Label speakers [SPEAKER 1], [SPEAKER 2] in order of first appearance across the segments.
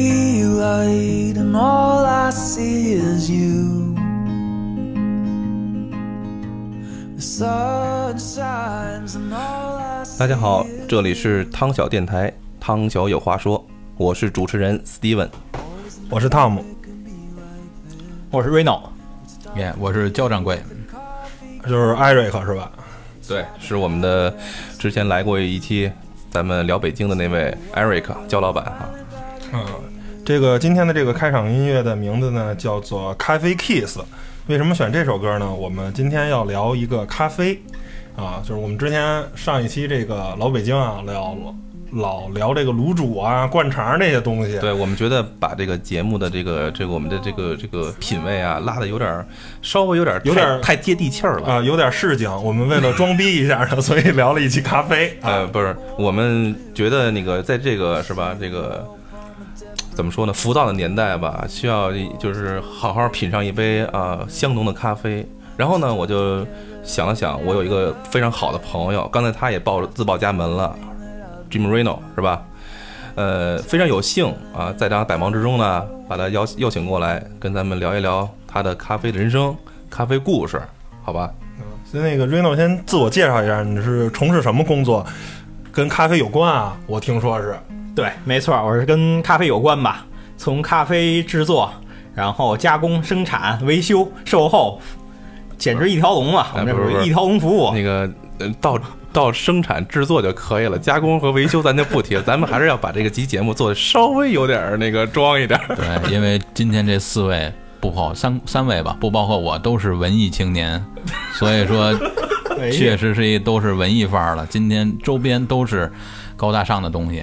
[SPEAKER 1] daylight and all I see is you. The sun shines and all I see
[SPEAKER 2] 大家好，
[SPEAKER 1] is
[SPEAKER 2] 这里是汤小电台，汤小有话说，我是主持人 Steven。
[SPEAKER 3] 我是汤姆，
[SPEAKER 4] 我是 Reno，
[SPEAKER 5] 耶我是焦掌柜。
[SPEAKER 3] 就是 Eric 是吧？
[SPEAKER 2] 对，是我们的之前来过一期咱们聊北京的那位 Eric 焦老板啊。
[SPEAKER 3] 这个今天的这个开场音乐的名字呢，叫做《咖啡 Kiss》。为什么选这首歌呢？我们今天要聊一个咖啡，啊，就是我们之前上一期这个老北京啊，聊老聊这个卤煮啊、灌肠这些东西。啊
[SPEAKER 2] 对我们觉得把这个节目的这个这个我们的这个这个品味啊拉的有点儿稍微有点儿太
[SPEAKER 3] 有点儿
[SPEAKER 2] 太接地气儿了
[SPEAKER 3] 啊、有点市井。我们为了装逼一下 呢，所以聊了一期咖啡啊。
[SPEAKER 2] 呃，不是，我们觉得那个在这个是吧，这个怎么说呢？浮躁的年代吧，需要一就是好好品尝一杯啊、香浓的咖啡。然后呢，我就想了想，我有一个非常好的朋友，刚才他也报自报家门了，Jim Reno 是吧？呃，非常有幸啊，在他百忙之中呢，把他邀邀请过来，跟咱们聊一聊他的咖啡的人生、咖啡故事，好吧？
[SPEAKER 3] 所以那个 Reno 先自我介绍一下，你是从事什么工作？跟咖啡有关啊？我听说是。
[SPEAKER 4] 对，没错，我是跟咖啡有关吧，从咖啡制作，然后加工、生产、维修、售后，简直一条龙啊！我
[SPEAKER 2] 哎
[SPEAKER 4] 们这
[SPEAKER 2] 不是
[SPEAKER 4] 属
[SPEAKER 2] 不
[SPEAKER 4] 于
[SPEAKER 2] 是
[SPEAKER 4] 一条龙服务。
[SPEAKER 2] 那个呃到到生产制作就可以了，加工和维修咱就不提了，咱们还是要把这个集节目做的稍微有点儿那个装一点儿。
[SPEAKER 5] 对，因为今天这四位不包三三位吧，不包括我，都是文艺青年，所以说
[SPEAKER 2] 哎
[SPEAKER 4] 对
[SPEAKER 5] 确实是一都是文艺范儿了。今天周边都是高大上的东西，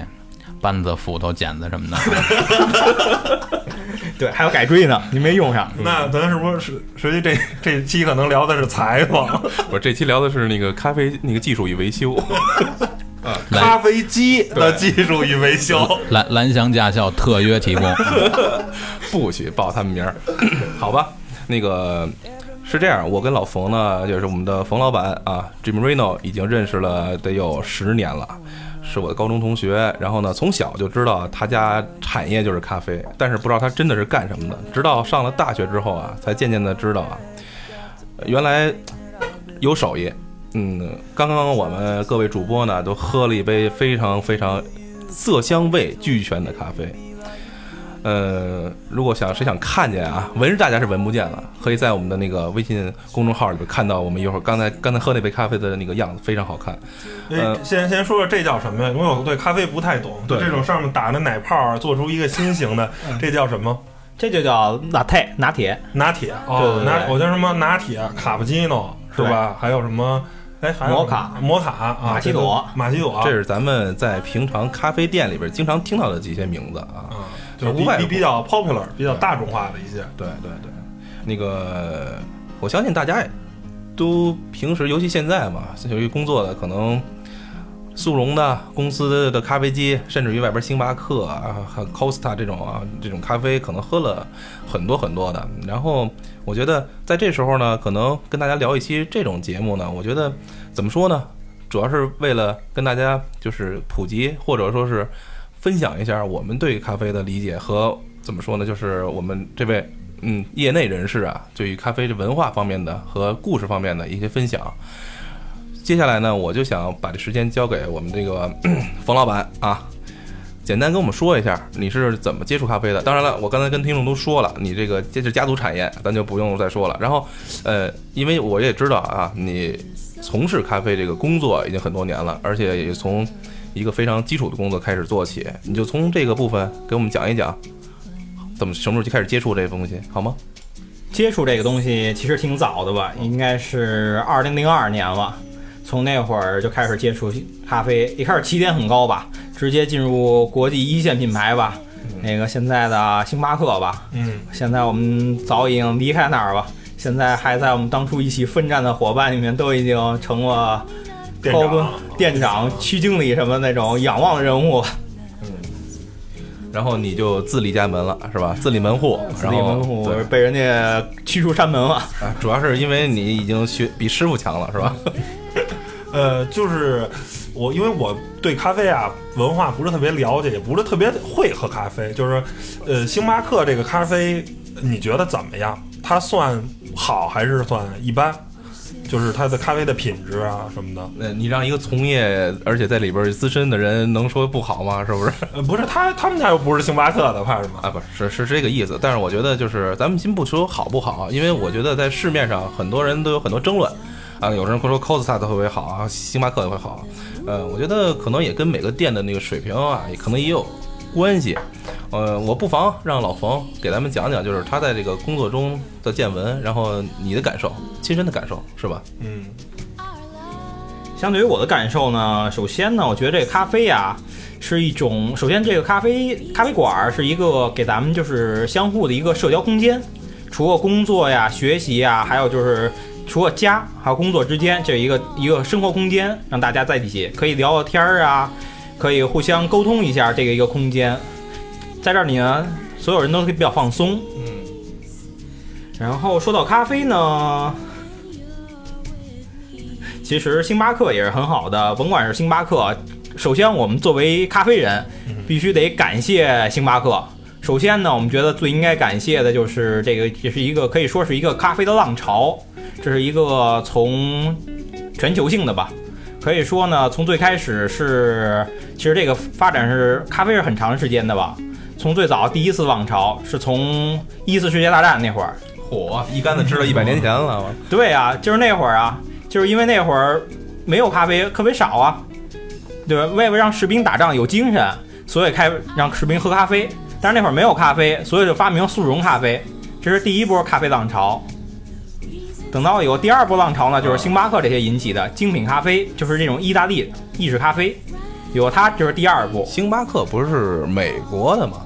[SPEAKER 5] 扳子、斧头、剪子什么的。
[SPEAKER 4] 对，还有改锥呢，你没用上。
[SPEAKER 3] 那咱是不是实际这这期可能聊的是裁缝、
[SPEAKER 2] 我这期聊的是那个咖啡那个技术与维修，
[SPEAKER 3] 咖啡机的技术与维修？
[SPEAKER 5] 蓝蓝翔驾校特约提供，
[SPEAKER 2] 不许报他们名儿， 好吧？那个是这样，我跟老冯呢，就是我们的冯老板啊，Jim Reno 已经认识了得有十年了。是我的高中同学，然后呢，从小就知道他家产业就是咖啡，但是不知道他真的是干什么的。直到上了大学之后啊，才渐渐的知道啊，原来有手艺。嗯，刚刚我们各位主播呢，都喝了一杯非常非常色香味俱全的咖啡。呃，如果想谁想看见啊，闻着大家是闻不见了，可以在我们的那个微信公众号里边看到我们一会儿刚才刚才喝那杯咖啡的那个样子，非常好看。
[SPEAKER 3] 哎先先说说这叫什么呀？因为我对咖啡不太懂，
[SPEAKER 2] 对
[SPEAKER 3] 这种上面打着奶泡做出一个新型的，这叫什么？
[SPEAKER 4] 这就叫拿铁，拿铁。
[SPEAKER 3] 拿铁
[SPEAKER 4] 对
[SPEAKER 3] 哦，
[SPEAKER 4] 对
[SPEAKER 3] 拿
[SPEAKER 4] 对
[SPEAKER 3] 我叫什么拿铁、卡布奇诺是吧？还有什么？哎，还有
[SPEAKER 4] 摩卡
[SPEAKER 3] 摩卡啊，
[SPEAKER 4] 玛奇朵
[SPEAKER 3] 这都马奇朵，啊
[SPEAKER 2] 这是咱们在平常咖啡店里边经常听到的几些名字啊。
[SPEAKER 3] 啊，就是
[SPEAKER 2] 无外
[SPEAKER 3] 比
[SPEAKER 2] 乎
[SPEAKER 3] 比比较 popular、比较大众化的一些。
[SPEAKER 2] 对对对，那个我相信大家也都平时，尤其现在嘛，由于工作的可能。速溶的公司的咖啡机，甚至于外边星巴克啊、还有 Costa 这种啊，这种咖啡可能喝了很多很多的。然后我觉得在这时候呢，可能跟大家聊一期这种节目呢，我觉得怎么说呢，主要是为了跟大家就是普及或者说是分享一下我们对咖啡的理解和怎么说呢，就是我们这位嗯业内人士啊，对于咖啡文化方面的和故事方面的一些分享。接下来呢，我就想把这时间交给我们这个 冯老板啊，简单跟我们说一下你是怎么接触咖啡的。当然了，我刚才跟听众都说了，你这个这是家族产业，咱就不用再说了。然后，呃，因为我也知道啊，你从事咖啡这个工作已经很多年了，而且也从一个非常基础的工作开始做起，你就从这个部分给我们讲一讲，怎么什么时候就开始接触这个东西，好吗？
[SPEAKER 4] 接触这个东西其实挺早的吧，应该是二零零二年了。从那会儿就开始接触咖啡，一开始起点很高吧，直接进入国际一线品牌吧，
[SPEAKER 2] 嗯
[SPEAKER 4] 那个现在的星巴克吧。
[SPEAKER 3] 嗯，
[SPEAKER 4] 现在我们早已经离开那儿了，现在还在我们当初一起奋战的伙伴里面都已经成了
[SPEAKER 3] 店
[SPEAKER 4] 高官
[SPEAKER 3] 长、
[SPEAKER 4] 店长、区经理什么那种仰望人物，
[SPEAKER 2] 然后你就自立家门了，是吧？自立门户，
[SPEAKER 4] 自
[SPEAKER 2] 然
[SPEAKER 4] 立
[SPEAKER 2] 后
[SPEAKER 4] 门户
[SPEAKER 2] 对
[SPEAKER 4] 被人家驱出山门了。
[SPEAKER 2] 啊，主要是因为你已经学比师傅强了， 是吧？
[SPEAKER 3] 呃，就是我，因为我对咖啡啊文化不是特别了解，也不是特别会喝咖啡。就是，呃，星巴克这个咖啡，你觉得怎么样？它算好还是算一般？就是它的咖啡的品质啊什么的。
[SPEAKER 2] 那你让一个从业而且在里边儿资深的人能说不好吗？是不是？
[SPEAKER 3] 呃，不是，他他们家又不是星巴克的，怕什么？
[SPEAKER 2] 啊，不是是是这个意思，但是我觉得就是咱们先不说好不好，因为我觉得在市面上很多人都有很多争论，啊，有人会说 Costa 特别好啊，星巴克也会好，呃，我觉得可能也跟每个店的那个水平啊，也可能也有关系，呃，我不妨让老冯给咱们讲讲，就是他在这个工作中的见闻，然后你的感受，亲身的感受是吧？
[SPEAKER 3] 嗯，
[SPEAKER 4] 相对于我的感受呢，首先呢，我觉得这个咖啡呀、是一种，首先这个咖啡咖啡馆儿是一个给咱们就是相互的一个社交空间，除了工作呀、学习呀，还有就是除了家还有工作之间，这一个一个生活空间，让大家在一起可以聊聊天儿啊，可以互相沟通一下这个一个空间，在这里呢，所有人都可以比较放松。嗯。然后说到咖啡呢，其实星巴克也是很好的，甭管是星巴克，首先我们作为咖啡人，必须得感谢星巴克。首先呢，我们觉得最应该感谢的就是这个，这是一个可以说是一个咖啡的浪潮，这是一个从全球性的吧。可以说呢，从最开始是，其实这个发展是咖啡是很长时间的吧。从最早第一次浪潮是从一次世界大战那会儿，
[SPEAKER 2] 火啊一竿子支到一百年前了，
[SPEAKER 4] 对啊，就是那会儿啊，就是因为那会儿没有咖啡，特别少啊，对吧？为了让士兵打仗有精神，所以开让士兵喝咖啡。但是那会儿没有咖啡，所以就发明速溶咖啡，这是第一波咖啡浪潮。等到有第二波浪潮呢，就是星巴克这些引起的精品咖啡，就是这种意大利意式咖啡，有它就是第二波。
[SPEAKER 2] 星巴克不是美国的吗？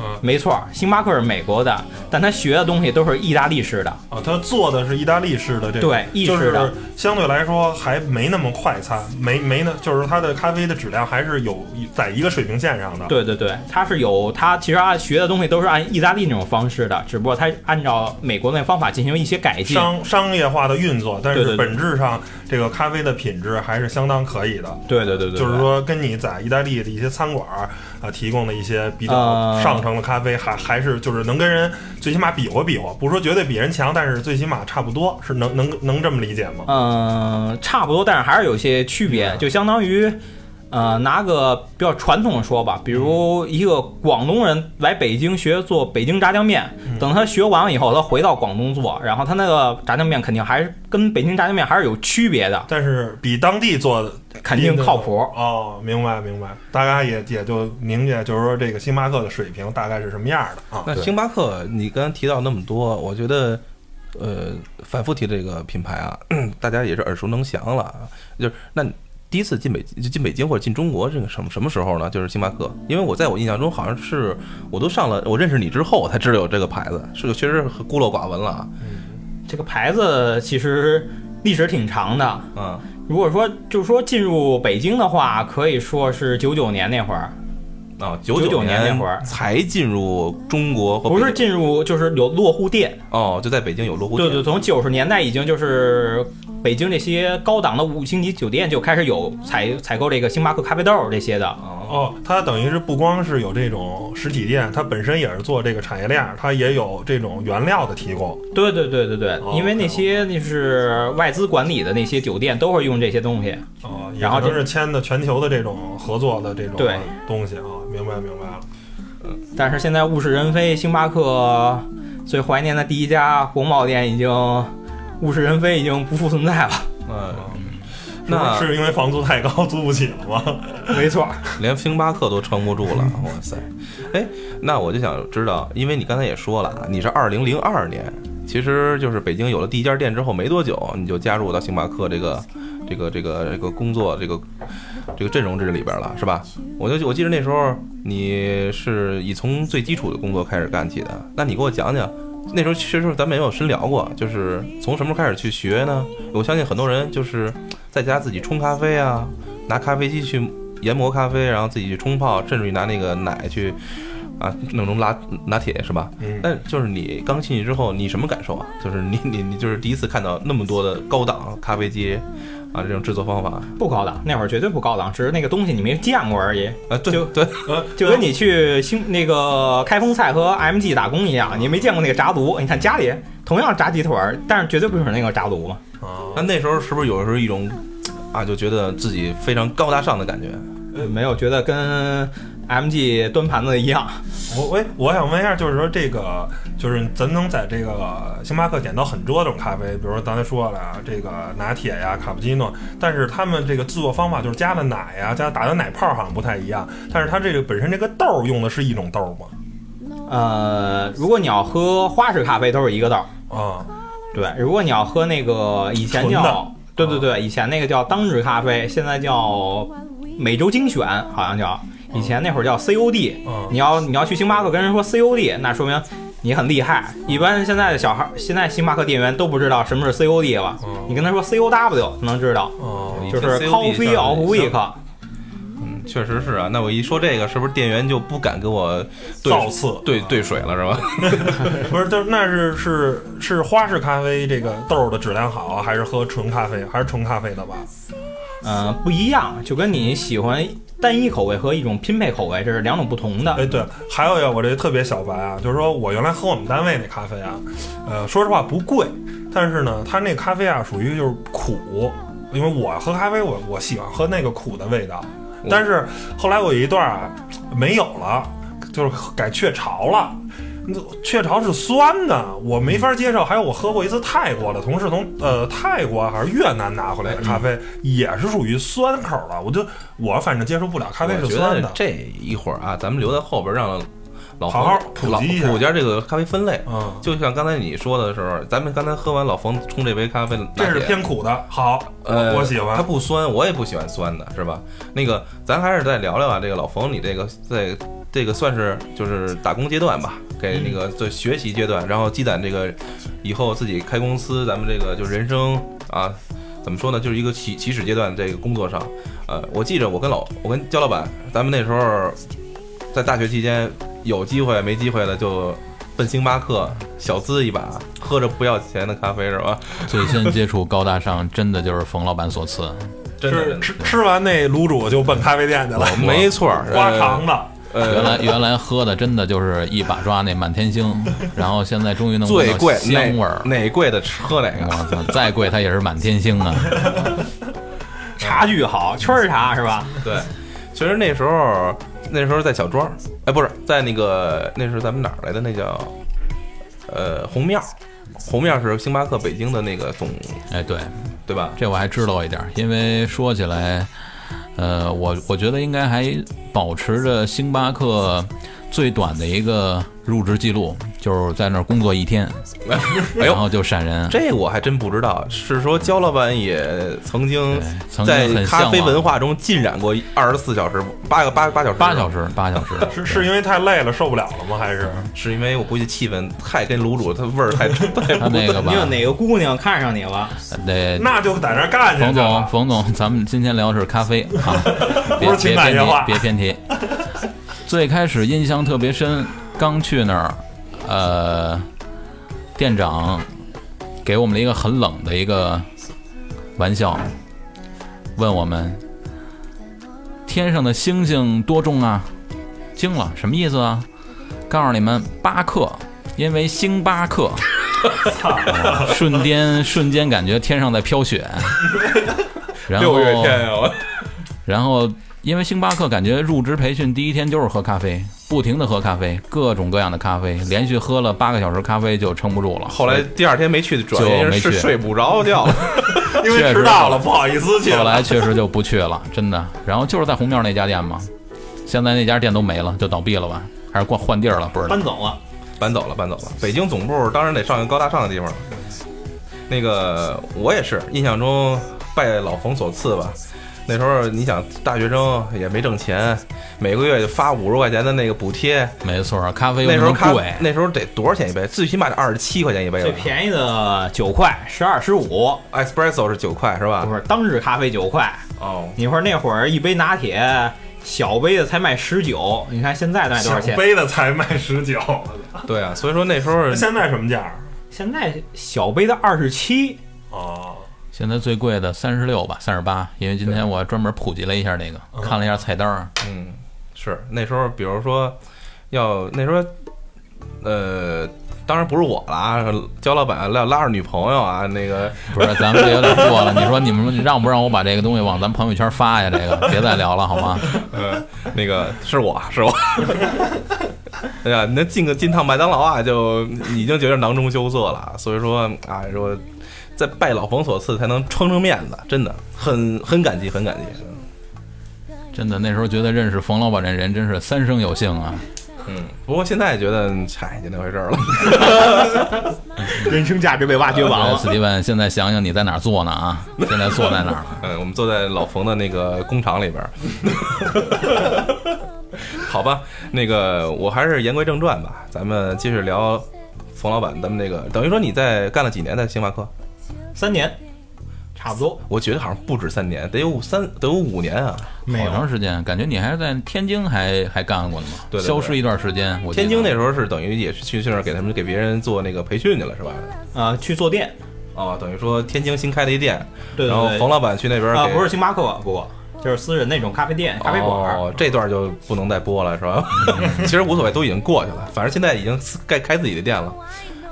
[SPEAKER 3] 嗯，
[SPEAKER 4] 没错，星巴克是美国的，但它学的东西都是意大利式的。
[SPEAKER 3] 啊，它做的是意大利式的这种，
[SPEAKER 4] 对意
[SPEAKER 3] 就
[SPEAKER 4] 式的
[SPEAKER 3] 是相对来说还没那么快餐，没没那，就是它的咖啡的质量还是有在一个水平线上的。
[SPEAKER 4] 对对对，它是有它其实按学的东西都是按意大利那种方式的，只不过它按照美国那方法进行一些改进。
[SPEAKER 3] 商商业化的运作，但
[SPEAKER 4] 对对
[SPEAKER 3] 是
[SPEAKER 4] 对
[SPEAKER 3] 本质上这个咖啡的品质还是相当可以的。
[SPEAKER 4] 对对对对，
[SPEAKER 3] 就是
[SPEAKER 4] 对，
[SPEAKER 3] 说，跟你在意大利的一些餐馆儿啊、提供的一些比较
[SPEAKER 4] 呃
[SPEAKER 3] 上乘的咖啡，还还是就是能跟人最起码比划比划，不是说绝对比人强，但是最起码差不多，是能能能这么理解吗？
[SPEAKER 4] 嗯、差不多，但是还是有一些区别，嗯就相当于。呃，拿个比较传统的说吧，比如一个广东人来北京学做北京炸酱面，嗯等他学完了以后，他回到广东做，然后他那个炸酱面肯定还是跟北京炸酱面还是有区别的，
[SPEAKER 3] 但是比当地做的
[SPEAKER 4] 肯定靠谱。
[SPEAKER 3] 哦，明白明白，大家也也就明白，就是说这个星巴克的水平大概是什么样儿的啊？
[SPEAKER 2] 那星巴克，你刚刚提到那么多，我觉得，呃，反复提这个品牌啊， 大家也是耳熟能详了啊。就是那你第一次进北就进北京或者进中国，这个什么什么时候呢？就是星巴克，因为我在我印象中好像是我都上了我认识你之后我才知道有这个牌子，是个确实很孤陋寡闻了啊。
[SPEAKER 4] 这个牌子其实历史挺长的，
[SPEAKER 2] 嗯，
[SPEAKER 4] 如果说就是说进入北京的话，可以说是九九年那会儿，
[SPEAKER 2] 啊，九
[SPEAKER 4] 99年
[SPEAKER 2] 年
[SPEAKER 4] 那会儿
[SPEAKER 2] 才进入中国和北
[SPEAKER 4] 不是进入就是有落户店，
[SPEAKER 2] 哦，就在北京有落户
[SPEAKER 4] 对
[SPEAKER 2] 店。
[SPEAKER 4] 对，嗯从九十年代已经就是北京这些高档的五星级酒店就开始有采采购这个星巴克咖啡豆这些的，
[SPEAKER 2] 哦，
[SPEAKER 3] 哦，它等于是不光是有这种实体店，它本身也是做这个产业链儿，它也有这种原料的提供。
[SPEAKER 4] 对对对对对
[SPEAKER 3] 哦，
[SPEAKER 4] 因为那些那是外资管理的那些酒店都会用这些东西，
[SPEAKER 3] 哦，也
[SPEAKER 4] 然后
[SPEAKER 3] 可能
[SPEAKER 4] 这
[SPEAKER 3] 是签的全球的这种合作的这种
[SPEAKER 4] 对
[SPEAKER 3] 东西啊，明白明白了。
[SPEAKER 4] 但是现在物是人非，星巴克最怀念的第一家国贸店已经物是人非，已经不复存在了。
[SPEAKER 2] 嗯，
[SPEAKER 3] 是
[SPEAKER 2] 那
[SPEAKER 3] 不是是因为房租太高租不起了吗？
[SPEAKER 4] 没错，
[SPEAKER 2] 连星巴克都撑不住了，哇塞！哎，那我就想知道，因为你刚才也说了啊，你是二零零二年，其实就是北京有了第一家店之后没多久，你就加入到星巴克这个这个这个这个工作这个这个阵容这里边了，是吧？我就我记得那时候你是以从最基础的工作开始干起的，那你给我讲讲。那时候其实咱们也有深聊过，就是从什么时候开始去学呢？我相信很多人就是在家自己冲咖啡啊，拿咖啡机去研磨咖啡，然后自己去冲泡，甚至于拿那个奶去啊弄成拿拿铁是吧？
[SPEAKER 3] 嗯
[SPEAKER 2] 但就是你刚进去之后，你什么感受啊？就是你你你就是第一次看到那么多的高档咖啡机啊这种制作方法
[SPEAKER 4] 不高档，那会儿绝对不高档，只是那个东西你没见过而已。
[SPEAKER 2] 啊，对
[SPEAKER 4] 就
[SPEAKER 2] 对，
[SPEAKER 4] 就跟你去星那个开封菜和 MG 打工一样，你没见过那个炸炉。你看家里同样炸鸡腿儿，但是绝对不是那个炸炉嘛。
[SPEAKER 3] 啊
[SPEAKER 2] 那那时候是不是有时候一种啊就觉得自己非常高大上的感觉？
[SPEAKER 4] 没有觉得跟 MG 端盘子一样。
[SPEAKER 3] 我喂，我想问一下，就是说这个，就是咱能在这个星巴克点到很多种咖啡，比如说刚才说了啊，这个拿铁呀、卡布奇诺，但是他们这个制作方法就是加的奶呀、加打的奶泡好像不太一样，但是它这个本身这个豆儿用的是一种豆儿
[SPEAKER 4] 呃，如果你要喝花式咖啡，都是一个豆儿。
[SPEAKER 3] 嘛，啊，
[SPEAKER 4] 对，如果你要喝那个以前
[SPEAKER 3] 纯的啊
[SPEAKER 4] 叫，对对对，以前那个叫当日咖啡，现在叫每周精选，好像
[SPEAKER 3] 啊
[SPEAKER 4] 叫，以前那会儿叫 COD、
[SPEAKER 3] 嗯
[SPEAKER 4] 你要你要去星巴克跟人说 COD，那说明你很厉
[SPEAKER 3] 啊
[SPEAKER 4] 害。一般现在的小孩儿，现在星巴克店员都不知道什么是 COD 了，
[SPEAKER 3] 嗯
[SPEAKER 4] 你跟他说 COW 能知道，
[SPEAKER 3] 哦，
[SPEAKER 4] 就是
[SPEAKER 2] COD
[SPEAKER 4] Coffee
[SPEAKER 2] 上
[SPEAKER 4] of Week。
[SPEAKER 2] 嗯，确实是啊。那我一说这个，是不是店员就不敢跟我对
[SPEAKER 3] 造次
[SPEAKER 2] 对对水了，是吧？
[SPEAKER 3] 不是，就是那是是是花式咖啡这个豆儿的质量好，啊还是喝纯咖啡，还是纯咖啡的吧？
[SPEAKER 4] 嗯，不一样，就跟你喜欢单一口味和一种拼配口味，这是两种不同的。
[SPEAKER 3] 哎，对，还有呀，我这特别小白啊，就是说我原来喝我们单位那咖啡啊，呃，说实话不贵，但是呢，它那咖啡啊属于就是苦，因为我喝咖啡我我喜欢喝那个苦的味道，
[SPEAKER 2] 嗯
[SPEAKER 3] 但是后来我有一段啊没有了，就是改雀巢了。那雀巢是酸的，我没法接受。还有我喝过一次泰国的，同事从呃泰国还是越南拿回来
[SPEAKER 2] 哎
[SPEAKER 3] 的咖啡，也是属于酸口的。我就我反正接受不了咖啡
[SPEAKER 2] 我
[SPEAKER 3] 是
[SPEAKER 2] 觉
[SPEAKER 3] 酸
[SPEAKER 2] 得
[SPEAKER 3] 的。
[SPEAKER 2] 这一会儿啊，咱们留在后边，让老
[SPEAKER 3] 好
[SPEAKER 2] 冯
[SPEAKER 3] 好普
[SPEAKER 2] 老
[SPEAKER 3] 及一下
[SPEAKER 2] 普及这个咖啡分类。
[SPEAKER 3] 嗯，
[SPEAKER 2] 就像刚才你说的时候，咱们刚才喝完老冯冲这杯咖啡，
[SPEAKER 3] 这是
[SPEAKER 2] 拿铁
[SPEAKER 3] 偏苦的，好，
[SPEAKER 2] 呃，
[SPEAKER 3] 我喜欢。
[SPEAKER 2] 它不酸，我也不喜欢酸的，是吧？那个，咱还是再聊聊啊，这个老冯，你这个在这个算是就是打工阶段吧，给那
[SPEAKER 3] 嗯
[SPEAKER 2] 个就学习阶段，然后积攒这个以后自己开公司，咱们这个就是人生啊，怎么说呢，就是一个起起始阶段，这个工作上，呃，我记着我跟老我跟焦老板，咱们那时候在大学期间有机会没机会的就。奔星巴克小资一把，喝着不要钱的咖啡是吧？
[SPEAKER 5] 最先接触高大上，真的就是冯老板所赐。
[SPEAKER 2] 真的
[SPEAKER 3] 吃吃吃完那卤煮就奔咖啡店去了，
[SPEAKER 2] 没错儿，
[SPEAKER 3] 刮
[SPEAKER 2] 呃
[SPEAKER 3] 肠子。
[SPEAKER 2] 呃，
[SPEAKER 5] 原来原来喝的真的就是一把抓那满天星，然后现在终于能闻
[SPEAKER 2] 最
[SPEAKER 5] 到
[SPEAKER 2] 贵
[SPEAKER 5] 香味儿。
[SPEAKER 2] 哪哪贵的喝哪
[SPEAKER 5] 我
[SPEAKER 2] 个。
[SPEAKER 5] 操，再贵它也是满天星啊！
[SPEAKER 4] 茶具好，圈儿茶是吧？
[SPEAKER 5] 嗯
[SPEAKER 2] 对，其实那时候那时候在小庄，哎，不是在那个那是咱们哪儿来的？那叫呃红庙，红庙是星巴克北京的那个总，
[SPEAKER 5] 哎，对，
[SPEAKER 2] 对吧？
[SPEAKER 5] 这我还知道一点儿，因为说起来，呃，我我觉得应该还保持着星巴克最短的一个入职记录，就是在那儿工作一天，
[SPEAKER 2] 哎
[SPEAKER 5] 然
[SPEAKER 2] 呦，
[SPEAKER 5] 后就闪人。
[SPEAKER 2] 这我还真不知道，是说焦老板也曾经
[SPEAKER 5] 对曾经
[SPEAKER 2] 在
[SPEAKER 5] 很
[SPEAKER 2] 咖
[SPEAKER 5] 向
[SPEAKER 2] 啡
[SPEAKER 5] 往
[SPEAKER 2] 文化中浸染过二十四小时，八个八八小时，
[SPEAKER 5] 八小时，八小时，
[SPEAKER 3] 是是因为太累了受不了了吗？还是
[SPEAKER 2] 是因为我估计气氛太跟卤煮它味儿太太
[SPEAKER 5] 他
[SPEAKER 2] 不
[SPEAKER 5] 那个吧
[SPEAKER 4] 你，有哪个姑娘看上你了？
[SPEAKER 5] 得
[SPEAKER 3] 那就在那儿干下
[SPEAKER 5] 冯
[SPEAKER 3] 去
[SPEAKER 5] 总，
[SPEAKER 3] 了。
[SPEAKER 5] 冯总，咱们今天聊的是咖啡 啊，别
[SPEAKER 3] 不是情
[SPEAKER 5] 别
[SPEAKER 3] 感
[SPEAKER 5] 偏
[SPEAKER 3] 夜
[SPEAKER 5] 题
[SPEAKER 3] 话，
[SPEAKER 5] 别偏题。最开始印象特别深，刚去那儿，呃，店长给我们了一个很冷的一个玩笑，问我们天上的星星多重啊？惊了，什么意思啊？告诉你们，八克，因为星 巴克。瞬间瞬间感觉天上在飘 雪，然后
[SPEAKER 2] 六月天啊！我
[SPEAKER 5] 然后因为星巴克感觉入职培训第一天就是喝咖啡，不停的喝咖啡，各种各样的咖啡，连续喝了八个小时咖啡就撑不住了。
[SPEAKER 2] 后来第二天没去，主
[SPEAKER 5] 就
[SPEAKER 2] 要原因
[SPEAKER 5] 没
[SPEAKER 2] 是
[SPEAKER 5] 去
[SPEAKER 2] 睡不着 觉了。
[SPEAKER 3] 因为迟到了，不好意思去
[SPEAKER 5] 后
[SPEAKER 3] 了。
[SPEAKER 5] 来确实就不去了，真的。然后就是在红庙那家店嘛，现在那家店都没了，就倒闭了吧，还是换换地儿了，不知道
[SPEAKER 4] 搬。走了，
[SPEAKER 2] 搬走了，搬走了。北京总部当然得上一个高大上的地方。那个我也是，印象中拜老冯所赐吧。那时候你想，大学生也没挣钱，每个月就发五十块钱的那个补贴。
[SPEAKER 5] 没错，咖啡又
[SPEAKER 2] 那时候
[SPEAKER 5] 哎那么
[SPEAKER 2] 咖
[SPEAKER 5] 贵，
[SPEAKER 2] 那时候得多少钱一杯？最起码得二十七块钱一杯
[SPEAKER 4] 最
[SPEAKER 2] 了。
[SPEAKER 4] 便宜的九块，十二十五，
[SPEAKER 2] Espresso 是九块是吧
[SPEAKER 4] 不？是当日咖啡九块。
[SPEAKER 2] 哦，
[SPEAKER 4] 你说那会儿一杯拿铁小杯的才卖十九，你看现在卖多
[SPEAKER 3] 小
[SPEAKER 4] 少钱？
[SPEAKER 3] 杯的才卖十九，
[SPEAKER 2] 对啊，所以说那时候
[SPEAKER 3] 现在什么价？
[SPEAKER 4] 现在小杯的二十七，
[SPEAKER 3] 哦，
[SPEAKER 5] 现在最贵的三十六吧，三十八，因为今天我专门普及了一下这个，看了一下菜单儿，
[SPEAKER 2] 嗯，是那时候，比如说要那时候，呃，当然不是我了啊，焦老板拉拉着女朋友啊，那个
[SPEAKER 5] 不是咱们这有点过了。你说你们让不让我把这个东西往咱朋友圈发呀？这个别再聊了好吗？
[SPEAKER 2] 呃，那个是我是我。 哎呀，那进个进趟麦当劳啊，就已经觉得囊中羞涩了。所以说啊，说再拜老冯所赐，才能撑撑面子，真的很很感激，很感激。
[SPEAKER 5] 真的那时候觉得认识冯老板这人真是三生有幸啊。
[SPEAKER 2] 嗯，不过现在觉得，嗨，就那回事儿了。
[SPEAKER 4] 人生价值被挖掘完
[SPEAKER 5] 对
[SPEAKER 2] 啊
[SPEAKER 4] 了。
[SPEAKER 5] 史蒂文，现在想想你在哪儿坐 呢啊？现在坐在哪儿了？
[SPEAKER 2] 嗯，我们坐在老冯的那个工厂里边儿。 好吧，那个我还是言归正传吧，咱们继续聊冯老板，咱们那个等于说你在干了几年在星巴克？
[SPEAKER 4] 三年，差不多
[SPEAKER 2] 我觉得好像不止三年，得有三得有五年啊。
[SPEAKER 4] 没
[SPEAKER 5] 好
[SPEAKER 4] 有。
[SPEAKER 5] 长时间，感觉你还是在天津还还干过呢嘛？
[SPEAKER 2] 对对对
[SPEAKER 5] 消失一段时间。我记得
[SPEAKER 2] 天津那时候是等于也是去去那儿给他们给别人做那个培训去了是吧？
[SPEAKER 4] 呃，去坐店，
[SPEAKER 2] 哦，等于说天津新开了一店，
[SPEAKER 4] 对对对
[SPEAKER 2] 然后冯老板去那边
[SPEAKER 4] 啊、
[SPEAKER 2] 给
[SPEAKER 4] 不是星巴克，不过就是私人那种咖啡店、咖啡馆儿。嗯
[SPEAKER 2] 哦，这段就不能再播了，是吧？ 其实无所谓，都已经过去了，反正现在已经该开自己的店了。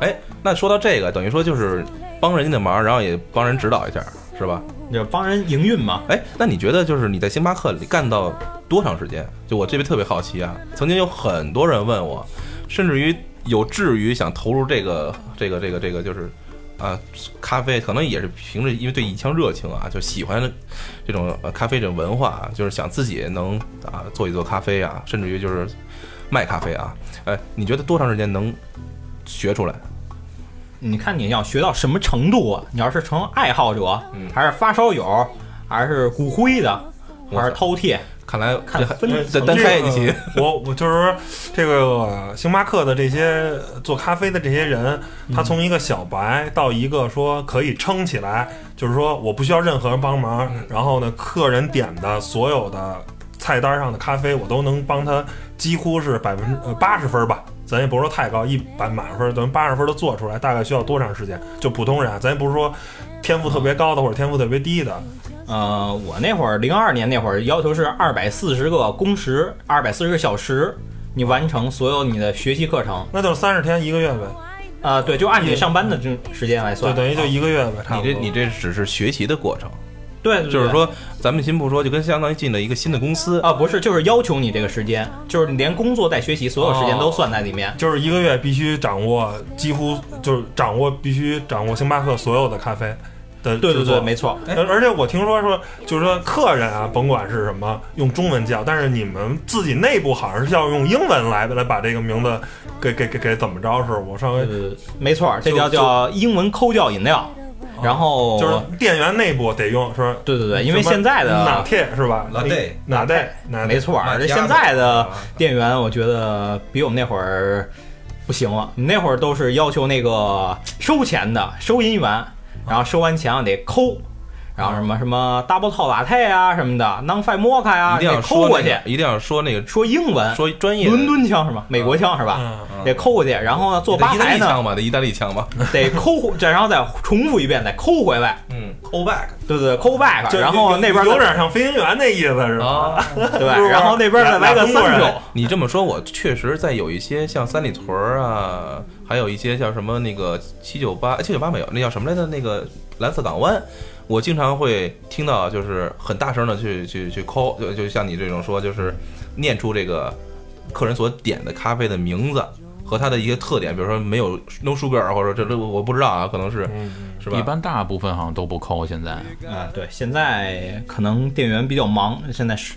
[SPEAKER 2] 哎，那说到这个，等于说就是帮人家的忙，然后也帮人指导一下，是吧？
[SPEAKER 4] 就帮人营运嘛。
[SPEAKER 2] 哎，那你觉得就是你在星巴克里干到多长时间？就我这边特别好奇啊，曾经有很多人问我，甚至于有志于想投入这个这个这个这个就是。啊，咖啡可能也是凭着因为对一腔热情啊，就喜欢这种呃咖啡这种文化啊，就是想自己能啊做一做咖啡啊，甚至于就是卖咖啡啊。哎，你觉得多长时间能学出来？
[SPEAKER 4] 你看你要学到什么程度啊？你要是成爱好者，
[SPEAKER 2] 嗯
[SPEAKER 4] 还是发烧友，还是骨灰的，
[SPEAKER 2] 我
[SPEAKER 4] 还是饕餮？
[SPEAKER 2] 看来
[SPEAKER 4] 看
[SPEAKER 2] 这还
[SPEAKER 4] 分
[SPEAKER 2] 这单开一期，
[SPEAKER 3] 这个我我就是说，这个星巴克的这些做咖啡的这些人，
[SPEAKER 2] 嗯
[SPEAKER 3] 他从一个小白到一个说可以撑起来，就是说我不需要任何人帮忙，
[SPEAKER 2] 嗯
[SPEAKER 3] 然后呢，客人点的所有的菜单上的咖啡，我都能帮他，几乎是百分呃八十分吧。咱也不是说太高，一百满分，咱八十分都做出来，大概需要多长时间？就普通人啊，咱也不是说天赋特别高的或者天赋特别低的，
[SPEAKER 4] 呃，我那会儿零二年那会儿要求是二百四十个工时，二百四十个小时，你完成所有你的学习课程。
[SPEAKER 3] 那就是三十天一个月呗，
[SPEAKER 4] 啊，对，就按你上班的这种时间来
[SPEAKER 3] 就
[SPEAKER 4] 算。
[SPEAKER 3] 等于就一个月呗，差
[SPEAKER 2] 你
[SPEAKER 3] 不多。
[SPEAKER 2] 这你这只是学习的过程。
[SPEAKER 4] 对，对
[SPEAKER 2] 就是
[SPEAKER 4] 对
[SPEAKER 2] 说，咱们先不说，就跟相当于进了一个新的公司，
[SPEAKER 4] 啊，不是，就是要求你这个时间，就是你连工作带学习所有时间都算在里面。
[SPEAKER 3] 就是一个月必须掌握几乎就是掌握必须掌握星巴克所有的咖啡的
[SPEAKER 4] 对对
[SPEAKER 3] 制作
[SPEAKER 4] 对，没。错。
[SPEAKER 3] 而而且我听说说，就是说客人啊，甭管是什么，用中文叫，但是你们自己内部好像是要用英文来来把这个名字给给给给怎么着是？我上回
[SPEAKER 4] 呃，没错，这叫
[SPEAKER 3] 就
[SPEAKER 4] 叫英文抠叫饮料，然后
[SPEAKER 3] 就是店员内部得用说，
[SPEAKER 4] 对对对，因为
[SPEAKER 3] 什么
[SPEAKER 4] 现在
[SPEAKER 3] 拿
[SPEAKER 4] 的
[SPEAKER 3] 铁是吧？
[SPEAKER 2] Latte
[SPEAKER 3] 拿铁，拿
[SPEAKER 4] 没
[SPEAKER 3] 铁，
[SPEAKER 4] 错，
[SPEAKER 2] 马
[SPEAKER 4] 这
[SPEAKER 2] 吉亚
[SPEAKER 4] 现
[SPEAKER 2] 诺
[SPEAKER 4] 在
[SPEAKER 2] 啊
[SPEAKER 4] 的店员我觉得比我们那会儿不行了，你那会儿都是要求那个收钱的收银员，然后收完钱啊得抠。然后什么什么 double tall latte 啊什么的，non f i mocha 呀，
[SPEAKER 2] 一定要
[SPEAKER 4] 啊得
[SPEAKER 2] 说
[SPEAKER 4] 抠过
[SPEAKER 2] 那
[SPEAKER 4] 去
[SPEAKER 2] 个，，一定要说那个
[SPEAKER 4] 说英文，
[SPEAKER 2] 说专业的
[SPEAKER 4] 伦敦腔是吧？美国腔是吧？
[SPEAKER 3] 嗯，
[SPEAKER 4] 得抠过去，然后呢，做
[SPEAKER 2] 得
[SPEAKER 4] 吧
[SPEAKER 2] 意大
[SPEAKER 4] 台
[SPEAKER 2] 利
[SPEAKER 4] 呢
[SPEAKER 2] 腔吧，得意大利腔吧，
[SPEAKER 4] 得抠，再然后再重复一遍，再抠回来，
[SPEAKER 2] 嗯，call back
[SPEAKER 4] 对对对，抠 back，
[SPEAKER 3] 就
[SPEAKER 4] 然后
[SPEAKER 3] 有
[SPEAKER 4] 那边哦
[SPEAKER 3] 有点像飞行员那意思是吧？
[SPEAKER 2] 啊。
[SPEAKER 4] 对，
[SPEAKER 3] 是不是
[SPEAKER 4] 然后那边再来个
[SPEAKER 3] 俩中国
[SPEAKER 4] 三
[SPEAKER 3] 人
[SPEAKER 4] 九，
[SPEAKER 2] 你这么说，我确实在有一些像三里屯儿啊，还有一些叫什么那个七九八，哎七九八没有，那叫什么来着？那个蓝色港湾，我经常会听到，就是很大声的去去去 call，就就像你这种说，就是念出这个客人所点的咖啡的名字。和它的一些特点，比如说没有 no sugar，或者这这我不知道啊，可能是是吧？
[SPEAKER 5] 嗯一般大部分好像都不抠，现在
[SPEAKER 4] 啊，对，现在可能店员比较忙，现在是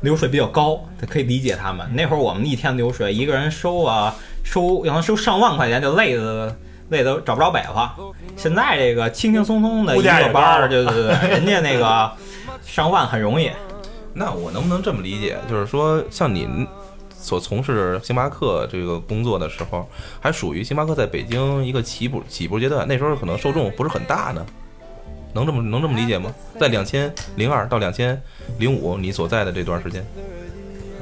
[SPEAKER 4] 流水比较高，这可以理解他们。那会儿我们一天流水一个人收啊，收让他收上万块钱就累的累的找不着北了。现在这个轻轻松松的
[SPEAKER 3] 物
[SPEAKER 4] 一
[SPEAKER 3] 价也
[SPEAKER 4] 个班儿，
[SPEAKER 3] 高
[SPEAKER 4] 对对对，人家那个上万很容易。
[SPEAKER 2] 那我能不能这么理解？就是说，像你所从事星巴克这个工作的时候，还属于星巴克在北京一个起步起步阶段，那时候可能受众不是很大呢，能这么能这么理解吗？在两千零二到两千零五你所在的这段时间，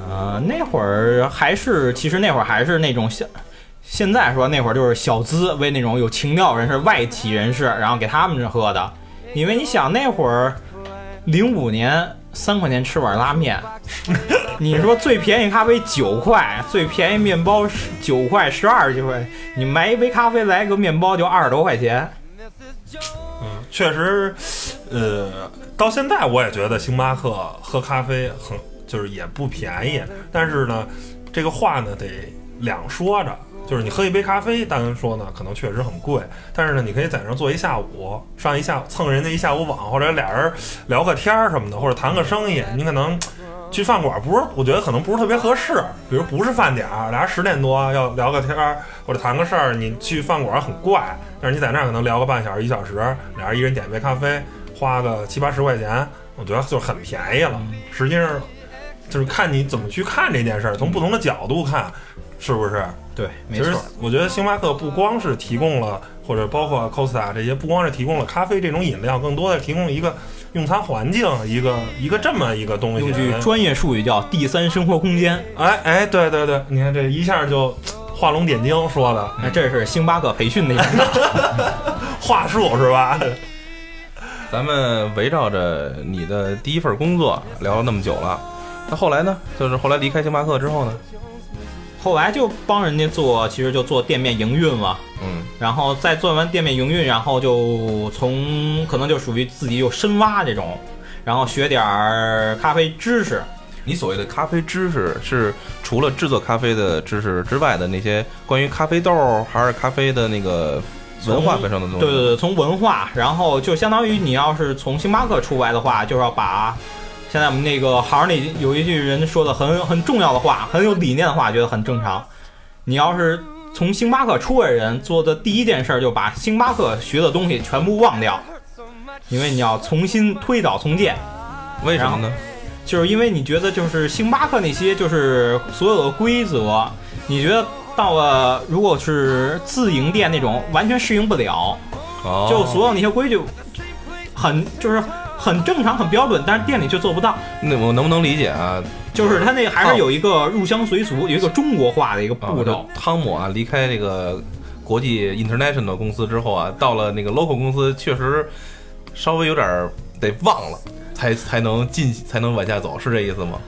[SPEAKER 4] 呃，那会儿还是，其实那会儿还是那种像现在说那会儿就是小资，为那种有情调人士、外企人士，然后给他们喝的。因为你想那会儿，零五年三块钱吃碗拉面， 你说最便宜咖啡九块，最便宜面包十九块十二就会，你买一杯咖啡来个面包就二十多块钱。
[SPEAKER 3] 嗯，确实，呃，到现在我也觉得星巴克喝咖啡很就是也不便宜，但是呢，这个话呢得两说着。就是你喝一杯咖啡，单说呢，可能确实很贵，但是呢，你可以在那儿坐一下午，上一下蹭人家一下午网，或者俩人聊个天儿什么的，或者谈个生意，你可能去饭馆不是，我觉得可能不是特别合适。比如不是饭点儿，俩人十点多要聊个天儿或者谈个事儿，你去饭馆很怪，但是你在那儿可能聊个半小时一小时，俩人一人点杯咖啡，花个七八十块钱，我觉得就很便宜了。
[SPEAKER 4] 嗯
[SPEAKER 3] 实际上就是看你怎么去看这件事儿，从不同的角度看，是不是？
[SPEAKER 4] 对，没
[SPEAKER 3] 其实
[SPEAKER 4] 错。
[SPEAKER 3] 我觉得星巴克不光是提供了，或者包括 Costa 这些，不光是提供了咖啡这种饮料，更多的提供了一个用餐环境，一个一个这么一个东西。
[SPEAKER 4] 用句专业术语叫第三生活空间，
[SPEAKER 3] 哎哎，对对对，你看这一下就画龙点睛说的
[SPEAKER 4] 哎，这是星巴克培训的一个。
[SPEAKER 3] 话术是吧？
[SPEAKER 2] 咱们围绕着你的第一份工作聊了那么久了，那后来呢？就是后来离开星巴克之后呢？
[SPEAKER 4] 后来就帮人家做，其实就做店面营运了。
[SPEAKER 2] 嗯，
[SPEAKER 4] 然后再做完店面营运，然后就从可能就属于自己有深挖这种，然后学点儿咖啡知识。
[SPEAKER 2] 你所谓的咖啡知识是除了制作咖啡的知识之外的那些关于咖啡豆儿还是咖啡的那个文化本身的东西？
[SPEAKER 4] 对对对，从文化，然后就相当于你要是从星巴克出来的话，就是要把现在我们那个行里有一句人说的很很重要的话，很有理念的话，觉得很正常。你要是从星巴克出来的人做的第一件事，就把星巴克学的东西全部忘掉，因为你要重新推倒重建。
[SPEAKER 2] 为什么呢？
[SPEAKER 4] 就是因为你觉得就是星巴克那些就是所有的规则，你觉得到了如果是自营店那种完全适应不了，
[SPEAKER 2] 哦，
[SPEAKER 4] 就所有那些规矩很就是很正常很标准，但是店里却做不到，
[SPEAKER 2] 那我能不能理解啊？
[SPEAKER 4] 就是它那还是有一个入乡随俗，有一个中国化的一个
[SPEAKER 2] 啊
[SPEAKER 4] 步骤。
[SPEAKER 2] 就汤姆啊，离开这个国际 international 公司之后啊，到了那个 local 公司，确实稍微有点儿得忘了，才才能进，才能往下走，是这意思吗？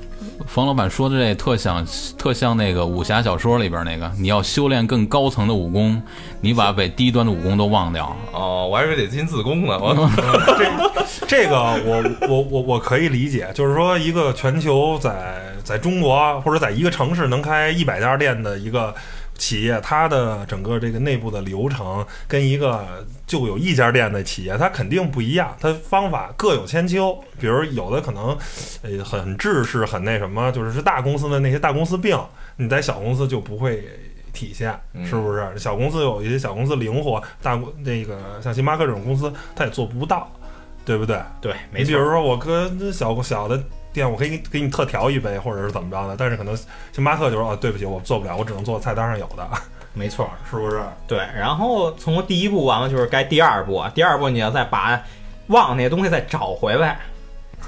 [SPEAKER 5] 冯老板说的这特像，特像那个武侠小说里边那个，你要修炼更高层的武功，你把被低端的武功都忘掉。
[SPEAKER 2] 哦，我还以为得进自宫呢， 我
[SPEAKER 3] 这个我我我我可以理解，就是说一个全球在在中国啊或者在一个城市能开一百家店的一个企业，它的整个这个内部的流程跟一个就有一家店的企业，它肯定不一样，它方法各有千秋。比如有的可能呃很制式，很那什么，就是是大公司的那些大公司病，你在小公司就不会。体现
[SPEAKER 2] 嗯
[SPEAKER 3] 是不是？小公司有一些小公司灵活，大公那个像星巴克这种公司，它也做不到，对不对？
[SPEAKER 4] 对，
[SPEAKER 3] 你
[SPEAKER 4] 没
[SPEAKER 3] 比
[SPEAKER 4] 错。
[SPEAKER 3] 如说我跟小小的店，我可以给你给你特调一杯，或者是怎么着的，但是可能星巴克就说啊，对不起，我做不了，我只能做菜单上有的，
[SPEAKER 4] 没错，
[SPEAKER 3] 是不是？
[SPEAKER 4] 对。然后从第一步完了就是该第二步，第二步你要再把忘那些东西再找回来，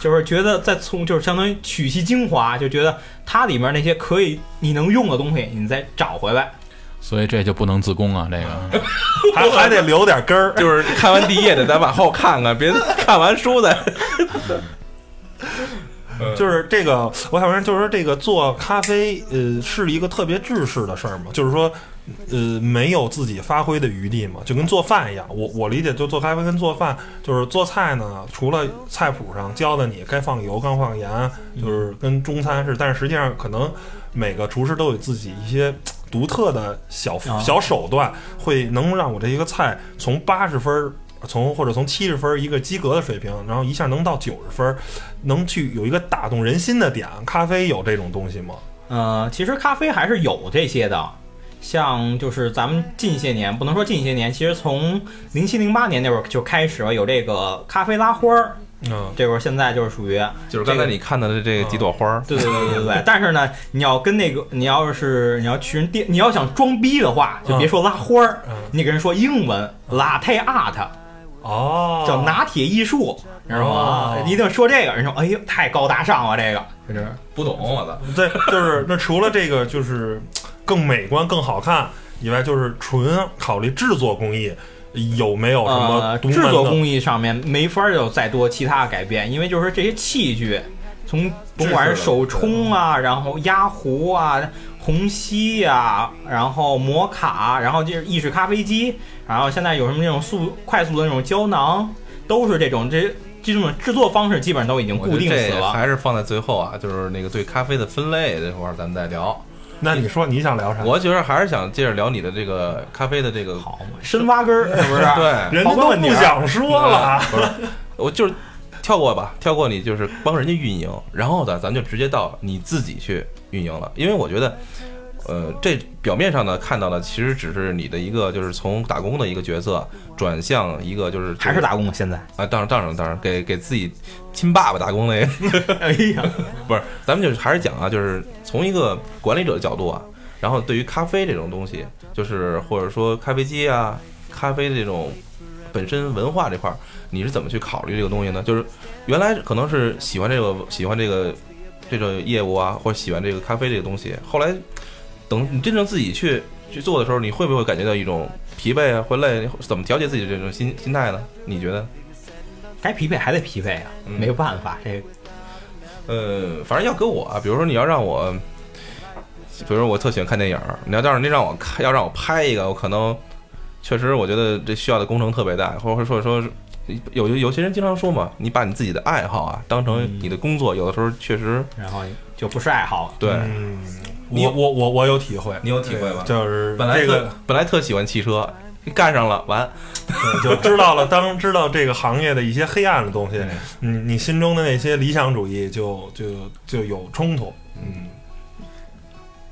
[SPEAKER 4] 就是觉得再从就是相当于取其精华，就觉得它里面那些可以你能用的东西，你再找回来。
[SPEAKER 5] 所以这就不能自宫啊，这个
[SPEAKER 3] 还还得留点根儿。
[SPEAKER 2] 就是看完第一页的，咱往后看看，别看完书再。
[SPEAKER 3] 就是这个，我想说，就是说这个做咖啡，呃，是一个特别制式的事儿嘛，就是说，呃，没有自己发挥的余地嘛，就跟做饭一样。我我理解，就做咖啡跟做饭，就是做菜呢，除了菜谱上教的你该放油、该放盐，就是跟中餐是，但是实际上可能每个厨师都有自己一些。独特的小
[SPEAKER 4] 啊
[SPEAKER 3] 小手段，会能让我这一个菜从八十分儿，从或者从七十分儿一个及格的水平，然后一下能到九十分儿，能去有一个打动人心的点，咖啡有这种东西吗？
[SPEAKER 4] 呃，其实咖啡还是有这些的，像就是咱们近些年，不能说近些年，其实从零七零八年那会儿就开始了有这个咖啡拉花儿，
[SPEAKER 3] 嗯
[SPEAKER 4] 这会儿现在就是属于
[SPEAKER 2] 就是刚才你看到的这几朵花儿，
[SPEAKER 4] 对对对 对对，但是呢，你要跟那个，你要是你要去人店，你要想装逼的话，就别说拉花儿，
[SPEAKER 3] 嗯
[SPEAKER 4] 你给人说英文 latte art，
[SPEAKER 3] 哦，
[SPEAKER 4] 叫拿铁艺术，你知道吗
[SPEAKER 3] 哦？
[SPEAKER 4] 一定说这个，人说哎呦太高大上了，这个就是
[SPEAKER 2] 不懂我的。
[SPEAKER 3] 对，就是那除了这个就是更美观、更好看以外，就是纯考虑制作工艺有没有什么
[SPEAKER 2] 啊
[SPEAKER 4] 呃
[SPEAKER 3] 独门
[SPEAKER 4] 制
[SPEAKER 3] 的
[SPEAKER 4] 作工艺上面没法儿有再多其他改变，因为就是这些器具，从甭管是手冲
[SPEAKER 2] 嗯
[SPEAKER 4] 啊，然后压壶啊。虹吸啊，然后摩卡，然后就是意式咖啡机，然后现在有什么那种速快速的那种胶囊，都是这种这这种制作方式基本上都已经
[SPEAKER 2] 我觉得
[SPEAKER 4] 固定死
[SPEAKER 2] 这
[SPEAKER 4] 了。
[SPEAKER 2] 还是放在最后啊，就是那个对咖啡的分类这块儿咱们再聊。
[SPEAKER 3] 那你说你想聊啥？
[SPEAKER 2] 我觉得还是想接着聊你的这个咖啡的这个，
[SPEAKER 4] 啊好嘛，深挖根儿是不是？
[SPEAKER 2] 对，
[SPEAKER 3] 人家都不想说了，
[SPEAKER 2] 啊嗯不是，我就是跳过吧，跳过你就是帮人家运营，然后呢，咱就直接到你自己去运营了，因为我觉得。呃，这表面上呢看到的，其实只是你的一个，就是从打工的一个角色转向一个，就是
[SPEAKER 4] 还是打工现在。
[SPEAKER 2] 啊，当然当然当然，给给自己亲爸爸打工那个，
[SPEAKER 4] 哎呀，
[SPEAKER 2] 不是，咱们就是还是讲啊，就是从一个管理者的角度啊，然后对于咖啡这种东西，就是或者说咖啡机啊、咖啡这种本身文化这块儿，你是怎么去考虑这个东西呢？就是原来可能是喜欢这个喜欢这个这种业务啊，或者喜欢这个咖啡这个东西，后来等你真正自己去去做的时候，你会不会感觉到一种疲惫啊，会累？怎么调节自己这种心心态呢？你觉得？
[SPEAKER 4] 该疲惫还得疲惫啊，
[SPEAKER 2] 嗯
[SPEAKER 4] 没有办法，这个
[SPEAKER 2] 呃，反正要搁我啊，比如说你要让我，比如说我特喜欢看电影儿，你要但是那让我看，要让我拍一个，我可能确实我觉得这需要的工程特别大，或者说说是有有有些人经常说嘛，你把你自己的爱好啊当成你的工作，有的时候确实
[SPEAKER 4] 然后就不是爱好了。
[SPEAKER 2] 对、
[SPEAKER 3] 嗯，
[SPEAKER 2] 你
[SPEAKER 3] 我我我我有体会，
[SPEAKER 2] 你有体会吧
[SPEAKER 3] 就是
[SPEAKER 2] 本来特、
[SPEAKER 3] 这个
[SPEAKER 2] 本来特喜欢汽车，干上了完，
[SPEAKER 3] 对就知道了，当知道这个行业的一些黑暗的东西，你你心中的那些理想主义就就就有冲突，嗯，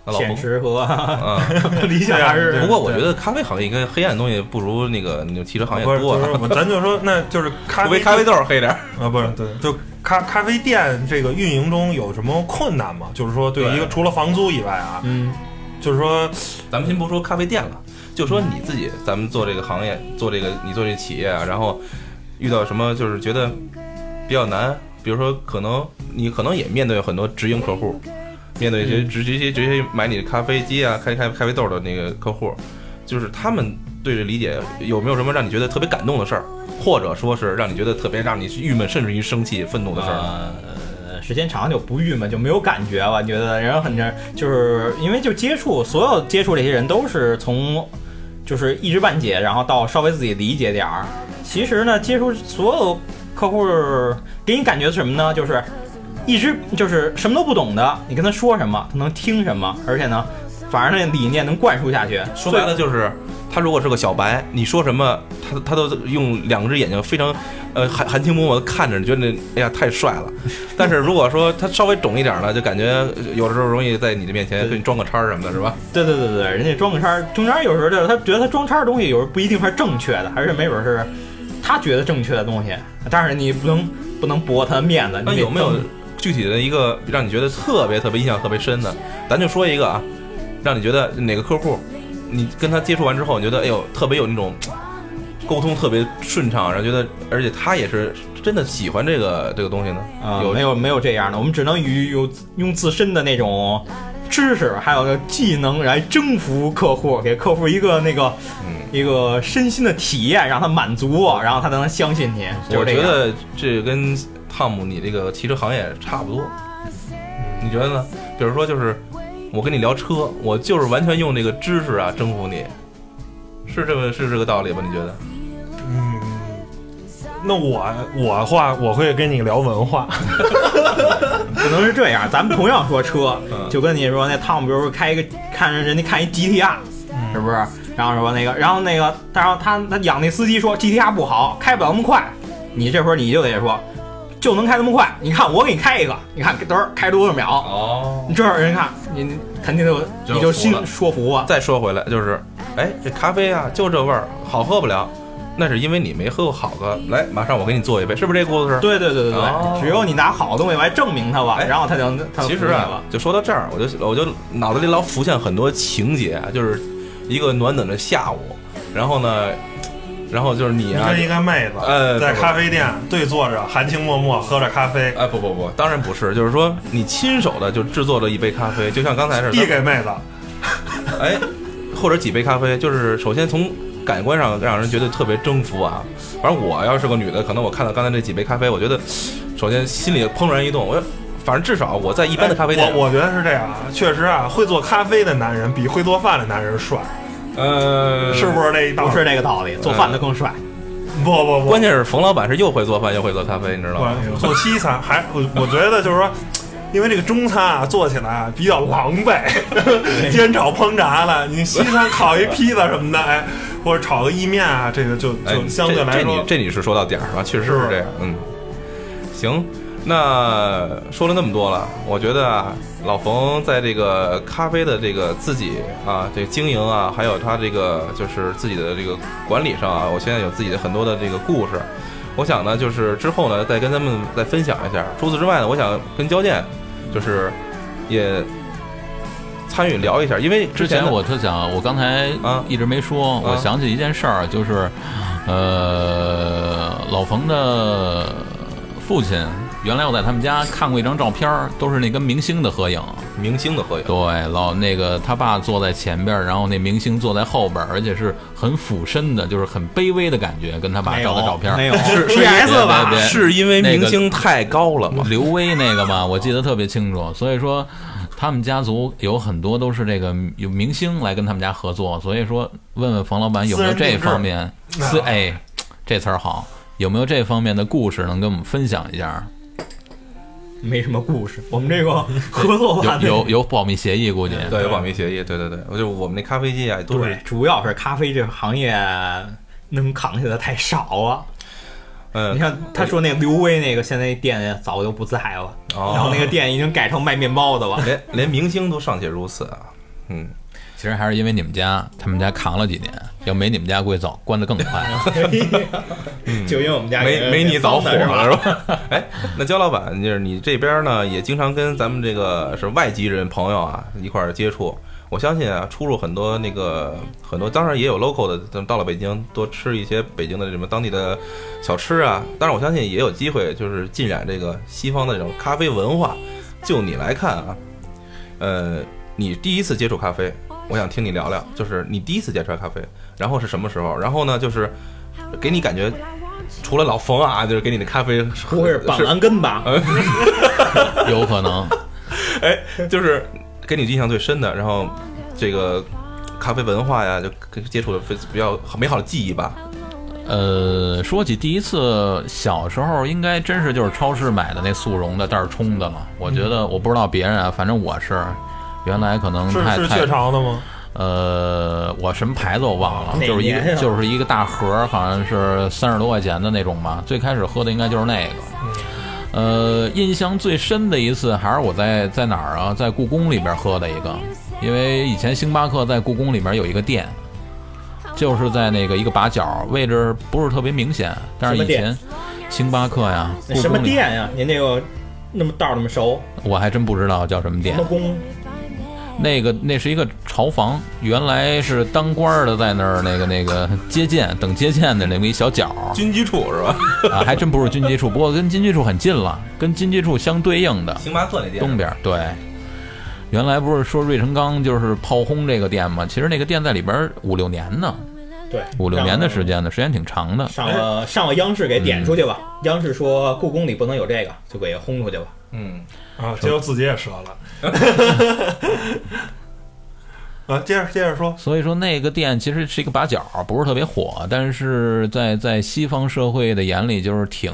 [SPEAKER 2] 那老
[SPEAKER 4] 现
[SPEAKER 2] 冯
[SPEAKER 4] 实和
[SPEAKER 2] 啊。
[SPEAKER 4] 理想还是
[SPEAKER 2] 不过我觉得咖啡行业应该黑暗的东西不如那个你汽车行业
[SPEAKER 3] 不是，
[SPEAKER 2] 多
[SPEAKER 3] 就是
[SPEAKER 2] 了，
[SPEAKER 3] 我咱就说，那就是咖
[SPEAKER 2] 除
[SPEAKER 3] 啡
[SPEAKER 2] 非咖啡豆儿黑点儿。
[SPEAKER 3] 啊，不是，对，就咖咖啡店这个运营中有什么困难吗？就是说，对于一个除了房租以外啊，
[SPEAKER 4] 嗯，
[SPEAKER 3] 就是说，
[SPEAKER 2] 咱们先不说咖啡店了，就说你自己，咱们做这个行业，做这个你做这个企业啊，然后遇到什么就是觉得比较难，比如说可能你可能也面对很多直营客户，面对一些直直接直接买你的咖啡机啊、开开咖啡豆的那个客户，就是他们对这理解有没有什么让你觉得特别感动的事儿，或者说是让你觉得特别让你郁闷，甚至于生气、愤怒的事儿呢？
[SPEAKER 4] 呃，时间长就不郁闷，就没有感觉了。你觉得人很正，就是因为就接触所有接触这些人都是从就是一知半解，然后到稍微自己理解点儿。其实呢，接触所有客户给你感觉是什么呢？就是一直就是什么都不懂的，你跟他说什么，他能听什么，而且呢，反正那理念能灌输下去。
[SPEAKER 2] 说白了就是，他如果是个小白，你说什么，他他都用两只眼睛非常，呃含含情脉脉地看着，你觉得哎呀太帅了。但是如果说他稍微懂一点呢，就感觉有的时候容易在你的面前给你装个叉儿什么的，是吧？
[SPEAKER 4] 对对对对，人家装个叉儿，中间有时候就是他觉得他装叉儿的东西，有时候不一定是正确的，还是没准是他觉得正确的东西。但是你不能不能驳他的面子。
[SPEAKER 2] 那
[SPEAKER 4] 你得
[SPEAKER 2] 有没有
[SPEAKER 4] 正
[SPEAKER 2] 具体的一个让你觉得特别特别印象特别深的？咱就说一个啊，让你觉得哪个客户，你跟他接触完之后，你觉得哎呦特别有那种沟通特别顺畅，然后觉得而且他也是真的喜欢这个这个东西呢？
[SPEAKER 4] 啊、
[SPEAKER 2] 有
[SPEAKER 4] 没有没有这样的？我们只能以有用自身的那种知识还有技能来征服客户，给客户一个那个、
[SPEAKER 2] 嗯
[SPEAKER 4] 一个身心的体验，让他满足，然后他才能相信你。就
[SPEAKER 2] 我
[SPEAKER 4] 是这
[SPEAKER 2] 觉
[SPEAKER 4] 个样
[SPEAKER 2] 得这跟汤姆你这个汽车行业差不多，你觉得呢？比如说，就是我跟你聊车，我就是完全用这个知识啊征服你，是这么是这个道理吧？你觉得？
[SPEAKER 3] 嗯，那我我的话，我会跟你聊文化，
[SPEAKER 4] 不能是这样，咱们同样说车
[SPEAKER 2] 嗯，
[SPEAKER 4] 就跟你说那汤姆，比如说开一个，看着人家看一 GTR，是
[SPEAKER 2] 嗯
[SPEAKER 4] 不是？然后说那个，然后那个，然后他他养那司机说 GTR 不好，开不了那么快。你这会儿你就得说，就能开那么快。你看我给你开一个，你看多少开多少秒，
[SPEAKER 2] 哦。
[SPEAKER 4] 你这会儿人看你你肯定就
[SPEAKER 2] 就
[SPEAKER 4] 你就
[SPEAKER 2] 服
[SPEAKER 4] 心
[SPEAKER 2] 了
[SPEAKER 4] 说服啊。
[SPEAKER 2] 再说回来，就是，哎，这咖啡啊，就这味儿，好喝不了。那是因为你没喝过好的，来，马上我给你做一杯，是不是这故事？
[SPEAKER 4] 对对对对
[SPEAKER 2] 哦
[SPEAKER 4] 对，只有你拿好东西来证明它吧，
[SPEAKER 2] 哎
[SPEAKER 4] 然后它就它就
[SPEAKER 2] 其实
[SPEAKER 4] 服你
[SPEAKER 2] 啊
[SPEAKER 4] 了，
[SPEAKER 2] 就说到这儿，我就我就脑子里老浮现很多情节啊，就是一个暖暖的下午，然后呢，然后就是你
[SPEAKER 3] 你
[SPEAKER 2] 啊，
[SPEAKER 3] 跟一个妹子
[SPEAKER 2] 呃
[SPEAKER 3] 在
[SPEAKER 2] 不
[SPEAKER 3] 咖啡店对坐着，含情脉脉喝着咖啡，
[SPEAKER 2] 哎，不不不，当然不是，就是说你亲手的就制作了一杯咖啡，就像刚才似的，
[SPEAKER 3] 递给妹子，
[SPEAKER 2] 哎，或者几杯咖啡，就是首先从感官上让人觉得特别征服啊。反正我要是个女的，可能我看到刚才这几杯咖啡，我觉得首先心里怦然一动，我反正至少我在一般的咖啡店，
[SPEAKER 3] 哎我我觉得是这样啊，确实啊，会做咖啡的男人比会做饭的男人帅，
[SPEAKER 2] 呃，
[SPEAKER 3] 是不是这一道
[SPEAKER 4] 不
[SPEAKER 3] 理？
[SPEAKER 4] 是这个道理，做饭的更帅。
[SPEAKER 2] 嗯
[SPEAKER 3] 不不不，
[SPEAKER 2] 关键是冯老板是又会做饭又会做咖啡，你知道吗？
[SPEAKER 3] 不做西餐还我我觉得就是说。因为这个中餐啊，做起来啊比较狼狈，煎炒烹炸的。你西 餐烤一披萨什么的，哎，或者炒个意面啊，这个就
[SPEAKER 2] 哎
[SPEAKER 3] 就相对来
[SPEAKER 2] 这这你
[SPEAKER 3] 说，
[SPEAKER 2] 这你是说到点儿上了，确实是
[SPEAKER 3] 是
[SPEAKER 2] 这样。嗯，行，那说了那么多了，我觉得啊，老冯在这个咖啡的这个自己啊，这个经营啊，还有他这个就是自己的这个管理上啊，我现在有自己的很多的这个故事。我想呢，就是之后呢，再跟咱们再分享一下。除此之外呢，我想跟交建就是也参与聊一下，因为
[SPEAKER 5] 之
[SPEAKER 2] 前
[SPEAKER 5] 前
[SPEAKER 2] 呢
[SPEAKER 5] 我特想，我刚才
[SPEAKER 2] 啊
[SPEAKER 5] 一直没说，我想起一件事儿，就是，呃，老冯的父亲，原来我在他们家看过一张照片儿，都是那跟明星的合影。
[SPEAKER 2] 明星的合影，
[SPEAKER 5] 对，老那个他爸坐在前边儿，然后那明星坐在后边儿，而且是很俯身的，就是很卑微的感觉，跟他爸
[SPEAKER 4] 没
[SPEAKER 5] 照的照
[SPEAKER 4] 有
[SPEAKER 5] 片儿。
[SPEAKER 4] 没有
[SPEAKER 5] 别
[SPEAKER 4] PS 吧
[SPEAKER 5] 别别
[SPEAKER 2] 是因为
[SPEAKER 5] 那个
[SPEAKER 2] 明星太高了吗？
[SPEAKER 5] 刘威那个吧，我记得特别清楚。所以说，他们家族有很多都是这个有明星来跟他们家合作。所以说，问问冯老板有没有
[SPEAKER 3] 私人
[SPEAKER 5] 这
[SPEAKER 3] 定制
[SPEAKER 5] 方面，私
[SPEAKER 3] 啊
[SPEAKER 5] 哎，这词儿好，有没有这方面的故事能跟我们分享一下？
[SPEAKER 4] 没什么故事，我们这个合作吧
[SPEAKER 5] 有，有有保密协议，估计。
[SPEAKER 2] 对，有保密协议，对对对，我就我们那咖啡机啊，都
[SPEAKER 4] 对
[SPEAKER 2] 是，
[SPEAKER 4] 主要是咖啡这个行业能扛下的太少啊。
[SPEAKER 2] 嗯
[SPEAKER 4] 你，看他说那刘威那个，现在店早就不在了，
[SPEAKER 2] 哦
[SPEAKER 4] 然后那个店已经改成卖面包 的了。
[SPEAKER 2] 连连明星都尚且如此啊，嗯，
[SPEAKER 5] 其实还是因为你们家，他们家扛了几年，要没你们家估计早关得 更快。
[SPEAKER 4] 就因为我们家
[SPEAKER 2] 没
[SPEAKER 4] 人
[SPEAKER 2] 没你早火
[SPEAKER 4] 放那儿
[SPEAKER 2] 了是吧？ 哎，那焦老板就是你这边呢，也经常跟咱们这个是外籍人朋友啊一块儿接触。我相信啊，出入很多那个很多，当然也有 local 的，咱们到了北京多吃一些北京的什么当地的小吃啊。但是我相信也有机会，就是浸染这个西方的这种咖啡文化。就你来看啊，呃，你第一次接触咖啡，我想听你聊聊，就是你第一次接触咖啡，然后是什么时候？然后呢，就是给你感觉，除了老冯啊，就是给你的咖啡是，啊
[SPEAKER 4] 不会是板蓝根吧？
[SPEAKER 5] 有可能，
[SPEAKER 2] 是哎就是给你印象最深的，然后这个咖啡文化呀，就跟接触的非比较美好的记忆吧。
[SPEAKER 5] 呃，说起第一次，小时候应该真是就是超市买的那速溶的袋儿冲的了。我觉得我不知道别人啊，反正我是，原来可能
[SPEAKER 3] 是
[SPEAKER 5] 太
[SPEAKER 3] 是
[SPEAKER 5] 太
[SPEAKER 3] 雀巢的吗？
[SPEAKER 5] 呃，我什么牌子我忘了，
[SPEAKER 4] 哪
[SPEAKER 5] 就是一
[SPEAKER 4] 年
[SPEAKER 5] 个
[SPEAKER 4] 呀
[SPEAKER 5] 就是一个大盒儿，好像是三十多块钱的那种吧。最开始喝的应该就是那个。呃，印象最深的一次还是我在在哪儿啊，在故宫里边喝的一个，因为以前星巴克在故宫里面有一个店，就是在那个一个把角，位置不是特别明显，但是
[SPEAKER 4] 什
[SPEAKER 5] 以前星巴克呀，故
[SPEAKER 4] 什么
[SPEAKER 5] 宫里
[SPEAKER 4] 店呀？您那个那么道儿那么熟，
[SPEAKER 5] 我还真不知道叫什么
[SPEAKER 4] 什
[SPEAKER 5] 店
[SPEAKER 4] 么，宫？
[SPEAKER 5] 那个那是一个朝房，原来是当官儿的在那儿那个那个接见等接见的那么一小角 儿
[SPEAKER 2] 军机处是吧？
[SPEAKER 5] 啊，还真不是军机处，不过跟军机处很近了，跟军机处相对应的
[SPEAKER 2] 星巴克那店
[SPEAKER 5] 东边儿对。原来不是说芮成钢就是炮轰这个店吗？其实那个店在里边儿五六年呢，
[SPEAKER 4] 对，
[SPEAKER 5] 五六年的时间呢，时间挺长的。
[SPEAKER 4] 上了上了央视给点出去吧。央视说故宫里不能有这个，就给轰出去吧。
[SPEAKER 2] 嗯，
[SPEAKER 3] 啊，结果自己也折了。 啊，接着接着说，
[SPEAKER 5] 所以说那个店其实是一个把角，不是特别火，但是在在西方社会的眼里就是挺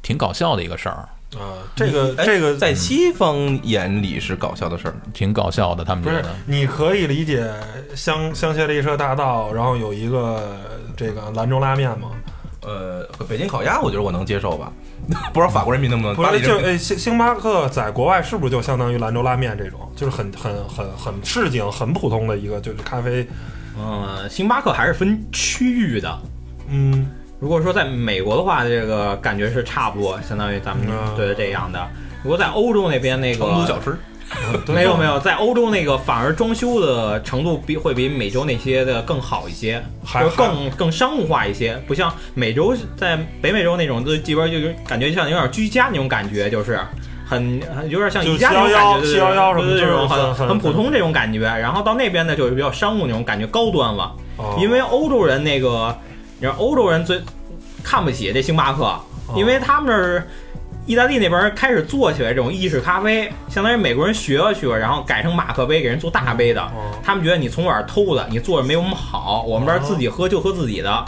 [SPEAKER 5] 挺搞笑的一个事儿，
[SPEAKER 3] 啊，这个
[SPEAKER 2] 哎
[SPEAKER 3] 这个
[SPEAKER 2] 在西方眼里是搞笑的事儿，
[SPEAKER 5] 挺搞笑的。他们
[SPEAKER 3] 不
[SPEAKER 5] 觉
[SPEAKER 3] 是
[SPEAKER 5] 得，
[SPEAKER 3] 你可以理解香香榭丽舍大道，然后有一个这个兰州拉面吗？
[SPEAKER 2] 呃，北京烤鸭我觉得我能接受吧， 不知道法国人民能不能，
[SPEAKER 3] 不
[SPEAKER 2] 巴黎
[SPEAKER 3] 是，
[SPEAKER 2] 人
[SPEAKER 3] 就
[SPEAKER 2] 民
[SPEAKER 3] 呃，星星巴克在国外是不是就相当于兰州拉面这种，就是很很很很市井、很普通的一个就是咖啡？
[SPEAKER 4] 呃嗯，星巴克还是分区域的，
[SPEAKER 3] 嗯，
[SPEAKER 4] 如果说在美国的话，这个感觉是差不多，相当于咱们
[SPEAKER 3] 嗯
[SPEAKER 4] 对这样的。如果在欧洲那边那个
[SPEAKER 2] 成都小吃，
[SPEAKER 4] 没有没有，在欧洲那个反而装修的程度比会比美洲那些的更好一些，
[SPEAKER 3] 还
[SPEAKER 4] 就是更更商务化一些，不像美洲在北美洲那种，就这边就有感觉像有点居家那种感觉，就是。很很有点像
[SPEAKER 3] 就
[SPEAKER 4] 宜家那种感觉，
[SPEAKER 3] 711 711什么
[SPEAKER 4] 对对对
[SPEAKER 3] 就是
[SPEAKER 4] 这种很
[SPEAKER 3] 很
[SPEAKER 4] 很普通这种感觉。然后到那边呢，就是比较商务那种感觉，高端了。
[SPEAKER 3] 哦
[SPEAKER 4] 因为欧洲人那个，你知道欧洲人最看不起这星巴克，
[SPEAKER 2] 哦
[SPEAKER 4] 因为他们是意大利那边开始做起来这种意式咖啡，相当于美国人学了学，然后改成马克杯给人做大杯的。
[SPEAKER 3] 哦
[SPEAKER 4] 他们觉得你从我这儿偷的，你做的没我们好，我们这儿自己喝就喝自 己的，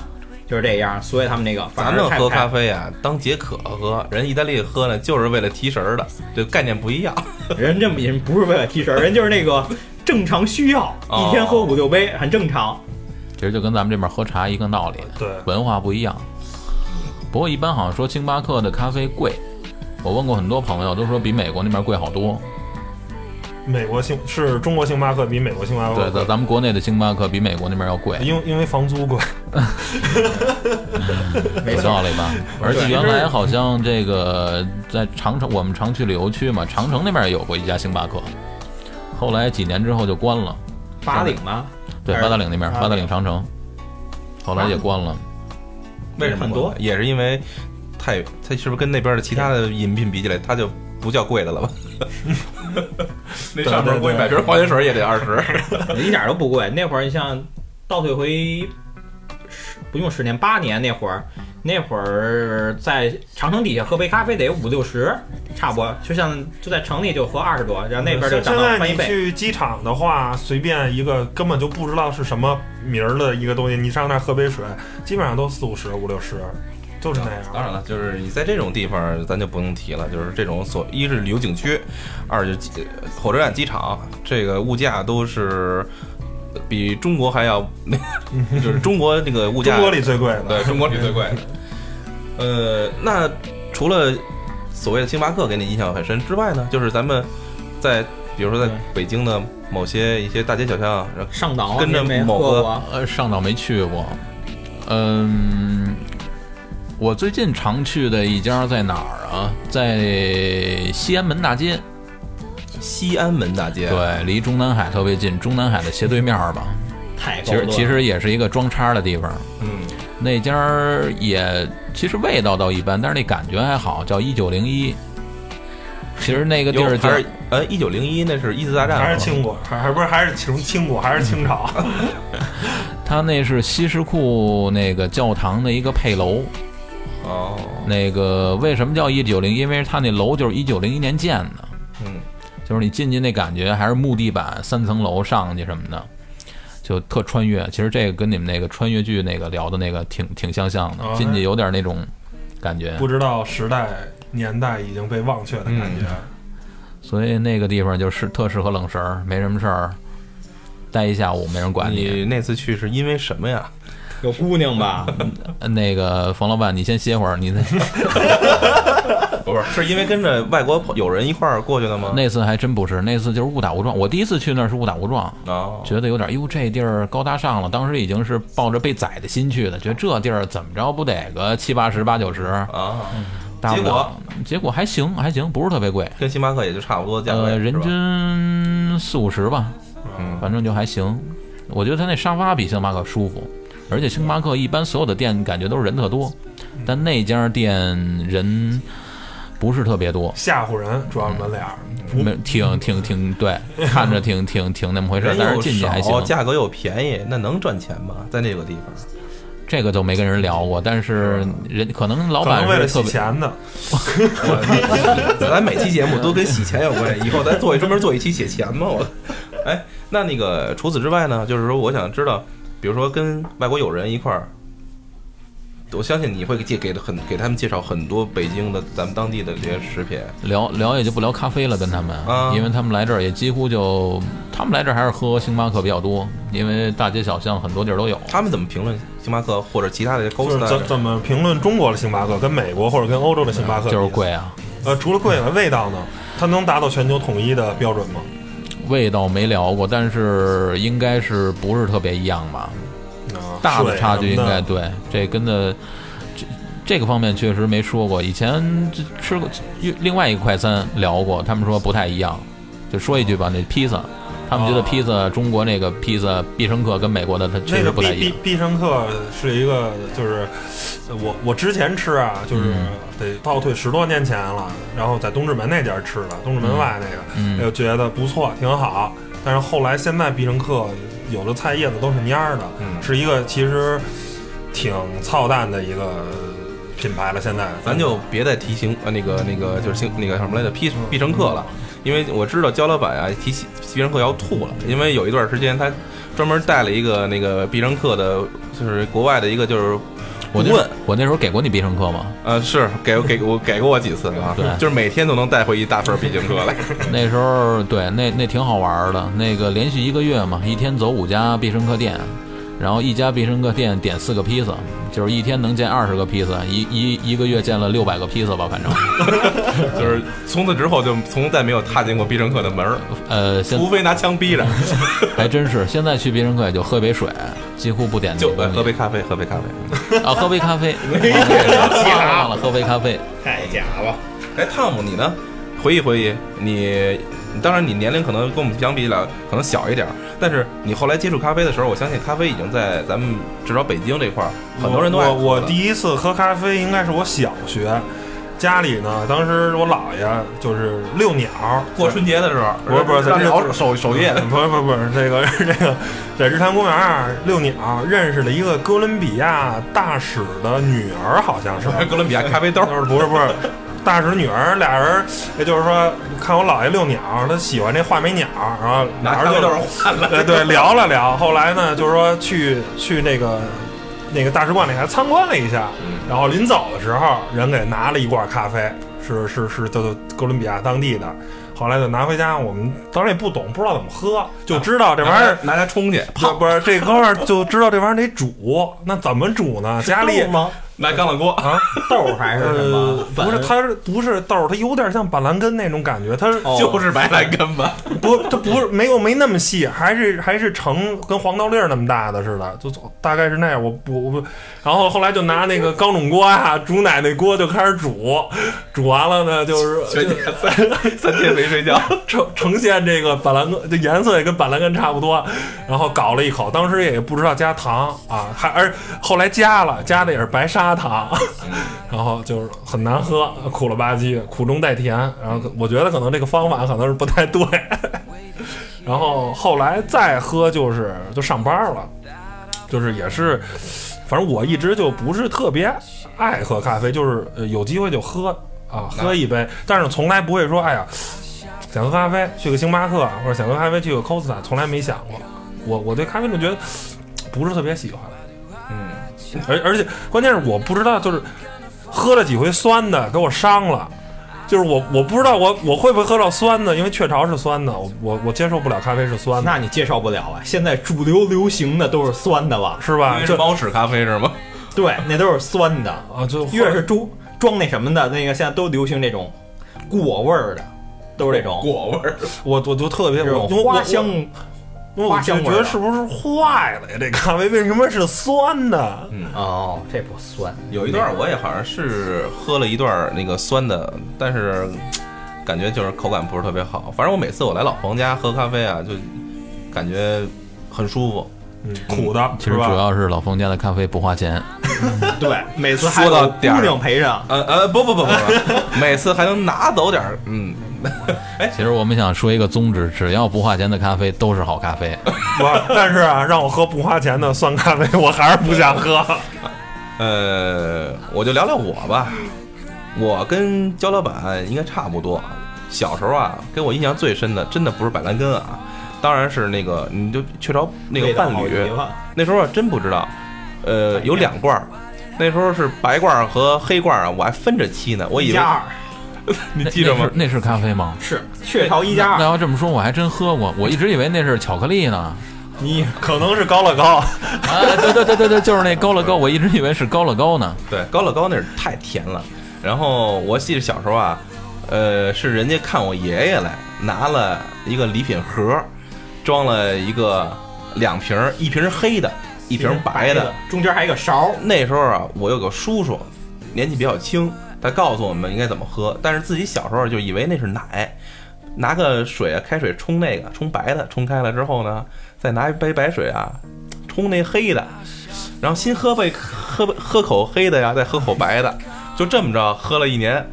[SPEAKER 4] 就是这样。所以他们那个反
[SPEAKER 2] 咱
[SPEAKER 4] 而
[SPEAKER 2] 们
[SPEAKER 4] 开
[SPEAKER 2] 喝咖
[SPEAKER 4] 开，
[SPEAKER 2] 啡啊，当解渴喝，人意大利喝呢，就是为了提神儿的，这概念不一样。
[SPEAKER 4] 人这么人不是为了提神，人就是那个正常需要，
[SPEAKER 2] 哦
[SPEAKER 4] 一天喝五六杯很正常。
[SPEAKER 5] 其实就跟咱们这边喝茶一个道理，
[SPEAKER 3] 对
[SPEAKER 5] 文化不一样。不过一般好像说星巴克的咖啡贵，我问过很多朋友都说比美国那边贵好多。
[SPEAKER 3] 美国星是中国星巴克比美国星
[SPEAKER 4] 哦
[SPEAKER 3] 巴克
[SPEAKER 5] 对，咱咱们国内的星巴克比美国那边要贵，
[SPEAKER 3] 因为因为房租贵，
[SPEAKER 5] 有道理吧？而且
[SPEAKER 4] 对
[SPEAKER 5] 原来好像这个在长城，我们常去旅游区嘛，长城那边也有过一家星巴克，后来几年之后就关了。
[SPEAKER 4] 八达岭吗？
[SPEAKER 5] 对，
[SPEAKER 4] 还是啊
[SPEAKER 5] 八达岭那边，
[SPEAKER 4] 八达岭
[SPEAKER 5] 八达岭长城，后来也关了。
[SPEAKER 2] 为什么
[SPEAKER 4] 很多？
[SPEAKER 2] 也是因为太远，它是不是跟那边的其他的饮品比起来，它就不叫贵的了吧？ 那上面估计买瓶矿泉水也得二十。
[SPEAKER 4] 一点都不贵。那会儿你像倒退回十不用十年八年那会儿，那会儿在长城底下喝杯咖啡得五六十，差不多。就像就在城里就喝二十多，然后那边就
[SPEAKER 3] 现
[SPEAKER 4] 涨到
[SPEAKER 3] 在
[SPEAKER 4] 翻一
[SPEAKER 3] 你
[SPEAKER 4] 倍。
[SPEAKER 3] 去机场的话，随便一个根本就不知道是什么名儿的一个东西，你上那儿喝杯水，基本上都四五十、五六十，就是那样。
[SPEAKER 2] 当然了，就是你在这种地方，咱就不用提了。就是这种所，一是旅游景区，二就是机火车站、机场，这个物价都是比中国还要， 就是中国这个物价，
[SPEAKER 3] 中国里最贵的，
[SPEAKER 2] 对中国里最贵的。呃，那除了所谓的星巴克给你印象很深之外呢，就是咱们在比如说在
[SPEAKER 4] 对
[SPEAKER 2] 北京的某些一些大街小巷，然后
[SPEAKER 4] 上岛
[SPEAKER 2] 跟着
[SPEAKER 4] 你没
[SPEAKER 2] 某
[SPEAKER 4] 喝
[SPEAKER 2] 个
[SPEAKER 4] 过，
[SPEAKER 5] 呃，上岛没去过，嗯，我最近常去的一家在哪儿啊？在西安门大街，
[SPEAKER 2] 西安门大街，，
[SPEAKER 5] 对，离中南海特别近，中南海的斜对面儿吧。
[SPEAKER 4] 太高
[SPEAKER 5] 其实
[SPEAKER 4] 端
[SPEAKER 5] 其实也是一个装叉的地方，
[SPEAKER 2] 嗯，
[SPEAKER 5] 那家儿也其实味道倒一般，但是那感觉还好，叫一九零一。其实那个地
[SPEAKER 2] 有
[SPEAKER 5] 儿就
[SPEAKER 2] 还是呃一九零一那是一次大战
[SPEAKER 3] 还是
[SPEAKER 2] 吗
[SPEAKER 3] 清国，还还不是还是清清国，还是清朝。
[SPEAKER 5] 它那是西什库那个教堂的一个配楼，
[SPEAKER 2] 哦，
[SPEAKER 5] 那个为什么叫一九零？因为它那楼就是一九零一年建的，
[SPEAKER 2] 嗯。
[SPEAKER 5] 就是你进去那感觉还是木地板三层楼上去什么的，就特穿越。其实这个跟你们那个穿越剧那个聊的那个挺挺相像的
[SPEAKER 3] 啊，
[SPEAKER 5] 进去有点那种感觉。
[SPEAKER 3] 不知道时代年代已经被忘却的感
[SPEAKER 5] 嗯
[SPEAKER 3] 觉。
[SPEAKER 5] 所以那个地方就是特适合冷神儿，没什么事儿，待一下午没人管你。
[SPEAKER 2] 你那次去是因为什么呀？
[SPEAKER 4] 有姑娘 吧？
[SPEAKER 5] 那个冯老板，你先歇会儿，你那
[SPEAKER 2] 不是，是因为跟着外国朋友人一块儿过去的吗？
[SPEAKER 5] 那次还真不是，那次就是误打误撞。我第一次去那儿是误打误撞，
[SPEAKER 2] 哦，
[SPEAKER 5] 觉得有点哟，这地儿高大上了。当时已经是抱着被宰的心去的，觉得这地儿怎么着不得个七八十、八九十，
[SPEAKER 2] 啊，
[SPEAKER 5] 大不
[SPEAKER 2] 结
[SPEAKER 5] 了
[SPEAKER 2] 果。
[SPEAKER 5] 结果还行，还行，不是特别贵，
[SPEAKER 2] 跟星巴克也就差不多价位，
[SPEAKER 5] 呃，
[SPEAKER 2] 是
[SPEAKER 5] 人
[SPEAKER 2] 吧
[SPEAKER 5] 均四五十吧，
[SPEAKER 2] 嗯
[SPEAKER 5] 反正就还行。我觉得他那沙发比星巴克舒服，而且星巴克一般所有的店感觉都是人特多，但那家店人不是特别多，
[SPEAKER 3] 吓唬人，主要是门脸儿。
[SPEAKER 2] 嗯
[SPEAKER 3] 不
[SPEAKER 5] 嗯没挺挺挺 对，看着挺挺挺那么回事儿
[SPEAKER 2] 人，
[SPEAKER 5] 但是
[SPEAKER 2] 又
[SPEAKER 5] 进去还行
[SPEAKER 2] 少，。价格又便宜，那能赚钱吗？在那个地方，
[SPEAKER 5] 这个就没跟人聊过，但是人可能老
[SPEAKER 3] 可
[SPEAKER 5] 板
[SPEAKER 3] 能为了
[SPEAKER 5] 是特
[SPEAKER 3] 洗
[SPEAKER 5] 别
[SPEAKER 3] 钱的，
[SPEAKER 2] 咱每期节目都跟洗钱有关系，以后咱做一专门做一期洗钱嘛。我，哎，那那个除此之外呢，就是说我想知道，比如说跟外国友人一块儿，我相信你会介给很给他们介绍很多北京的咱们当地的这些食品。
[SPEAKER 5] 聊聊也就不聊咖啡了，跟他们，
[SPEAKER 2] 啊
[SPEAKER 5] 因为他们来这儿也几乎就，他们来这儿还是喝星巴克比较多，因为大街小巷很多地儿都有。
[SPEAKER 2] 他们怎么评论星巴克或者其他的
[SPEAKER 3] 就是怎
[SPEAKER 2] Costa？
[SPEAKER 3] 怎么评论中国的星巴克跟美国或者跟欧洲的星巴克比
[SPEAKER 5] 就是。贵啊，
[SPEAKER 3] 呃，除了贵以外，味道呢？它能达到全球统一的标准吗？
[SPEAKER 5] 味道没聊过，但是应该是不是特别一样吧？
[SPEAKER 3] 啊，
[SPEAKER 5] 嗯大的
[SPEAKER 3] 水
[SPEAKER 5] 差距应
[SPEAKER 3] 什么的
[SPEAKER 5] 该对，这跟的这这个方面确实没说过。以前这吃过另另外一个快餐聊过，他们说不太一样，就说一句吧，那披萨，他们觉得
[SPEAKER 3] 哦
[SPEAKER 5] 披萨中国那个披萨必胜客跟美国的它确
[SPEAKER 3] 那
[SPEAKER 5] 实
[SPEAKER 3] 个
[SPEAKER 5] 不
[SPEAKER 3] 必
[SPEAKER 5] 太一
[SPEAKER 3] 必
[SPEAKER 5] 样。
[SPEAKER 3] 必胜客是一个，就是呃我我之前吃啊，就是
[SPEAKER 5] 嗯
[SPEAKER 3] 得倒退十多年前了，然后在东直门那家吃的，东直门外那个，
[SPEAKER 5] 嗯
[SPEAKER 3] 就哎觉得不错，挺好。但是后来现在必胜客有的菜叶子都是蔫儿的，
[SPEAKER 2] 嗯
[SPEAKER 3] 是一个其实挺操蛋的一个品牌了。现在
[SPEAKER 2] 咱就别再提星呃那个那个就是星那个叫什么来着必必胜客了，因为我知道焦老板啊提起必胜客要吐了，因为有一段时间他专门带了一个那个必胜客的，就是国外的一个就是
[SPEAKER 5] 我
[SPEAKER 2] 顾
[SPEAKER 5] 那
[SPEAKER 2] 问，
[SPEAKER 5] 我那时候给过你必胜客吗？
[SPEAKER 2] 呃是给我给我给过我几次啊
[SPEAKER 5] 对，
[SPEAKER 2] 就是每天都能带回一大份必胜客来。
[SPEAKER 5] 那时候对，那那挺好玩儿的。那个连续一个月嘛，一天走五家必胜客店，然后一家必胜客店点四个披萨，就是一天能见二十个披萨，一一一个月见了六百个披萨吧，反正。
[SPEAKER 2] 就是从此之后就从再没有踏进过必胜客的门儿了，
[SPEAKER 5] 呃，现
[SPEAKER 2] 除非拿枪逼着，
[SPEAKER 5] 还真是，现在去必胜客也就喝杯水，几乎不点
[SPEAKER 2] 就
[SPEAKER 5] 别的
[SPEAKER 2] 呃
[SPEAKER 5] 东西
[SPEAKER 2] 喝杯咖啡，喝杯咖啡。
[SPEAKER 5] 啊，喝杯 咖啡，
[SPEAKER 2] 啊
[SPEAKER 5] 忘了忘了喝杯咖啡。
[SPEAKER 4] 太假了。
[SPEAKER 2] 哎，汤姆，你呢？回忆回忆，你当然你年龄可能跟我们相比了，可能小一点儿，但是你后来接触咖啡的时候，我相信咖啡已经在咱们至少北京这块儿，很多人都爱
[SPEAKER 3] 我
[SPEAKER 2] 喝
[SPEAKER 3] 我
[SPEAKER 2] 了
[SPEAKER 3] 第一次喝咖啡应该是我小学，家里呢，当时我姥爷就是遛鸟，
[SPEAKER 2] 过春节的时候，
[SPEAKER 3] 不是不是
[SPEAKER 2] 让
[SPEAKER 3] 这
[SPEAKER 2] 你熬首首页的，
[SPEAKER 3] 不是不是不是这个这个，在日坛公园儿遛鸟认识了一个哥伦比亚大使的女儿，好 像是，
[SPEAKER 2] 哥伦比亚咖啡豆
[SPEAKER 3] 就。是不是不是。大使女儿俩人，也就是说，看我姥爷遛鸟，他喜欢这画眉鸟，然后
[SPEAKER 2] 拿咖
[SPEAKER 3] 俩人
[SPEAKER 2] 啡
[SPEAKER 3] 就
[SPEAKER 2] 豆换了，
[SPEAKER 3] 对对，聊了聊。后来呢，就是说去去那个那个大使馆里还参观了一下，然后临走的时候，人给拿了一罐咖啡，是是是，就是哥伦比亚当地的。后来就拿回家，我们当时也不懂，不知道怎么喝，就知道这玩意儿。
[SPEAKER 2] 拿它冲 去，
[SPEAKER 3] 不不是这哥们儿就知道这玩意儿得煮，那怎么煮呢？家里
[SPEAKER 4] 豆吗？
[SPEAKER 2] 拿钢烙锅，
[SPEAKER 3] 啊，
[SPEAKER 4] 豆还是什么
[SPEAKER 3] 呃？，不是，
[SPEAKER 4] 粉
[SPEAKER 3] 它是不是豆儿，它有点像板蓝根那种感觉，它是
[SPEAKER 4] 哦
[SPEAKER 2] 就是白兰根吧。
[SPEAKER 3] 不，它不是没有没那么细，还是还是成跟黄豆粒儿那么大的似的，就大概是那样。我我我，然后后来就拿那个钢种锅啊，煮奶那锅就开始煮，煮完了呢，就是
[SPEAKER 2] 全
[SPEAKER 3] 就
[SPEAKER 2] 天三三天没睡 觉，
[SPEAKER 3] 呈呈现这个板蓝根，这颜色也跟板蓝根差不多。然后搞了一口，当时也不知道加糖啊，还而后来加了，加的也是白砂糖， 然后就是很难喝，苦了吧唧，苦中带甜。然后可我觉得可能这个方法可能是不太对。 然后后来再喝就是就上班了，就是也是，反正我一直就不是特别爱喝咖啡，就是呃有机会就喝啊，喝一杯，但是从来不会说哎呀想喝咖啡去个星巴克，或者想喝咖啡去个 Costa，从来没想过。我我对咖啡就觉得不是特别喜欢，嗯，而而且关键是我不知道就是喝了几回酸的给我伤了。就是我，我不知道我我会不会喝到酸的，因为雀巢是酸的，我我我接受不了咖啡是酸的，
[SPEAKER 4] 那你介绍不了啊！现在主流流行的都是酸的了，
[SPEAKER 3] 是吧
[SPEAKER 2] 因？为是
[SPEAKER 3] 这
[SPEAKER 2] 猫屎咖啡是吗？
[SPEAKER 4] 对，那都是酸的。
[SPEAKER 3] 啊，就
[SPEAKER 4] 越是装装那什么的，那个现在都流行这种果味儿的，都是这种
[SPEAKER 2] 果味儿。
[SPEAKER 3] 我我就特别
[SPEAKER 4] 这
[SPEAKER 3] 我
[SPEAKER 4] 种
[SPEAKER 3] 因为我
[SPEAKER 4] 花香
[SPEAKER 3] 我，因为我
[SPEAKER 4] 花
[SPEAKER 3] 就
[SPEAKER 4] 香味
[SPEAKER 3] 觉
[SPEAKER 4] 儿啊
[SPEAKER 3] 得
[SPEAKER 4] 的
[SPEAKER 3] 是不是坏了呀？这咖啡为什么是酸的？
[SPEAKER 4] 哦，这不酸，
[SPEAKER 2] 有一段我也好像是喝了一段那个酸的，但是嘖感觉就是口感不是特别好。反正我每次我来老黄家喝咖啡啊，就感觉很舒服。
[SPEAKER 3] 嗯，苦的，
[SPEAKER 5] 其实
[SPEAKER 3] 是
[SPEAKER 5] 主
[SPEAKER 3] 吧？
[SPEAKER 5] 要是老冯家的咖啡不花钱，
[SPEAKER 4] 对，每次还
[SPEAKER 2] 说到
[SPEAKER 4] 有
[SPEAKER 2] 点儿
[SPEAKER 4] 姑娘陪上，
[SPEAKER 2] 呃呃，不不不不不， 每次还能拿走点儿。嗯，
[SPEAKER 5] 其实我们想说一个宗旨，只要不花钱的咖啡都是好咖啡。
[SPEAKER 3] 我但是啊，让我喝不花钱的酸咖啡，我还是不想喝。
[SPEAKER 2] 呃，我就聊聊我吧。我跟焦老板应该差不多。小时候啊，给我印象最深的，真的不是板蓝根啊，当然是那个，你就雀巢那个
[SPEAKER 4] 味道
[SPEAKER 2] 伴
[SPEAKER 4] 好
[SPEAKER 2] 侣。
[SPEAKER 4] 极了
[SPEAKER 2] 那时候啊真不知道，呃，有两罐儿，那时候是白罐儿和黑罐儿啊，我还分着沏呢，我以
[SPEAKER 4] 一
[SPEAKER 2] 为
[SPEAKER 4] 加二
[SPEAKER 2] 你
[SPEAKER 5] 那
[SPEAKER 2] 记着吗？
[SPEAKER 5] 那是那是咖啡吗？
[SPEAKER 4] 是雀巢一加
[SPEAKER 5] 那
[SPEAKER 4] 二，
[SPEAKER 5] 要这么说，我还真喝过，我一直以为那是巧克力呢。
[SPEAKER 4] 你
[SPEAKER 3] 可能是高乐高，
[SPEAKER 5] 啊，对对对对对，就是那高乐高，我一直以为是高乐高呢。
[SPEAKER 2] 对，高乐高那是太甜了。然后我记得小时候啊，呃，是人家看我爷爷来拿了一个礼品盒，装了一个两瓶儿，一瓶是黑的， 一瓶白的。，
[SPEAKER 4] 中间还有一个勺，
[SPEAKER 2] 那时候啊，我有个叔叔，年纪比较轻，他告诉我们应该怎么喝，但是自己小时候就以为那是奶，拿个水啊，开水冲那个，冲白的，冲开了之后呢，再拿一杯白水啊，冲那黑的，然后先喝杯喝喝口黑的呀，再喝口白的，就这么着喝了一年。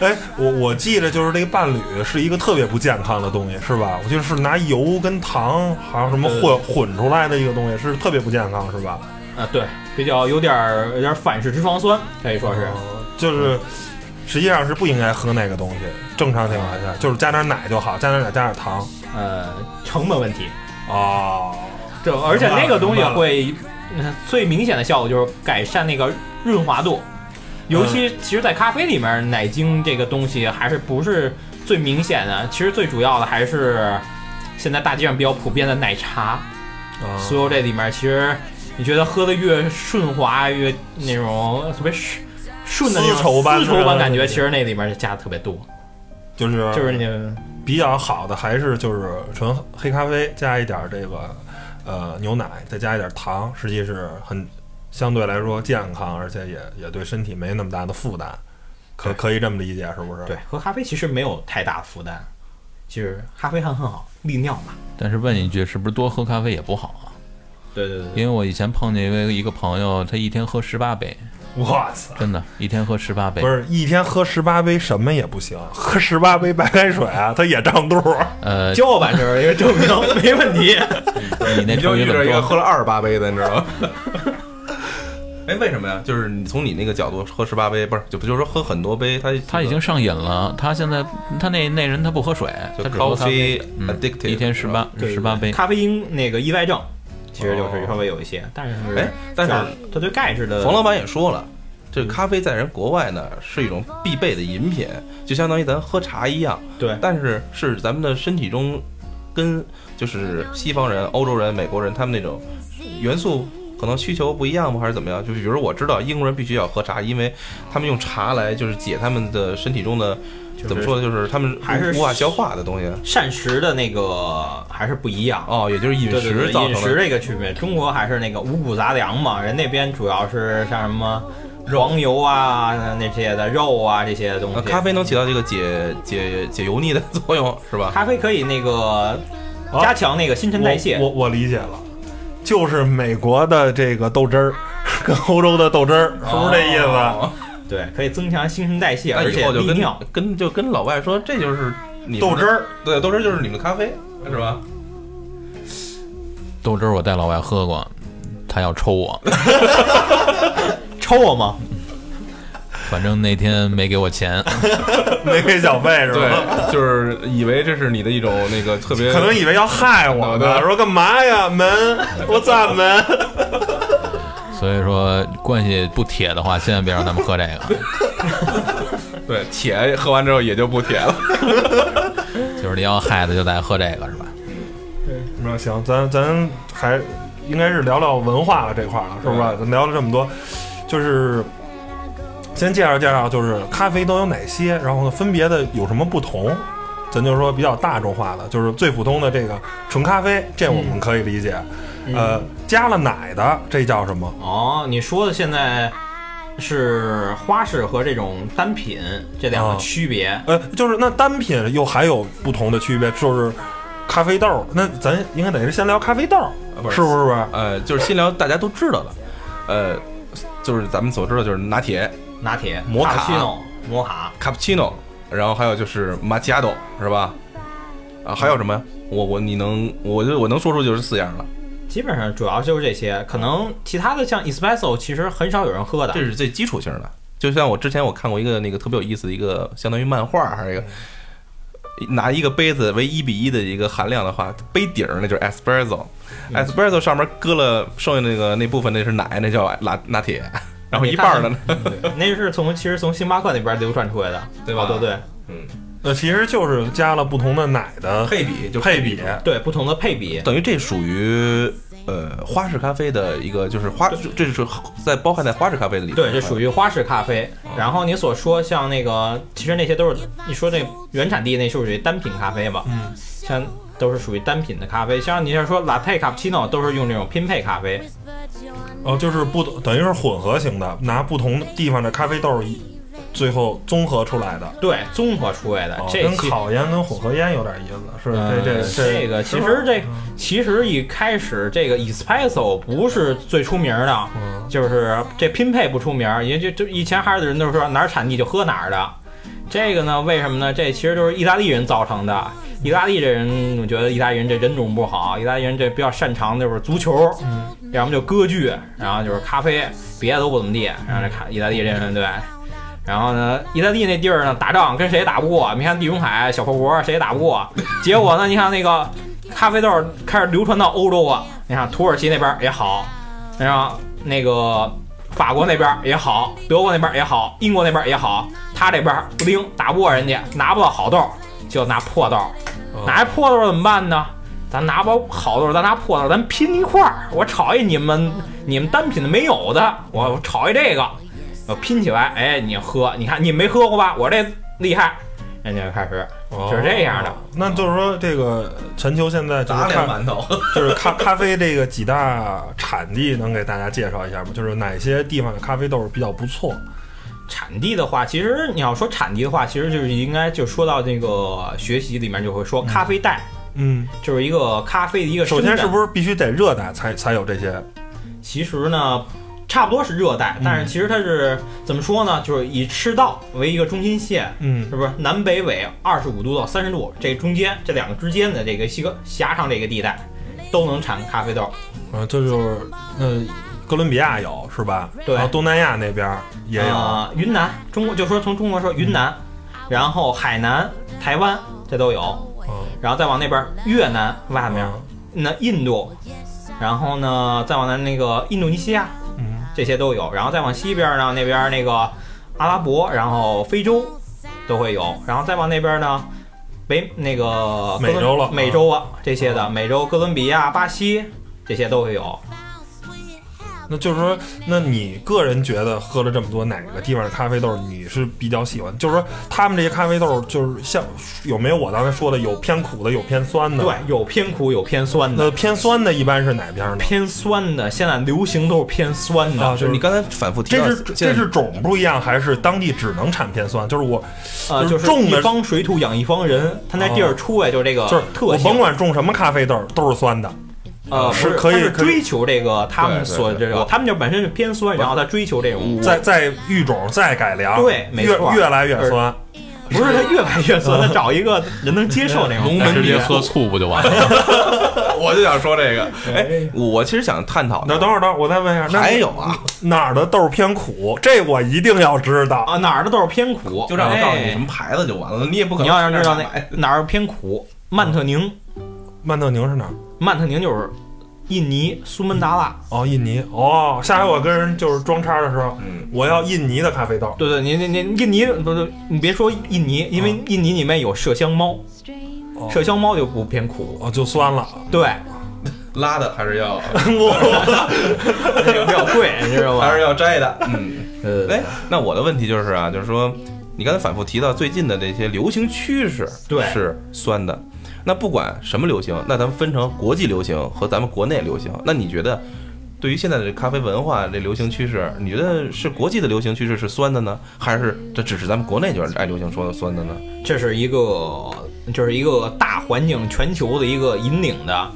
[SPEAKER 3] 哎，我我记着就是这个伴侣是一个特别不健康的东西，是吧？我记得是拿油跟糖还有什么混混出来的一个东西，是特别不健康，是吧？
[SPEAKER 4] 啊，对，比较有点儿有点儿反式脂肪酸，可以说是。
[SPEAKER 2] 哦
[SPEAKER 3] 嗯就是实际上是不应该喝那个东西。正常情况下，就是加点奶就好，加点奶加点糖
[SPEAKER 4] 呃成本问题。
[SPEAKER 3] 哦，
[SPEAKER 4] 对，而且那个东西会、呃最明显的效果就是改善那个润滑度，尤其其实，在咖啡里面，奶精这个东西还是不是最明显的，其实最主要的还是现在大街上比较普遍的奶茶，
[SPEAKER 3] 啊
[SPEAKER 4] 所有这里面其实你觉得喝的越顺滑越那种特别顺。顺的那种
[SPEAKER 3] 丝绸般的
[SPEAKER 4] 丝绸般感觉，
[SPEAKER 3] 对
[SPEAKER 4] 其实那里嗯面加的特别多，
[SPEAKER 3] 就是
[SPEAKER 4] 就是那个
[SPEAKER 3] 比较好的还是就是纯黑咖啡加一点这个呃牛奶，再加一点糖，实际是很相对来说健康，而且也也对身体没那么大的负担，可可以这么理解是不是？
[SPEAKER 4] 对，喝咖啡其实没有太大负担，其实咖啡还很好利尿嘛。
[SPEAKER 5] 但是问一句，是不是多喝咖啡也不好啊？
[SPEAKER 4] 对对对
[SPEAKER 5] 因为我以前碰见一位一个朋友，他一天喝十八杯，
[SPEAKER 3] 我操！
[SPEAKER 5] 真的，一天喝十八杯
[SPEAKER 3] 不。是一天喝十八杯什么也不行，喝十八杯白开水啊，它也胀肚。
[SPEAKER 5] 呃，
[SPEAKER 4] 叫吧，这是一个证明，没问 题。
[SPEAKER 5] 你那
[SPEAKER 2] 你就
[SPEAKER 5] 成语
[SPEAKER 2] 遇
[SPEAKER 5] 怎
[SPEAKER 2] 着
[SPEAKER 5] 么
[SPEAKER 2] 一个
[SPEAKER 5] 说？
[SPEAKER 2] 喝了二十八杯的，你知 道吗？哎，为什么呀？就是你从你那个角度喝十八杯，不是就不就是说喝很多杯，他
[SPEAKER 5] 他已经上瘾了，他现在他那那人他不喝水，
[SPEAKER 2] 就
[SPEAKER 5] 他只喝咖啡
[SPEAKER 2] coffee，
[SPEAKER 5] 嗯
[SPEAKER 2] addicted，
[SPEAKER 5] 一天十八
[SPEAKER 4] 对
[SPEAKER 5] 十八杯。
[SPEAKER 4] 咖啡因那个依赖症，其实就
[SPEAKER 2] 哦
[SPEAKER 4] 是稍微有一些，但是
[SPEAKER 2] 哎但是
[SPEAKER 4] 它对钙质的
[SPEAKER 2] 冯老板也说了，这
[SPEAKER 4] 嗯
[SPEAKER 2] 咖啡在人国外呢是一种必备的饮品，就相当于咱喝茶一样。
[SPEAKER 4] 对
[SPEAKER 2] 但是是咱们的身体中跟就是西方人、欧洲人、美国人他们那种元素可能需求不一样吗？还是怎么样？就比如我知道英国人必须要喝茶，因为他们用茶来就是解他们的身体中的。
[SPEAKER 4] 是
[SPEAKER 2] 怎么说呢？就是他们无
[SPEAKER 4] 还是
[SPEAKER 2] 无法消化的东西
[SPEAKER 4] 膳食的那个还是不一样。
[SPEAKER 2] 哦，也就是饮
[SPEAKER 4] 对对
[SPEAKER 2] 食
[SPEAKER 4] 对，
[SPEAKER 2] 造
[SPEAKER 4] 饮
[SPEAKER 2] 成的。
[SPEAKER 4] 食这个区别，中国还是那个五谷杂粮嘛，人那边主要是像什么黄油啊那些的肉啊这些东
[SPEAKER 2] 那
[SPEAKER 4] 西。
[SPEAKER 2] 呃咖啡能起到这个解解解油腻的 作用是吧？
[SPEAKER 4] 咖啡可以那个
[SPEAKER 2] 哦
[SPEAKER 4] 加强那个新陈代谢
[SPEAKER 3] 我。我我理解了，就是美国的这个豆汁儿跟欧洲的豆汁儿，是不是这意思？
[SPEAKER 2] 哦
[SPEAKER 4] 对，可以增强新陈代谢，
[SPEAKER 2] 那
[SPEAKER 4] 而
[SPEAKER 2] 以
[SPEAKER 4] 且
[SPEAKER 2] 后就
[SPEAKER 4] 利
[SPEAKER 2] 跟
[SPEAKER 4] 尿。
[SPEAKER 2] 跟就跟老外说，这就是你们
[SPEAKER 3] 豆汁
[SPEAKER 2] 的，
[SPEAKER 3] 儿
[SPEAKER 2] 对，豆汁儿就是你们咖啡，是吧？
[SPEAKER 5] 豆汁儿我带老外喝过，他要抽我，
[SPEAKER 4] 抽我吗？
[SPEAKER 5] 反正那天没给我钱。
[SPEAKER 3] 没给小费是吧？，
[SPEAKER 2] 就是以为这是你的一种那个特别
[SPEAKER 3] 可能以为要害我呢，说干嘛呀？门，我咋 门？
[SPEAKER 5] 所以说关系不铁的话，千万别让他们喝这个，
[SPEAKER 2] 对铁喝完之后也就不 铁了。
[SPEAKER 5] 就是你要害的就得喝这个是吧？
[SPEAKER 3] 那行，咱咱还应该是聊聊文化了这块儿了，是吧？咱聊了这么多，就是先介绍介绍，就是咖啡都有哪些，然后呢，分别的有什么不同？咱就说比较大众化的，就是最普通的这个纯咖啡，这我们可以理解。呃，加了奶的这叫什么？
[SPEAKER 4] 哦，你说的现在是花式和这种单品这两
[SPEAKER 3] 啊
[SPEAKER 4] 个区别。
[SPEAKER 3] 呃，就是那单品又还有不同的区别，就是咖啡豆。那咱应该得是先聊咖啡豆，
[SPEAKER 2] 不是
[SPEAKER 3] 是不是？
[SPEAKER 2] 呃，就是新聊大家都知道的，呃，就是咱们所知道就是拿铁、
[SPEAKER 4] 拿铁、
[SPEAKER 2] 摩卡
[SPEAKER 4] 嗯卡西诺、摩卡，
[SPEAKER 2] 卡布奇诺，然后还有就是玛奇亚朵，是吧？啊，还有什么呀？我我你能我就我能说出就是四样了，
[SPEAKER 4] 基本上主要就是这些。可能其他的像 espresso 其实很少有人喝的
[SPEAKER 2] 这。是最基础性的。就像我之前我看过一个那个特别有意思的一个，相当于漫画还是一个，拿一个杯子为一比一的一个含量的话，杯底儿那就是 espresso，espresso 上面搁了剩下那个那部分那是奶，那叫拿拿铁，然后一半儿的呢，
[SPEAKER 4] 对那是从其实从星巴克那边流传出来的，
[SPEAKER 2] 对吧
[SPEAKER 4] 好多对
[SPEAKER 3] 呃，其实就是加了不同的奶的
[SPEAKER 2] 配比就
[SPEAKER 3] 配比。
[SPEAKER 4] 对，不同的配比。
[SPEAKER 2] 等于这属于呃花式咖啡的一个，就是花，这是在包含在花式咖啡的里面。
[SPEAKER 4] 对，嗯这属于花式咖啡。然后你所说像那个，其实那些都是你说那原产地那是属于单品咖啡嘛，嗯，像都是属于单品的咖啡。像你要说 latte、cappuccino 都是用这种拼配咖啡，
[SPEAKER 3] 哦，就是不等于是混合型的，拿不同地方的咖啡豆一最后综合出来的。
[SPEAKER 4] 对，综合出味的。
[SPEAKER 3] 哦
[SPEAKER 4] 这
[SPEAKER 3] 跟
[SPEAKER 4] 期
[SPEAKER 3] 烤烟跟混合烟有点意思，是这这
[SPEAKER 4] 呃这个其实这
[SPEAKER 3] 嗯
[SPEAKER 4] 其实一开始这个 espresso 不是最出名的，
[SPEAKER 3] 嗯
[SPEAKER 4] 就是这拼配不出名，因为就就以前还是人都说哪儿产地就喝哪儿的。这个呢，为什么呢？这其实就是意大利人造成的。意大利这人，我觉得意大利人这人种不好，意大利人这比较擅长的就是足球，
[SPEAKER 3] 嗯
[SPEAKER 4] 要么就歌剧，然后就是咖啡，别的都不怎么地。然后这看意大利这人对。然后呢，意大利那地儿呢，打仗跟谁也打不过。你看地中海小破国谁也打不过，结果呢，你看那个咖啡豆开始流传到欧洲啊，你看土耳其那边也好，然后那个法国那边也好，德国那边也好，英国那边也好，他这边不灵，打不过人家，拿不到好豆，就拿破豆，拿破豆怎么办呢？咱拿包好豆，咱拿破豆，咱拼一块儿，我炒一你们你们单品的没有的，我我炒一这个，我拼起来，哎，你喝，你看你没喝过吧？我这厉害，人家就开始
[SPEAKER 3] 哦
[SPEAKER 4] 就是这样的。
[SPEAKER 3] 那就是说，这个全球现在就是
[SPEAKER 2] 打脸
[SPEAKER 3] 咖
[SPEAKER 2] 馒头。
[SPEAKER 3] 就是咖咖啡这个几大产地，能给大家介绍一下吗？就是哪些地方的咖啡豆比较不错？
[SPEAKER 4] 产地的话，其实你要说产地的话，其实就是应该就说到这个学习里面就会说咖啡带，
[SPEAKER 3] 嗯，
[SPEAKER 4] 就是一个咖啡的一个
[SPEAKER 3] 首先是
[SPEAKER 4] 是？
[SPEAKER 3] 不是必须得热带才才有这些？
[SPEAKER 4] 其实呢，差不多是热带，但是嗯其实它是怎么说呢？就是以赤道为一个中心线，
[SPEAKER 3] 嗯
[SPEAKER 4] 是不是南北纬二十五度到三十度这中间这两个之间的这个西个狭长这个地带，都能产咖啡豆。
[SPEAKER 3] 啊，这就是呃，哥伦比亚有是吧？
[SPEAKER 4] 对
[SPEAKER 3] 然后东南亚那边也有。啊
[SPEAKER 4] 呃云南，中国就说从中国说云南，然后海南、台湾这都有。
[SPEAKER 3] 嗯
[SPEAKER 4] 然后再往那边儿越南外面儿，那印度，然后呢再往南那个印度尼西亚，
[SPEAKER 3] 嗯，
[SPEAKER 4] 这些都有。然后再往西边儿呢，那边儿那个阿拉伯，然后非洲都会有。然后再往那边儿呢，北那个哥伦
[SPEAKER 3] 美洲了
[SPEAKER 4] 美洲啊这些的，美洲、哥伦比亚、巴西这些都会有。
[SPEAKER 3] 那就是说，那你个人觉得喝了这么多，哪个地方的咖啡豆你是比较喜欢？就是说，他们这些咖啡豆就是像有没有我刚才说的有偏苦的，有偏酸的？
[SPEAKER 4] 对，，有偏苦，有偏酸的。
[SPEAKER 3] 那偏酸的一般是哪边呢？
[SPEAKER 4] 偏酸的，现在流行都是偏酸的。
[SPEAKER 3] 啊
[SPEAKER 2] 就是你刚才反复提到，
[SPEAKER 3] 这是
[SPEAKER 2] 现在
[SPEAKER 3] 这是种不一样，还是当地只能产偏酸？就是我
[SPEAKER 4] 呃，
[SPEAKER 3] 就是
[SPEAKER 4] 是
[SPEAKER 3] 种的哦
[SPEAKER 4] 一方水土养一方人，他那地儿出来就是这个
[SPEAKER 3] 就是
[SPEAKER 4] 特
[SPEAKER 3] 我
[SPEAKER 4] 性。
[SPEAKER 3] 甭管种什么咖啡豆都是酸的。
[SPEAKER 2] 啊
[SPEAKER 4] 呃，
[SPEAKER 3] 是
[SPEAKER 4] 不
[SPEAKER 3] 可以
[SPEAKER 4] 他是
[SPEAKER 3] 可以
[SPEAKER 4] 追求这个他们
[SPEAKER 2] 对对
[SPEAKER 4] 所
[SPEAKER 2] 对
[SPEAKER 4] 这个，
[SPEAKER 2] 我
[SPEAKER 4] 他们就本身是偏酸，然后他追求这种，
[SPEAKER 3] 再再育种，再改良，
[SPEAKER 4] 对没
[SPEAKER 3] 越
[SPEAKER 4] 错
[SPEAKER 3] 越来越酸。
[SPEAKER 4] 不是他越来 越酸，他找一个人能接
[SPEAKER 2] 啊
[SPEAKER 4] 受那种。
[SPEAKER 2] 农
[SPEAKER 5] 直
[SPEAKER 2] 民
[SPEAKER 5] 接喝醋不就完了？
[SPEAKER 2] 我就想说这个。哎，我其实想探讨
[SPEAKER 3] 那
[SPEAKER 2] 的
[SPEAKER 3] 等会儿，等会儿，我再问一下，那
[SPEAKER 2] 还有啊，
[SPEAKER 3] 哪儿的豆偏苦？这我一定要知道。
[SPEAKER 4] 啊，哪儿的豆儿偏苦，
[SPEAKER 2] 就让我告诉你
[SPEAKER 4] 哎
[SPEAKER 2] 什么牌子就完了，你也不可
[SPEAKER 4] 你
[SPEAKER 2] 能
[SPEAKER 4] 要想知道
[SPEAKER 2] 上哪
[SPEAKER 4] 那
[SPEAKER 2] 买
[SPEAKER 4] 哪儿偏苦，曼特宁，
[SPEAKER 3] 曼特宁是哪儿？
[SPEAKER 4] 曼特宁就是印尼苏门答腊。
[SPEAKER 3] 哦，印尼。哦，下回我跟人就是装叉的时候，
[SPEAKER 2] 嗯
[SPEAKER 3] 我要印尼的咖啡豆。
[SPEAKER 4] 对对，你你你印尼不是你别说印尼，因
[SPEAKER 2] 啊
[SPEAKER 4] 为印尼里面有麝香猫，
[SPEAKER 3] 哦
[SPEAKER 4] 麝香猫就不偏苦。
[SPEAKER 3] 哦，就酸了。
[SPEAKER 4] 对，
[SPEAKER 2] 拉的还是 要
[SPEAKER 4] 这个比较贵，你知道吗
[SPEAKER 2] 还？是要摘 的。嗯，
[SPEAKER 4] 呃
[SPEAKER 2] 哎，那我的问题就是啊，就是说，你刚才反复提到最近的这些流行趋势，
[SPEAKER 4] 对
[SPEAKER 2] 是酸的。那不管什么流行，那咱们分成国际流行和咱们国内流行。那你觉得，对于现在的咖啡文化这流行趋势，你觉得是国际的流行趋势是酸的呢，还是这只是咱们国内就是爱流行说的酸的呢？
[SPEAKER 4] 这是一个，就是一个大环境全球的一个引领的。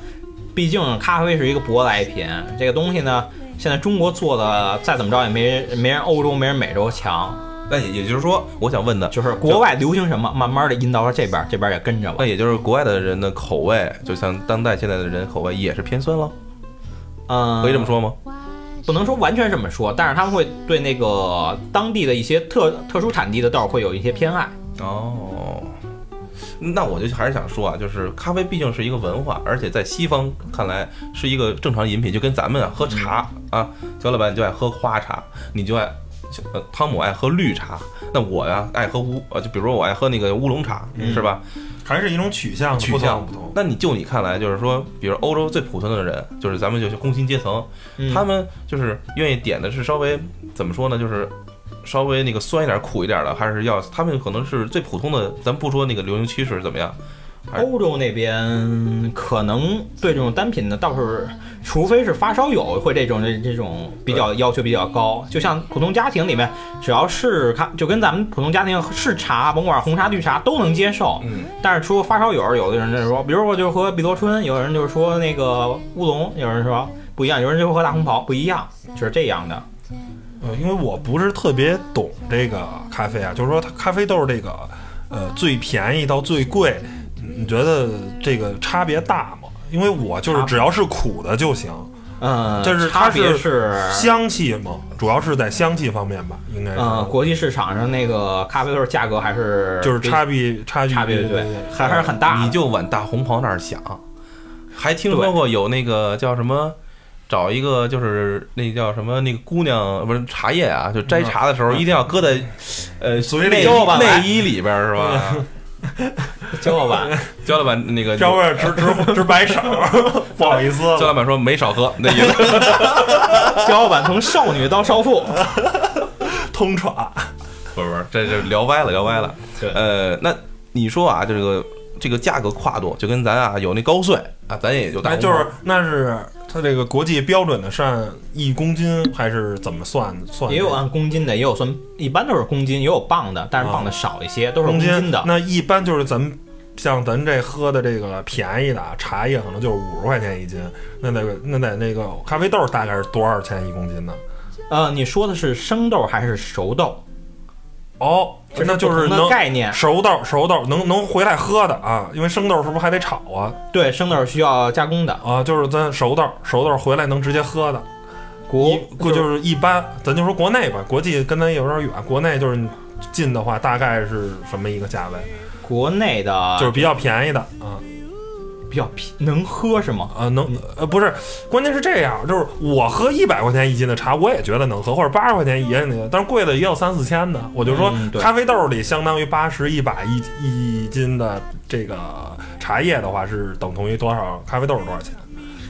[SPEAKER 4] 毕竟咖啡是一个舶来品，这个东西呢，现在中国做的再怎么着也没人没人欧洲没人美洲强。
[SPEAKER 2] 那也也就是说，我想问的
[SPEAKER 4] 就是国外流行什么，慢慢的引导到这边，这边也跟着
[SPEAKER 2] 那
[SPEAKER 4] 吧。
[SPEAKER 2] 也就是国外的人的口味，就像当代现在的人口味也是偏酸了，
[SPEAKER 4] 嗯，
[SPEAKER 2] 可以这么，说吗？
[SPEAKER 4] 呃不能说完全这么说，但是他们会对那个当地的一些特特殊产地的豆儿会有一些偏爱。
[SPEAKER 2] 哦，那我就还是想说啊，就是咖啡毕竟是一个文化，而且在西方看来是一个正常饮品，就跟咱们啊喝茶啊，小老板你就爱喝花茶，你就爱像呃汤姆爱喝绿茶，那我呀爱喝乌呃，就比如说我爱喝那个乌龙茶，是吧？
[SPEAKER 3] 还是一种取向，
[SPEAKER 2] 取向
[SPEAKER 3] 不同。
[SPEAKER 2] 那你就你看来，就是说，比如欧洲最普通的人，就是咱们就是工薪阶层，
[SPEAKER 4] 嗯
[SPEAKER 2] 他们就是愿意点的是稍微怎么说呢，就是稍微那个酸一点、苦一点的，还是要他们可能是最普通的。咱不说那个流行趋势怎么样，
[SPEAKER 4] 欧洲那边可能对这种单品呢，倒是除非是发烧友会这种这这种比较要求比较高。就像普通家庭里面，只要是咖，就跟咱们普通家庭是茶，甭管红茶绿茶都能接受。
[SPEAKER 3] 嗯，
[SPEAKER 4] 但是除了发烧友，有的人就是说，比如我就喝碧螺春，有的人就是说那个乌龙，有人说不一样，有人就喝大红袍，不一样，就是这样的。
[SPEAKER 3] 呃，因为我不是特别懂这个咖啡啊，就是说它咖啡豆这个，呃，最便宜到最贵，你觉得这个差别大吗？因为我就是
[SPEAKER 4] 差
[SPEAKER 3] 只要是苦的就行，
[SPEAKER 4] 嗯，
[SPEAKER 3] 但是它
[SPEAKER 4] 差别
[SPEAKER 3] 是
[SPEAKER 4] 是
[SPEAKER 3] 香气嘛，主要是在香气方面吧，应该是，
[SPEAKER 4] 嗯，国际市场上那个咖啡豆价格还是
[SPEAKER 3] 就是
[SPEAKER 4] 比
[SPEAKER 3] 差别差距
[SPEAKER 4] 差别
[SPEAKER 3] 对
[SPEAKER 4] 对，还还是很大的。
[SPEAKER 2] 你就往大红袍那儿想。还听
[SPEAKER 4] 对
[SPEAKER 2] 说过有那个叫什么，找一个就是那叫什么那个姑娘不是茶叶啊，就摘茶的时
[SPEAKER 4] 嗯
[SPEAKER 2] 候一定要搁在呃
[SPEAKER 3] 嘴里
[SPEAKER 2] 内
[SPEAKER 4] 交往来
[SPEAKER 2] 内衣里边儿是吧？
[SPEAKER 4] 交老板，
[SPEAKER 2] 焦老板那个
[SPEAKER 3] 张卫直直直摆手， 不好意思了
[SPEAKER 2] 焦老板说没少喝，那意思。
[SPEAKER 4] 交老板从少女到少妇，
[SPEAKER 3] 通喘。
[SPEAKER 2] 不是不是，这这聊歪了，聊歪了。
[SPEAKER 4] 对
[SPEAKER 2] 呃，那你说啊，这个这个价格跨度，就跟咱啊有那高碎啊，咱也有大
[SPEAKER 3] 那
[SPEAKER 2] 红袍，
[SPEAKER 3] 就是那是它这个国际标准的是按一公斤还是怎么算的？算的
[SPEAKER 4] 也有按公斤的，也有算，一般都是公斤，也有磅的，但是磅的少一些，都是
[SPEAKER 3] 公
[SPEAKER 4] 斤的。
[SPEAKER 3] 那一般就是咱们像咱这喝的这个便宜的啊茶叶，可能就是五十块钱一斤。那那个那在那个咖啡豆大概是多少钱一公斤呢？
[SPEAKER 4] 呃，你说的是生豆还是熟豆？
[SPEAKER 3] 哦，
[SPEAKER 4] 这
[SPEAKER 3] 那就是
[SPEAKER 4] 不同的
[SPEAKER 3] 能
[SPEAKER 4] 概念。
[SPEAKER 3] 熟豆熟豆能能回来喝的啊，因为生豆是不是还得炒啊？
[SPEAKER 4] 对，生豆是需要加工的。
[SPEAKER 3] 啊，就是咱熟豆熟豆回来能直接喝的。
[SPEAKER 4] 国
[SPEAKER 3] 国
[SPEAKER 4] 是
[SPEAKER 3] 就是一般，咱就说国内吧，国际跟咱有点远，国内就是你进的话大概是什么一个价位？
[SPEAKER 4] 国内的，
[SPEAKER 3] 就是比较便宜的啊。
[SPEAKER 4] 比较便能喝是吗？
[SPEAKER 3] 啊，能呃不是，关键是这样，就是我喝一百块钱一斤的茶，我也觉得能喝，或者八十块钱一斤的，但是贵的也有三四千的。我就说，
[SPEAKER 4] 嗯对
[SPEAKER 3] 咖啡豆里相当于八十一百一一斤的这个茶叶的话，是等同于多少？咖啡豆是多少钱？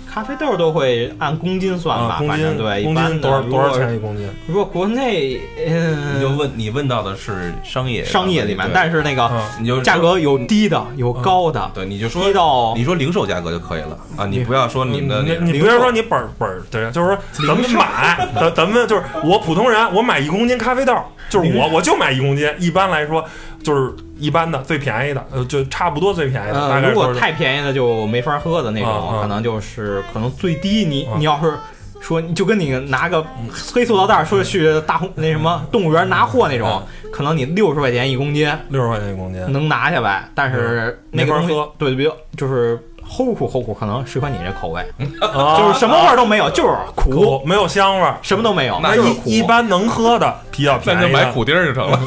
[SPEAKER 4] 咖啡豆都会按公斤算吧，
[SPEAKER 3] 啊，公
[SPEAKER 4] 反正
[SPEAKER 3] 斤
[SPEAKER 4] 对，一
[SPEAKER 3] 公
[SPEAKER 4] 般
[SPEAKER 3] 斤
[SPEAKER 4] 的
[SPEAKER 3] 多少
[SPEAKER 4] 如
[SPEAKER 3] 多
[SPEAKER 4] 果
[SPEAKER 3] 少钱一公斤？
[SPEAKER 4] 如果国内，嗯、
[SPEAKER 2] 你就问你问到的是商业
[SPEAKER 4] 商业里面，
[SPEAKER 2] 对
[SPEAKER 4] 但是那个、
[SPEAKER 3] 啊
[SPEAKER 2] 你就
[SPEAKER 4] 价格有低的，有高的，
[SPEAKER 2] 对，你就说
[SPEAKER 4] 低到
[SPEAKER 2] 你说零售价格就可以了啊，你不要说你们的那个
[SPEAKER 3] 嗯你你不要说你本儿本儿，对，就是说咱们买， 咱咱们就是我普通人，我买一公斤咖啡豆，就是我我就买一公斤。一般来说，就是一般的最便宜的，呃，就差不多最便宜的，大
[SPEAKER 4] 呃，
[SPEAKER 3] 概
[SPEAKER 4] 如果
[SPEAKER 3] 说是
[SPEAKER 4] 太便宜的就没法喝的那种，
[SPEAKER 3] 啊啊
[SPEAKER 4] 可能就是可能最低你、
[SPEAKER 3] 啊
[SPEAKER 4] 你要是说你就跟你拿个黑塑料袋儿说去大红那什么动物园拿货那
[SPEAKER 3] 啊
[SPEAKER 4] 种，可能你六十块钱一公斤
[SPEAKER 3] 六十块钱一公斤。
[SPEAKER 4] 能拿下来，但是那
[SPEAKER 3] 嗯没
[SPEAKER 4] 个
[SPEAKER 3] 法
[SPEAKER 4] 东西
[SPEAKER 3] 喝
[SPEAKER 4] 对，比如就是齁苦齁苦，可能适合你这口味，
[SPEAKER 3] 啊
[SPEAKER 4] 就是什么味儿都没有，就是苦，
[SPEAKER 3] 苦没有香味儿。
[SPEAKER 4] 什么都没有，
[SPEAKER 3] 那
[SPEAKER 4] 就是苦
[SPEAKER 3] 一一般能喝的比较便
[SPEAKER 2] 那
[SPEAKER 3] 宜
[SPEAKER 2] 就
[SPEAKER 3] 的，
[SPEAKER 2] 买苦丁儿就成了。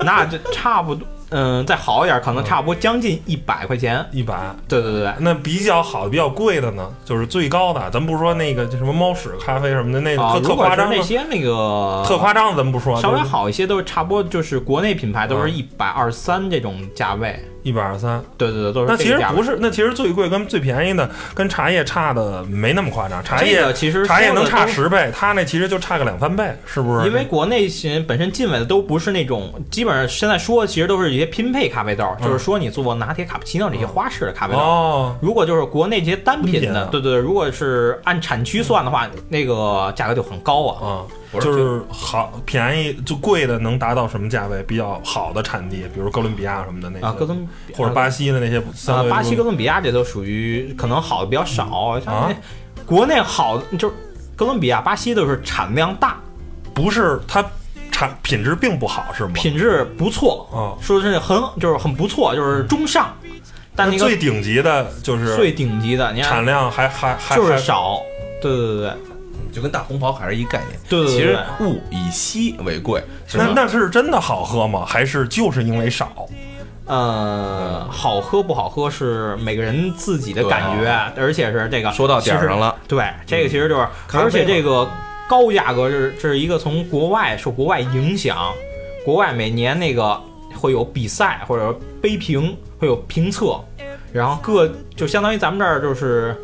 [SPEAKER 4] 那就差不多，嗯，再好一点，可能差不多将近一百块钱。
[SPEAKER 3] 一百。
[SPEAKER 4] 对对对对，
[SPEAKER 3] 那比较好的、比较贵的呢，就是最高的，咱不说那个就什么猫屎咖啡什么的，那
[SPEAKER 4] 啊，
[SPEAKER 3] 嗯特特
[SPEAKER 4] 如果
[SPEAKER 3] 夸
[SPEAKER 4] 是
[SPEAKER 3] 张的
[SPEAKER 4] 那，些那个
[SPEAKER 3] 特夸张的咱不说，
[SPEAKER 4] 稍微好一些，都是差不多，就是国内品牌都是
[SPEAKER 3] 嗯
[SPEAKER 4] 一百二三这种价位。
[SPEAKER 3] 一百二三。
[SPEAKER 4] 对对对，都是
[SPEAKER 3] 那其
[SPEAKER 4] 这
[SPEAKER 3] 实
[SPEAKER 4] 个价位
[SPEAKER 3] 不。是，那其实最贵跟最便宜的跟茶叶差的没那么夸张，茶
[SPEAKER 4] 这
[SPEAKER 3] 叶
[SPEAKER 4] 个其实
[SPEAKER 3] 茶叶
[SPEAKER 4] 说的
[SPEAKER 3] 能差
[SPEAKER 4] 都，
[SPEAKER 3] 十哎倍，它那其实就差个两三倍，是不是？
[SPEAKER 4] 因为国内其本身进来的都不是那种，基本上现在说的其实都是一些拼配咖啡豆，就是说你做拿铁、卡布奇诺这些花式的咖啡豆。
[SPEAKER 3] 嗯哦，
[SPEAKER 4] 如果就是国内这些单
[SPEAKER 3] 单
[SPEAKER 4] 品
[SPEAKER 3] 品
[SPEAKER 4] 的，
[SPEAKER 3] 啊
[SPEAKER 4] 对对对，如果是按产区算的话，那个价格就很高啊。
[SPEAKER 3] 啊、
[SPEAKER 2] 不是
[SPEAKER 3] 就是好便宜就贵的能达到什么价位？比较好的产地，比如哥伦比亚什么的那些，
[SPEAKER 4] 啊，哥伦比
[SPEAKER 3] 或者巴西的那些，
[SPEAKER 4] 啊
[SPEAKER 3] 相，对
[SPEAKER 4] 巴西、
[SPEAKER 3] 不
[SPEAKER 4] 哥伦比亚这都属于可能好的比较少，像
[SPEAKER 3] 啊
[SPEAKER 4] 那国内好的就是哥伦比亚、巴西都是产量大，
[SPEAKER 3] 不是它产品质并不好，是吗？
[SPEAKER 4] 品质不错，
[SPEAKER 3] 啊、
[SPEAKER 4] 说是很就是很不错，就是中上，但那
[SPEAKER 3] 那
[SPEAKER 4] 个
[SPEAKER 3] 最顶级的就是
[SPEAKER 4] 最顶级的，你看
[SPEAKER 3] 产量还还还
[SPEAKER 4] 就是
[SPEAKER 3] 还
[SPEAKER 4] 少，对对对对，
[SPEAKER 2] 就跟大红袍还是一概念。
[SPEAKER 4] 对对对
[SPEAKER 2] 其实
[SPEAKER 4] 对
[SPEAKER 2] 物以稀为贵，是吧
[SPEAKER 3] 那那是真的好喝吗？还是就是因为少？
[SPEAKER 4] 呃，好喝不好喝是每个人自己的感觉，而且是这个
[SPEAKER 2] 啊说到点儿上了嗯
[SPEAKER 4] 其实对，这个其实就是，
[SPEAKER 2] 啡嘛
[SPEAKER 4] 而且这个高价格，这是这是一个从国外受国外影响，国外每年那个会有比赛或者杯评，会有评测，然后各就相当于咱们这儿就是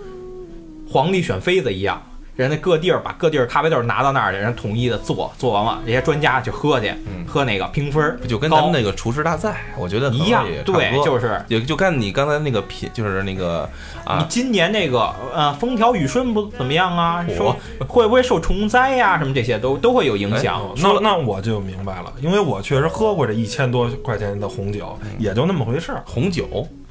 [SPEAKER 4] 皇帝选妃子一样，人家各地儿把各地儿咖啡豆拿到那儿去，人统一的做，做完了这些专家去喝去，
[SPEAKER 2] 嗯
[SPEAKER 4] 喝那个评分儿
[SPEAKER 2] 就跟咱们
[SPEAKER 4] 高
[SPEAKER 2] 那个厨师大赛，我觉得可能
[SPEAKER 4] 一样
[SPEAKER 2] 也，差不
[SPEAKER 4] 对，
[SPEAKER 2] 多
[SPEAKER 4] 就是。
[SPEAKER 2] 也就跟你刚才那个品，就是那个
[SPEAKER 4] 你
[SPEAKER 2] 啊，
[SPEAKER 4] 今年这个呃风调雨顺不怎么样啊？
[SPEAKER 2] 火
[SPEAKER 4] 说会不会受虫灾呀、什么这些都都会有
[SPEAKER 2] 哎
[SPEAKER 4] 影响。
[SPEAKER 3] 那那我就明白了，因为我确实喝过这一千多块钱的红酒，也就那么回事儿
[SPEAKER 2] 红酒，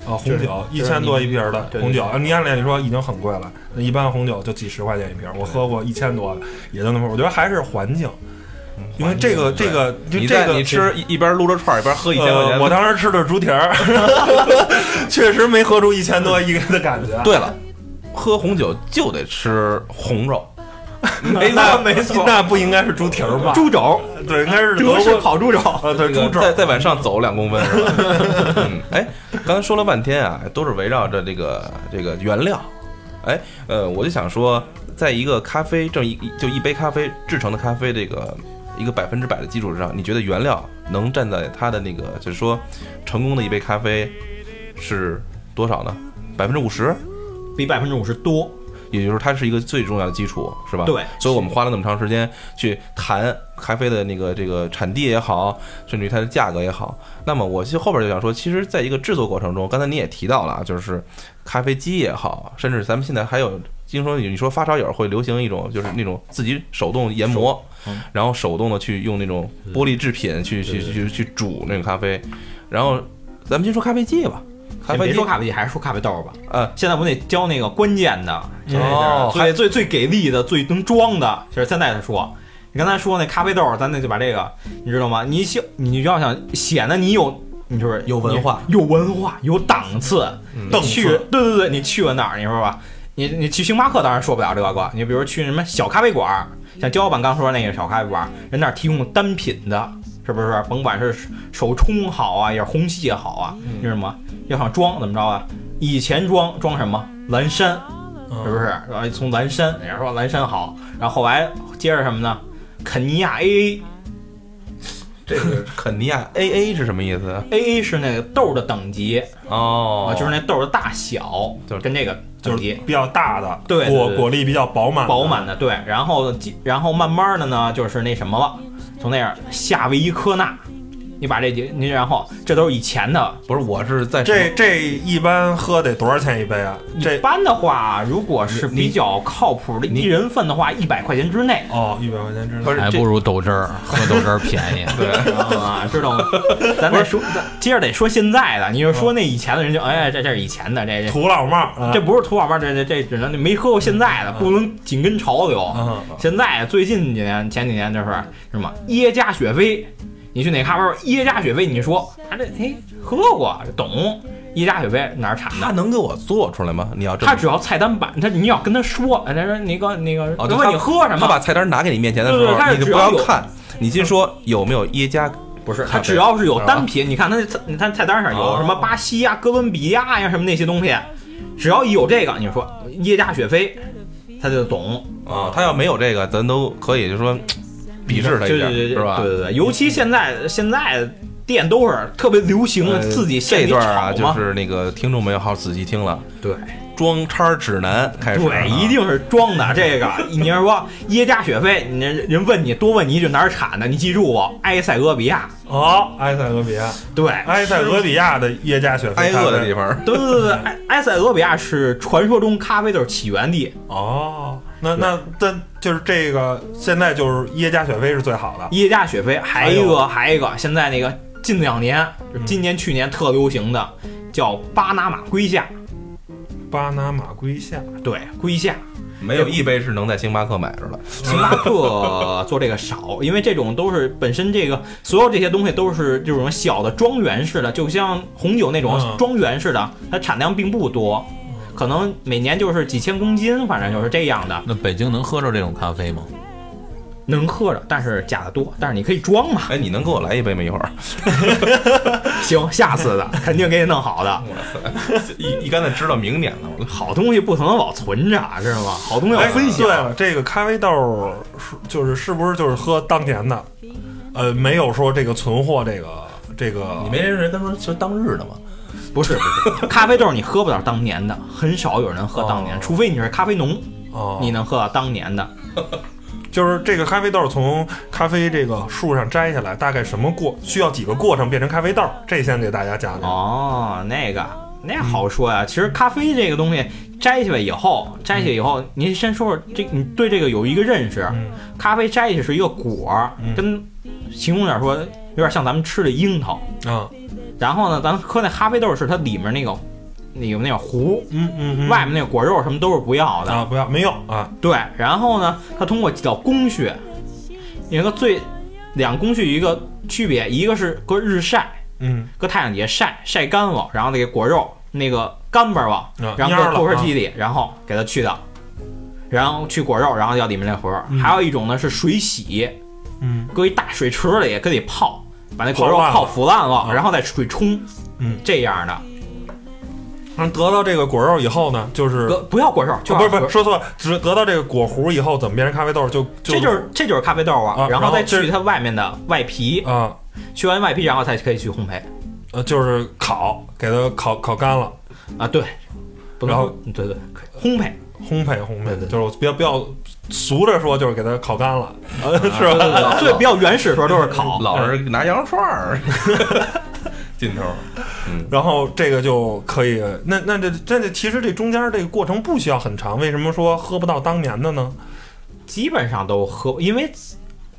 [SPEAKER 3] 啊。红酒一千多一瓶儿的
[SPEAKER 4] 对对
[SPEAKER 3] 红酒，啊你按理说已经很贵了，那一般红酒就几十块钱一瓶儿，我喝过一千多的，也就那么回事儿。我觉得还是环境，因为这个这个就
[SPEAKER 2] 你
[SPEAKER 3] 这
[SPEAKER 2] 在
[SPEAKER 3] 个
[SPEAKER 2] 你吃一一边撸着串儿一边喝一千块
[SPEAKER 3] 呃，
[SPEAKER 2] 钱。
[SPEAKER 3] 我当时吃的猪蹄儿，确实没喝出一千多一个的感觉。啊
[SPEAKER 2] 对了，喝红酒就得吃红肉，
[SPEAKER 3] 没那没错，那不应该是猪蹄儿吧？
[SPEAKER 4] 猪肘，
[SPEAKER 3] 对，应该是
[SPEAKER 4] 德式
[SPEAKER 3] 国
[SPEAKER 4] 烤猪肘，
[SPEAKER 3] 啊，对，
[SPEAKER 2] 这
[SPEAKER 3] 猪
[SPEAKER 2] 个
[SPEAKER 3] 肘
[SPEAKER 2] 再再往上走两公分是 吧？嗯，哎，刚才说了半天啊，都是围绕着这个这个原料。哎，呃，我就想说，在一个咖啡这么一就一杯咖啡制成的咖啡这个一个百分之百的基础之上，你觉得原料能站在它的那个，就是说成功的一杯咖啡是多少呢？百分之五十，
[SPEAKER 4] 比百分之五十多。
[SPEAKER 2] 也就是它是一个最重要的基础，是吧？
[SPEAKER 4] 对
[SPEAKER 2] 所以我们花了那么长时间去谈咖啡的那个这个产地也好，甚至于它的价格也好。那么我就后边就想说，其实在一个制作过程中，刚才你也提到了啊，就是咖啡机也好，甚至咱们现在还有听说你说发烧友会流行一种就是那种自己手动研磨，
[SPEAKER 4] 嗯
[SPEAKER 2] 然后手动的去用那种玻璃制品去去去去去煮那个咖啡，然后咱们先说咖啡机吧。咖
[SPEAKER 4] 先
[SPEAKER 2] 啡
[SPEAKER 4] 别
[SPEAKER 2] 机
[SPEAKER 4] 说，咖啡机，还是说咖啡豆吧。
[SPEAKER 2] 呃，
[SPEAKER 4] 现在不得教那个关键的，这
[SPEAKER 2] 哦
[SPEAKER 4] 是最最最给力的、最能装的，就是现在的说。你刚才说那咖啡豆，咱那就把这个，你知道吗？你想，你要想显得你有，你就是
[SPEAKER 2] 有文化，
[SPEAKER 4] 有文化，有档次。你去，对对对，你去了哪儿？你说吧，你你去星巴克当然说不了这个，你比如去什么小咖啡馆儿，像焦老板刚说那个小咖啡馆儿，人那儿提供单品的，是不是？甭管是手冲好啊，也是虹吸也好啊，你知道吗？要想装怎么着啊？以前装装什么蓝山，是不是？然后从蓝山，人家说蓝山好，然后后来接着什么呢？肯尼亚 AA
[SPEAKER 2] 这个肯尼亚 AA 是什么意思？
[SPEAKER 4] AA 是那个豆的等级
[SPEAKER 2] 哦
[SPEAKER 4] 啊，就是那豆的大小，
[SPEAKER 2] 就是
[SPEAKER 4] 跟这个
[SPEAKER 3] 就
[SPEAKER 4] 等
[SPEAKER 3] 是
[SPEAKER 4] 级
[SPEAKER 3] 比较大的，
[SPEAKER 4] 对对
[SPEAKER 3] 果
[SPEAKER 4] 对
[SPEAKER 3] 果粒比较饱满，
[SPEAKER 4] 饱。满的，对。然后基然后慢慢的呢，就是那什么了，从那样夏威夷科纳，你把这几你然后这都是以前的。
[SPEAKER 2] 不是，我是在
[SPEAKER 3] 这这一般喝得多少钱一杯啊？
[SPEAKER 4] 一
[SPEAKER 3] 这
[SPEAKER 4] 般的话，如果是
[SPEAKER 2] 你
[SPEAKER 4] 比较靠谱的一人份的话，一百块钱之内
[SPEAKER 3] 哦，一百块钱之内
[SPEAKER 2] 不。是
[SPEAKER 5] 还
[SPEAKER 2] 这
[SPEAKER 5] 不如豆汁儿，喝豆汁儿便宜。
[SPEAKER 4] 啊，知道吗？咱得说，咱接着得说现在的。你就说那以前的人就，哎，这这是以前的，这这
[SPEAKER 3] 土老帽啊，
[SPEAKER 4] 这不是土老妹儿，这这这只能没喝过现在的，不能紧跟潮流。
[SPEAKER 3] 嗯
[SPEAKER 4] 现在最近几年，前几年就是什么耶加雪菲，你去哪咖啡馆耶加雪菲，你说啊这哎喝过，懂耶加雪菲哪儿产
[SPEAKER 2] 他
[SPEAKER 4] 的？
[SPEAKER 2] 能给我做出来吗？你要这么
[SPEAKER 4] 他只要菜单版，他你要跟他说，哎他说那个那个，
[SPEAKER 2] 哦
[SPEAKER 4] 他
[SPEAKER 2] 就
[SPEAKER 4] 问
[SPEAKER 2] 他
[SPEAKER 4] 你喝什
[SPEAKER 2] 他把
[SPEAKER 4] 么，
[SPEAKER 2] 菜单拿给你面前的
[SPEAKER 4] 对
[SPEAKER 2] 时
[SPEAKER 4] 对
[SPEAKER 2] 候
[SPEAKER 4] 他，是
[SPEAKER 2] 你就
[SPEAKER 4] 只
[SPEAKER 2] 不
[SPEAKER 4] 要
[SPEAKER 2] 要
[SPEAKER 4] 有
[SPEAKER 2] 看，你先说有没有耶加
[SPEAKER 4] 不是
[SPEAKER 2] 咖
[SPEAKER 4] 他
[SPEAKER 2] 啡
[SPEAKER 4] 只要是有
[SPEAKER 2] 啊
[SPEAKER 4] 单品，你看他那菜他菜单上有
[SPEAKER 2] 哦
[SPEAKER 4] 什么巴西呀、哥伦比亚呀什么那些东西，只要有这个，你说耶加雪菲，他就懂。
[SPEAKER 2] 啊？他要没有这个，咱都可以就说鄙视他一
[SPEAKER 4] 对
[SPEAKER 2] 下，
[SPEAKER 4] 对对，
[SPEAKER 2] 是吧？嗯
[SPEAKER 4] 对对对，尤其现在现在店都是特别流行的
[SPEAKER 2] 呃
[SPEAKER 4] 自己现
[SPEAKER 2] 这
[SPEAKER 4] 里
[SPEAKER 2] 段啊，
[SPEAKER 4] 炒
[SPEAKER 2] 就
[SPEAKER 4] 嘛
[SPEAKER 2] 是那个听众们要好好仔细听了，
[SPEAKER 4] 对
[SPEAKER 2] 装叉指南开始啊，
[SPEAKER 4] 对，一定是装的。这个 你要说耶加雪菲，你人人问你多问你一句哪儿产的，你记住我，埃塞俄比亚。哎
[SPEAKER 3] 哦，埃塞俄比亚，
[SPEAKER 4] 对，
[SPEAKER 3] 埃塞俄比亚的耶加雪
[SPEAKER 2] 挨
[SPEAKER 3] 菲
[SPEAKER 2] 饿的地方。
[SPEAKER 4] 对对对对，埃埃塞俄比亚是传说中咖啡豆起源地，
[SPEAKER 3] 哦，那那但就是这个，现在就是耶加雪菲是最好的。
[SPEAKER 4] 耶加雪菲还一个还一个，现在那个近两年，就是今年去年特流行的叫巴拿马龟夏，
[SPEAKER 3] 巴拿马龟夏，
[SPEAKER 4] 对龟夏。
[SPEAKER 2] 没有一杯是能在星巴克买着的。
[SPEAKER 4] 星巴克做这个少，因为这种都是本身这个所有这些东西都是这种小的庄园式的，就像红酒那种
[SPEAKER 3] 嗯
[SPEAKER 4] 庄园式的，它产量并不多，可能每年就是几千公斤，反正就是这样的。
[SPEAKER 5] 那北京能喝着这种咖啡吗？
[SPEAKER 4] 能喝着，但是假的多，但是你可以装 嘛。
[SPEAKER 2] 哎，你能给我来一杯吗？一会儿，
[SPEAKER 4] 行，下次的肯定给你弄好的。
[SPEAKER 3] 嗯
[SPEAKER 2] 一一竿子知道明年了。我
[SPEAKER 4] 好东西不可能老存着，知道吗？好东西要
[SPEAKER 3] 哎，
[SPEAKER 4] 分
[SPEAKER 3] 对
[SPEAKER 4] 享。
[SPEAKER 3] 了，这个咖啡豆儿是就是是不是就是喝当年的？呃，没有说这个存货这个这个，
[SPEAKER 2] 你没认识人，他说就当日的嘛。
[SPEAKER 4] 不是不是，咖啡豆你喝不了当年的，很少有人喝当年，
[SPEAKER 3] 哦
[SPEAKER 4] 除非你是咖啡农，
[SPEAKER 3] 哦，
[SPEAKER 4] 你能喝到当年的。
[SPEAKER 3] 就是这个咖啡豆从咖啡这个树上摘下来，大概什么过需要几个过程变成咖啡豆？这先给大家讲讲。
[SPEAKER 4] 哦，那个那好说呀、其实咖啡这个东西摘下来以后，摘下来以后，您先说说这，你对这个有一个认识。
[SPEAKER 3] 嗯
[SPEAKER 4] 咖啡摘下是一个果儿，
[SPEAKER 3] 嗯
[SPEAKER 4] 跟形容点说，有点像咱们吃的樱桃。
[SPEAKER 3] 啊，
[SPEAKER 4] 然后呢，咱们喝那咖啡豆是它里面那个那个那个核，
[SPEAKER 3] 嗯嗯嗯，
[SPEAKER 4] 外面那个果肉什么都是不要的。
[SPEAKER 3] 啊不要没有啊，
[SPEAKER 4] 对，然后呢，它通过几道工序，有一个最两个工序有一个区别，一个是搁日晒，
[SPEAKER 3] 嗯
[SPEAKER 4] 搁太阳底下晒晒干了，然后那个果肉那个干巴了，
[SPEAKER 3] 啊，
[SPEAKER 4] 然后
[SPEAKER 3] 蔫儿
[SPEAKER 4] 搁
[SPEAKER 3] 了
[SPEAKER 4] 透视
[SPEAKER 3] 啊
[SPEAKER 4] 机里，然后给它去掉，然后去果肉，然后要里面那核儿。还有一种呢是水洗，
[SPEAKER 3] 嗯
[SPEAKER 4] 搁一大水池里搁里泡，把那果肉
[SPEAKER 3] 泡烂了
[SPEAKER 4] 泡腐烂了，
[SPEAKER 3] 啊
[SPEAKER 4] 然后再水冲，
[SPEAKER 3] 嗯，
[SPEAKER 4] 这样的。
[SPEAKER 3] 那得到这个果肉以后呢，就是
[SPEAKER 4] 搁不要果肉，就
[SPEAKER 3] 啊不
[SPEAKER 4] 要
[SPEAKER 3] 是不
[SPEAKER 4] 核
[SPEAKER 3] 是说错了，只得到这个果核以后怎么变成咖啡豆？就
[SPEAKER 4] 这就是这就是咖啡豆
[SPEAKER 3] 啊
[SPEAKER 4] 然
[SPEAKER 3] 然
[SPEAKER 4] 后
[SPEAKER 3] 后
[SPEAKER 4] 再
[SPEAKER 3] 这
[SPEAKER 4] 去它外面的外皮，
[SPEAKER 3] 啊
[SPEAKER 4] 去完外皮然后才可以去烘焙。
[SPEAKER 3] 呃就是烤，给它烤烤干了，
[SPEAKER 4] 啊，对，不能
[SPEAKER 3] 然后
[SPEAKER 4] 说对对，可以烘焙，
[SPEAKER 3] 烘焙烘
[SPEAKER 4] 对
[SPEAKER 3] 焙，
[SPEAKER 4] 对
[SPEAKER 3] 就是我不要不要俗着说，就是给它烤干了， 是
[SPEAKER 4] 对
[SPEAKER 3] 吧？
[SPEAKER 4] 对对，最比较原始的时候都是烤，
[SPEAKER 2] 老是拿羊肉串儿，嗯 劲头儿。
[SPEAKER 3] 然后这个就可以，那那这这这其实这中间这个过程不需要很长，为什么说喝不到当年的呢？
[SPEAKER 4] 基本上都喝，因为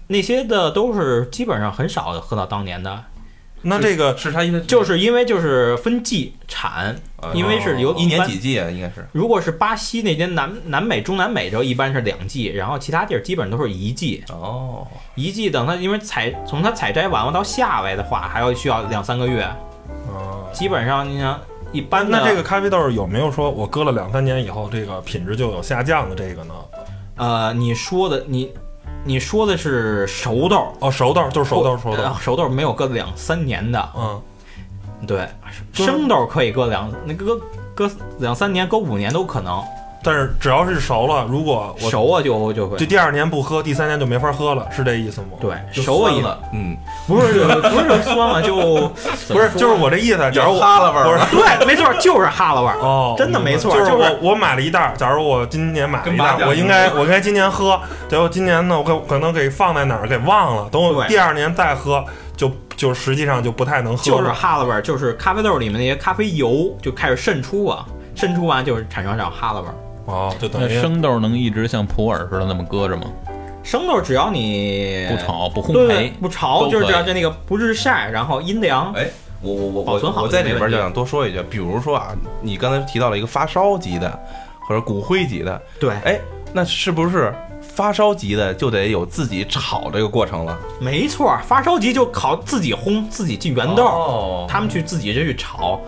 [SPEAKER 4] 那些的都是基本上很少喝到当年的，
[SPEAKER 3] 那这个
[SPEAKER 2] 是他一
[SPEAKER 4] 就是因为就是分季产，因为是有
[SPEAKER 2] 啊一年几。季啊，应该是
[SPEAKER 4] 如果是巴西那边南南美、中南美洲一般是两季，然后其他地儿基本都是一季。
[SPEAKER 2] 哦，
[SPEAKER 4] 一季等它因为采从它采摘完了到下来的话，还要需要两三个月。
[SPEAKER 3] 啊，
[SPEAKER 4] 基本上你想一
[SPEAKER 3] 那
[SPEAKER 4] 般的啊
[SPEAKER 3] 那这个咖啡豆有没有说我搁了两三年以后，这个品质就有下降的这个呢？
[SPEAKER 4] 呃，你说的你你说的是熟豆，
[SPEAKER 3] 哦，熟豆就是熟豆，熟豆，
[SPEAKER 4] 呃熟豆没有搁两三年的，
[SPEAKER 3] 嗯，
[SPEAKER 4] 对，
[SPEAKER 3] 就是
[SPEAKER 4] 生豆可以搁两，那搁搁两三年，搁五年都可能，
[SPEAKER 3] 但是只要是熟了，如果我
[SPEAKER 4] 熟啊就就会
[SPEAKER 3] 就。第二年不喝，第三年就没法喝了，是这意思吗？，
[SPEAKER 4] 对，熟啊
[SPEAKER 2] 酸
[SPEAKER 4] 也
[SPEAKER 2] 了，嗯，
[SPEAKER 4] 不是不是酸了，就
[SPEAKER 3] 不是，就是我这意思。假如我
[SPEAKER 2] 哈喇味儿
[SPEAKER 3] 不是
[SPEAKER 4] 对，没错，就是哈喇味儿。
[SPEAKER 3] 哦，
[SPEAKER 4] 真的没错
[SPEAKER 3] 就是
[SPEAKER 4] 就是
[SPEAKER 3] 我我买了一袋儿，假如我今年买了一
[SPEAKER 2] 跟
[SPEAKER 3] 袋
[SPEAKER 2] 八
[SPEAKER 3] 儿，
[SPEAKER 2] 两
[SPEAKER 3] 我应该我应该今年喝，结果今年呢，我可可能给放在哪儿给忘了，等我
[SPEAKER 4] 对
[SPEAKER 3] 第二年再喝，就就实际上就不太能喝
[SPEAKER 4] 就是
[SPEAKER 3] 了。
[SPEAKER 4] 哈喇味儿，就是咖啡豆里面那些咖啡油就开始渗出啊，渗出完就是产生这种哈喇味儿。
[SPEAKER 3] 哦，就等
[SPEAKER 5] 那
[SPEAKER 3] 于
[SPEAKER 5] 生豆能一直像普洱似的那么搁着吗？
[SPEAKER 4] 生豆只要你
[SPEAKER 5] 不炒不烘
[SPEAKER 4] 对对
[SPEAKER 5] 焙，
[SPEAKER 4] 不潮，
[SPEAKER 5] 都
[SPEAKER 4] 就是
[SPEAKER 5] 可
[SPEAKER 4] 只
[SPEAKER 5] 以
[SPEAKER 4] 要在那个不日晒，然后阴凉，
[SPEAKER 2] 哎，我我
[SPEAKER 4] 保
[SPEAKER 2] 我
[SPEAKER 4] 存
[SPEAKER 2] 我
[SPEAKER 4] 好
[SPEAKER 2] 我在
[SPEAKER 4] 就没
[SPEAKER 2] 里边就
[SPEAKER 4] 问题
[SPEAKER 2] 想多说一句，比如说啊，你刚才提到了一个发烧级的或者骨灰级的，
[SPEAKER 4] 对，
[SPEAKER 2] 哎，那是不是发烧级的就得有自己炒这个过程了？
[SPEAKER 4] 没错，发烧级就烤自己烘，自己去原豆，
[SPEAKER 2] 哦
[SPEAKER 4] 他们去自己就去炒，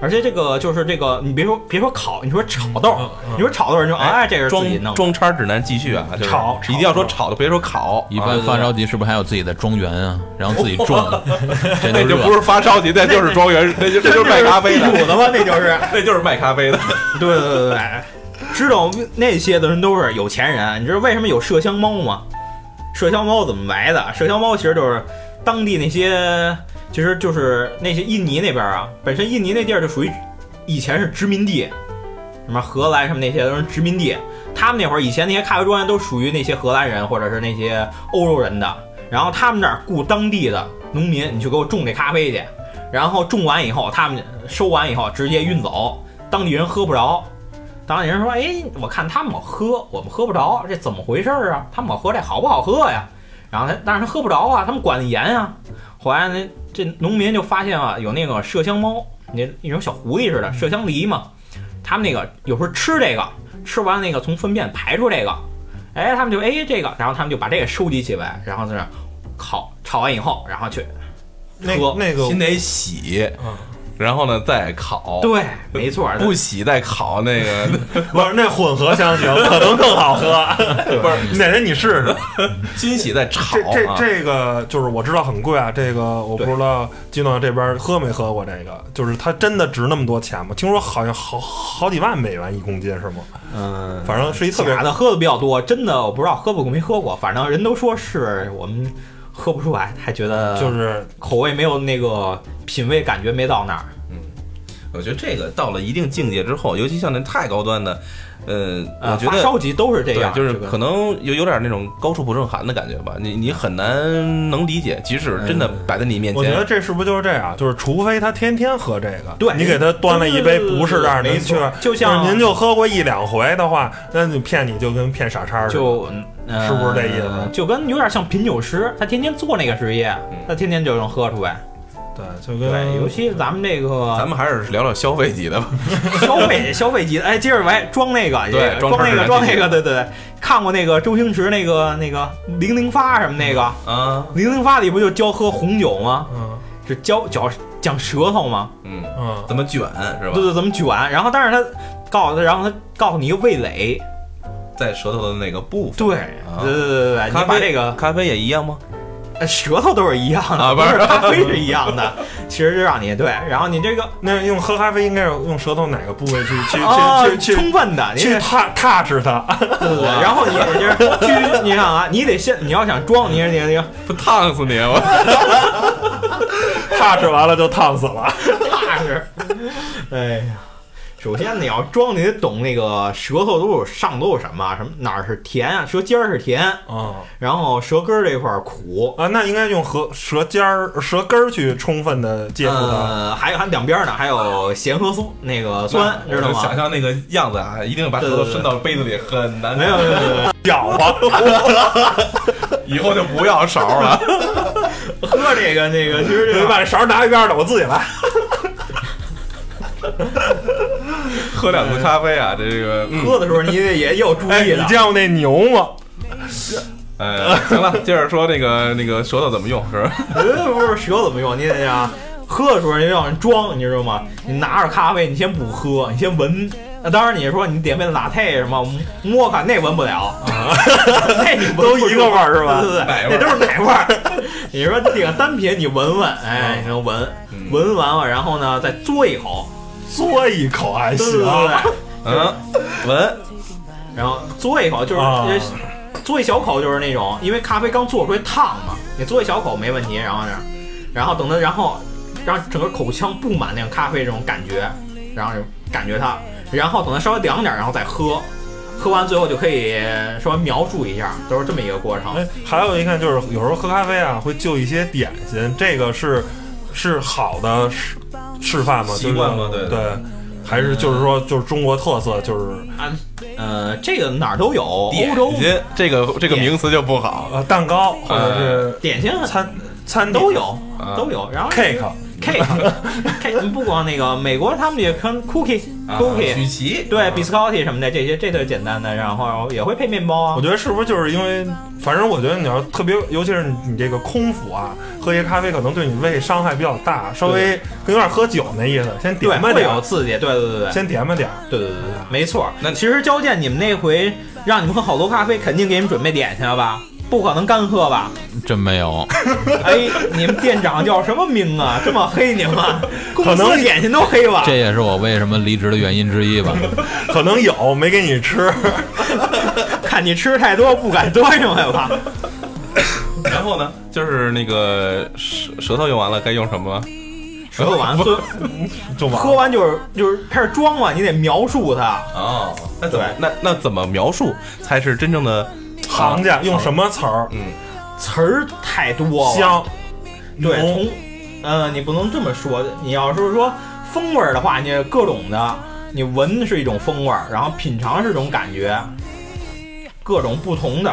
[SPEAKER 4] 而且这个就是这个，你别说别说烤，你说炒豆，
[SPEAKER 3] 嗯嗯
[SPEAKER 4] 你说炒豆人就哎，这是自己
[SPEAKER 2] 装
[SPEAKER 4] 弄的，
[SPEAKER 2] 装叉指南继续啊，就是
[SPEAKER 3] 炒炒
[SPEAKER 2] 一定要说炒的，别说烤。啊
[SPEAKER 5] 一般发烧级是不是还有自己的庄园啊？然后自己种，这
[SPEAKER 2] 那
[SPEAKER 5] 就
[SPEAKER 2] 就
[SPEAKER 5] 热
[SPEAKER 2] 不是发烧级，那就是庄园，那就那就是卖咖啡
[SPEAKER 4] 地主
[SPEAKER 2] 的，
[SPEAKER 4] 的嘛，那就是，
[SPEAKER 2] 那就是卖咖啡的。
[SPEAKER 4] 对对对对对，知道那些的人都是有钱人，你知道为什么有麝香猫吗？麝香猫怎么来的？麝香猫其实就是当地那些，其实就是那些印尼那边啊，本身印尼那地儿就属于以前是殖民地，什么荷兰什么那些都是殖民地。他们那会儿以前那些咖啡庄园都属于那些荷兰人或者是那些欧洲人的，然后他们那儿雇当地的农民，你去给我种这咖啡去，然后种完以后，他们收完以后直接运走，当地人喝不着。当地人说：“哎，我看他们老喝，我们喝不着，这怎么回事儿啊？他们老喝这好不好喝呀？”然后他，但是他喝不着啊，他们管得严啊。后来那这农民就发现啊，有那个麝香猫，那一种小狐狸似的麝香狸嘛，他们那个有时候吃这个，吃完那个从粪便排出这个，哎，他们就哎这个，然后他们就把这个收集起来，然后在那儿烤，炒完以后，然后去
[SPEAKER 3] 那
[SPEAKER 4] 喝
[SPEAKER 3] 那个
[SPEAKER 2] 先得洗
[SPEAKER 3] 嗯，
[SPEAKER 2] 然后呢再烤，，
[SPEAKER 4] 对，没错儿，
[SPEAKER 2] 不洗再烤那个，
[SPEAKER 3] 不是那混合香型可能更好 喝，不是哪天你试试。
[SPEAKER 2] 新洗再炒
[SPEAKER 3] 这这
[SPEAKER 2] 啊。
[SPEAKER 3] 这个就是我知道很贵啊，这个我不
[SPEAKER 2] 对
[SPEAKER 3] 知道金诺这边喝没喝过这个，就是它真的值那么多钱吗？听说好像好好几万美元一公斤是吗？
[SPEAKER 4] 嗯，
[SPEAKER 3] 反正是一特别
[SPEAKER 4] 假的喝的比较多，真的我不知道喝不没喝过，反正人都说是我们喝不出来，还觉得
[SPEAKER 3] 就是
[SPEAKER 4] 口味没有那个品味，感觉没到那儿。
[SPEAKER 2] 我觉得这个到了一定境界之后，尤其像那太高端的，呃，
[SPEAKER 4] 呃，
[SPEAKER 2] 我觉
[SPEAKER 4] 发
[SPEAKER 2] 得
[SPEAKER 4] 烧级都是这
[SPEAKER 2] 对
[SPEAKER 4] 样，，
[SPEAKER 2] 就是
[SPEAKER 4] 这个
[SPEAKER 2] 可能有有点那种高处不胜寒的感觉吧，你你很难能理解，即使真的摆在你面
[SPEAKER 3] 我觉得
[SPEAKER 2] 前，
[SPEAKER 3] 这是不是就是这样？就是除非他天天喝这个，
[SPEAKER 4] 对
[SPEAKER 3] 你给他端了一杯
[SPEAKER 4] 对对对
[SPEAKER 3] 不是让
[SPEAKER 4] 没
[SPEAKER 3] 您去
[SPEAKER 4] 错，就像
[SPEAKER 3] 是您就喝过一两回的话，那你骗你就跟骗傻叉似的。
[SPEAKER 4] 就、呃、
[SPEAKER 3] 是不是这意思
[SPEAKER 4] 就跟有点像品酒师，他天天做那个职业，他天天就能喝出来。
[SPEAKER 3] 对，就
[SPEAKER 4] 对，
[SPEAKER 3] 跟
[SPEAKER 4] 尤其咱们这
[SPEAKER 2] 咱
[SPEAKER 4] 个
[SPEAKER 2] 们还是聊聊消费级的吧。
[SPEAKER 4] 消费消费级的，哎，接着喂，装那个，
[SPEAKER 2] 对
[SPEAKER 4] 也
[SPEAKER 2] 装
[SPEAKER 4] 装那
[SPEAKER 2] 吃
[SPEAKER 4] 个，
[SPEAKER 2] 的
[SPEAKER 4] 装那个，对对对，看过那个周星驰那个那个零零发什么那个
[SPEAKER 2] 啊，
[SPEAKER 4] 零零发里不就教喝红酒吗？
[SPEAKER 3] 嗯
[SPEAKER 4] 就教教讲舌头吗？
[SPEAKER 2] 嗯，
[SPEAKER 3] 嗯，
[SPEAKER 2] 怎么卷是吧
[SPEAKER 4] 对？对，怎么卷？然后但是他告诉他，然后他告诉你一个味蕾，
[SPEAKER 2] 在舌头的那个部分，
[SPEAKER 4] 对，对对对对，
[SPEAKER 2] 咖
[SPEAKER 4] 你把
[SPEAKER 2] 啡
[SPEAKER 4] 这个
[SPEAKER 2] 咖啡也一 样吗？
[SPEAKER 4] 呃舌头都是一样的，
[SPEAKER 2] 啊不是
[SPEAKER 4] 是咖啡是一样的，其实就让你对，然后你这个
[SPEAKER 3] 那用喝咖啡应该是用舌头哪个部位去去
[SPEAKER 4] 啊
[SPEAKER 3] 去去
[SPEAKER 4] 充
[SPEAKER 3] 去
[SPEAKER 4] 分的，你
[SPEAKER 3] 去
[SPEAKER 4] 得
[SPEAKER 3] 踏踏实它？
[SPEAKER 4] 对对对，然后你就是去，你想啊，你得先你要想装，你你你啊
[SPEAKER 2] 不烫死你 我！
[SPEAKER 3] 踏实完了就烫死 了。
[SPEAKER 4] 踏实，哎呀。首先你要装，你得懂那个舌头都有上都有什么，什么哪儿是甜啊，舌尖儿是甜，
[SPEAKER 3] 嗯
[SPEAKER 4] 然后舌根儿这块儿苦，
[SPEAKER 3] 啊，那应该用舌舌尖儿、舌根儿去充分的接触它。
[SPEAKER 4] 呃，还有还有两边儿呢，还有咸和酥那个酸，
[SPEAKER 3] 啊
[SPEAKER 4] 知道
[SPEAKER 2] 想
[SPEAKER 4] 吗？
[SPEAKER 2] 象那个样子啊，一定把舌头伸到杯子里，很难。
[SPEAKER 4] 没有没有没有 没有，
[SPEAKER 3] 搅和，
[SPEAKER 2] 以后就不要勺啊 了。
[SPEAKER 4] 喝这个那个，其实这
[SPEAKER 3] 你
[SPEAKER 4] 个
[SPEAKER 3] 把勺拿一边儿了，我自己来。
[SPEAKER 2] 喝两次咖啡啊，这个嗯，
[SPEAKER 4] 喝的时候你得也有注
[SPEAKER 3] 哎，
[SPEAKER 4] 意
[SPEAKER 3] 你
[SPEAKER 4] 的。
[SPEAKER 3] 见过那牛吗？
[SPEAKER 2] 呃，行了，接着说那个 那个舌头怎么用是吧？
[SPEAKER 4] 呃不是舌怎么用？你得啊，喝的时候你得让人装，你知道吗？你拿着咖啡，你先不喝，你先闻。那当然，你说你点杯拿铁什么摩卡那闻 不了，那你闻不
[SPEAKER 3] 都一个味儿是吧
[SPEAKER 4] 对对
[SPEAKER 2] 奶
[SPEAKER 4] 对，
[SPEAKER 2] 味儿
[SPEAKER 4] 那都是奶味儿。你说点个单品，你闻闻，哎，你能闻
[SPEAKER 3] 嗯
[SPEAKER 4] 闻完了，然后呢再嘬一口，
[SPEAKER 3] 嘬一口还
[SPEAKER 4] 对
[SPEAKER 3] 行
[SPEAKER 4] 对。对对，
[SPEAKER 2] 嗯，闻
[SPEAKER 4] 然后嘬一口就是
[SPEAKER 3] 啊
[SPEAKER 4] 嘬一小口就是那种，因为咖啡刚做出来烫嘛，你嘬一小口没问题，然后这样，然后等它，然后让整个口腔布满那种咖啡这种感觉，然后就感觉它，然后等它稍微凉点儿，然后再喝，喝完最后就可以稍微描述一下，都是这么一个过程。
[SPEAKER 3] 哎，还有一看就是有时候喝咖啡啊，会就一些点心，这个是是好的示示范吗？
[SPEAKER 2] 习惯吗
[SPEAKER 3] 就是
[SPEAKER 2] 对
[SPEAKER 3] 对，还是就是说就是中国特色，就是
[SPEAKER 4] 啊，呃，这个哪儿都有，欧
[SPEAKER 2] 点
[SPEAKER 4] 洲
[SPEAKER 2] 心，这个这个名词就不好了。
[SPEAKER 3] 呃蛋糕或者是
[SPEAKER 4] 点心啊
[SPEAKER 3] 餐餐点
[SPEAKER 4] 都有
[SPEAKER 2] 啊
[SPEAKER 4] 都有，然后
[SPEAKER 3] cake，
[SPEAKER 4] cake cake 不光那个美国他们也跟 cookie
[SPEAKER 2] 啊
[SPEAKER 4] cookie
[SPEAKER 2] 曲奇，
[SPEAKER 4] 对 biscotti 什么的，这些这都是简单的，然后也会配面包
[SPEAKER 3] 我
[SPEAKER 4] 啊。
[SPEAKER 3] 觉得是不是就是因为，反正我觉得你要特别，尤其是你这个空腹啊，喝一些咖啡可能对你胃伤害比较大，稍微有点喝酒那意思，先
[SPEAKER 4] 对，
[SPEAKER 3] 点吧
[SPEAKER 4] 会
[SPEAKER 3] 点
[SPEAKER 4] 有
[SPEAKER 3] 儿，
[SPEAKER 4] 刺激，对对对对，
[SPEAKER 3] 先点吧点儿。
[SPEAKER 4] 对对对对，没错。
[SPEAKER 2] 那
[SPEAKER 4] 其实交建你们那回让你们喝好多咖啡，肯定给你们准备点心了吧？不可能干喝吧？
[SPEAKER 5] 真没有，
[SPEAKER 4] 哎，你们店长叫什么名啊？这么黑你们啊，公
[SPEAKER 3] 可能
[SPEAKER 4] 司点心都黑吧？
[SPEAKER 5] 这也是我为什么离职的原因之一吧。
[SPEAKER 3] 可能有没给你吃，
[SPEAKER 4] 看你吃太多不敢端上来吧？
[SPEAKER 2] 然后呢，就是那个舌舌头用完了，该用什么了？
[SPEAKER 4] 舌头完了，最
[SPEAKER 3] 就完
[SPEAKER 4] 喝
[SPEAKER 3] 了。
[SPEAKER 4] 完就是就是开始装嘛，你得描述它。
[SPEAKER 2] 哦，那怎么
[SPEAKER 4] 对
[SPEAKER 2] 那那怎么描述才是真正的
[SPEAKER 3] 行家用什么词儿？
[SPEAKER 4] 词儿太多了，
[SPEAKER 3] 香，
[SPEAKER 4] 对，
[SPEAKER 3] 浓
[SPEAKER 4] 从，呃，你不能这么说。你要是说风味儿的话，你各种的，你闻是一种风味儿，然后品尝是一种感觉，各种不同的。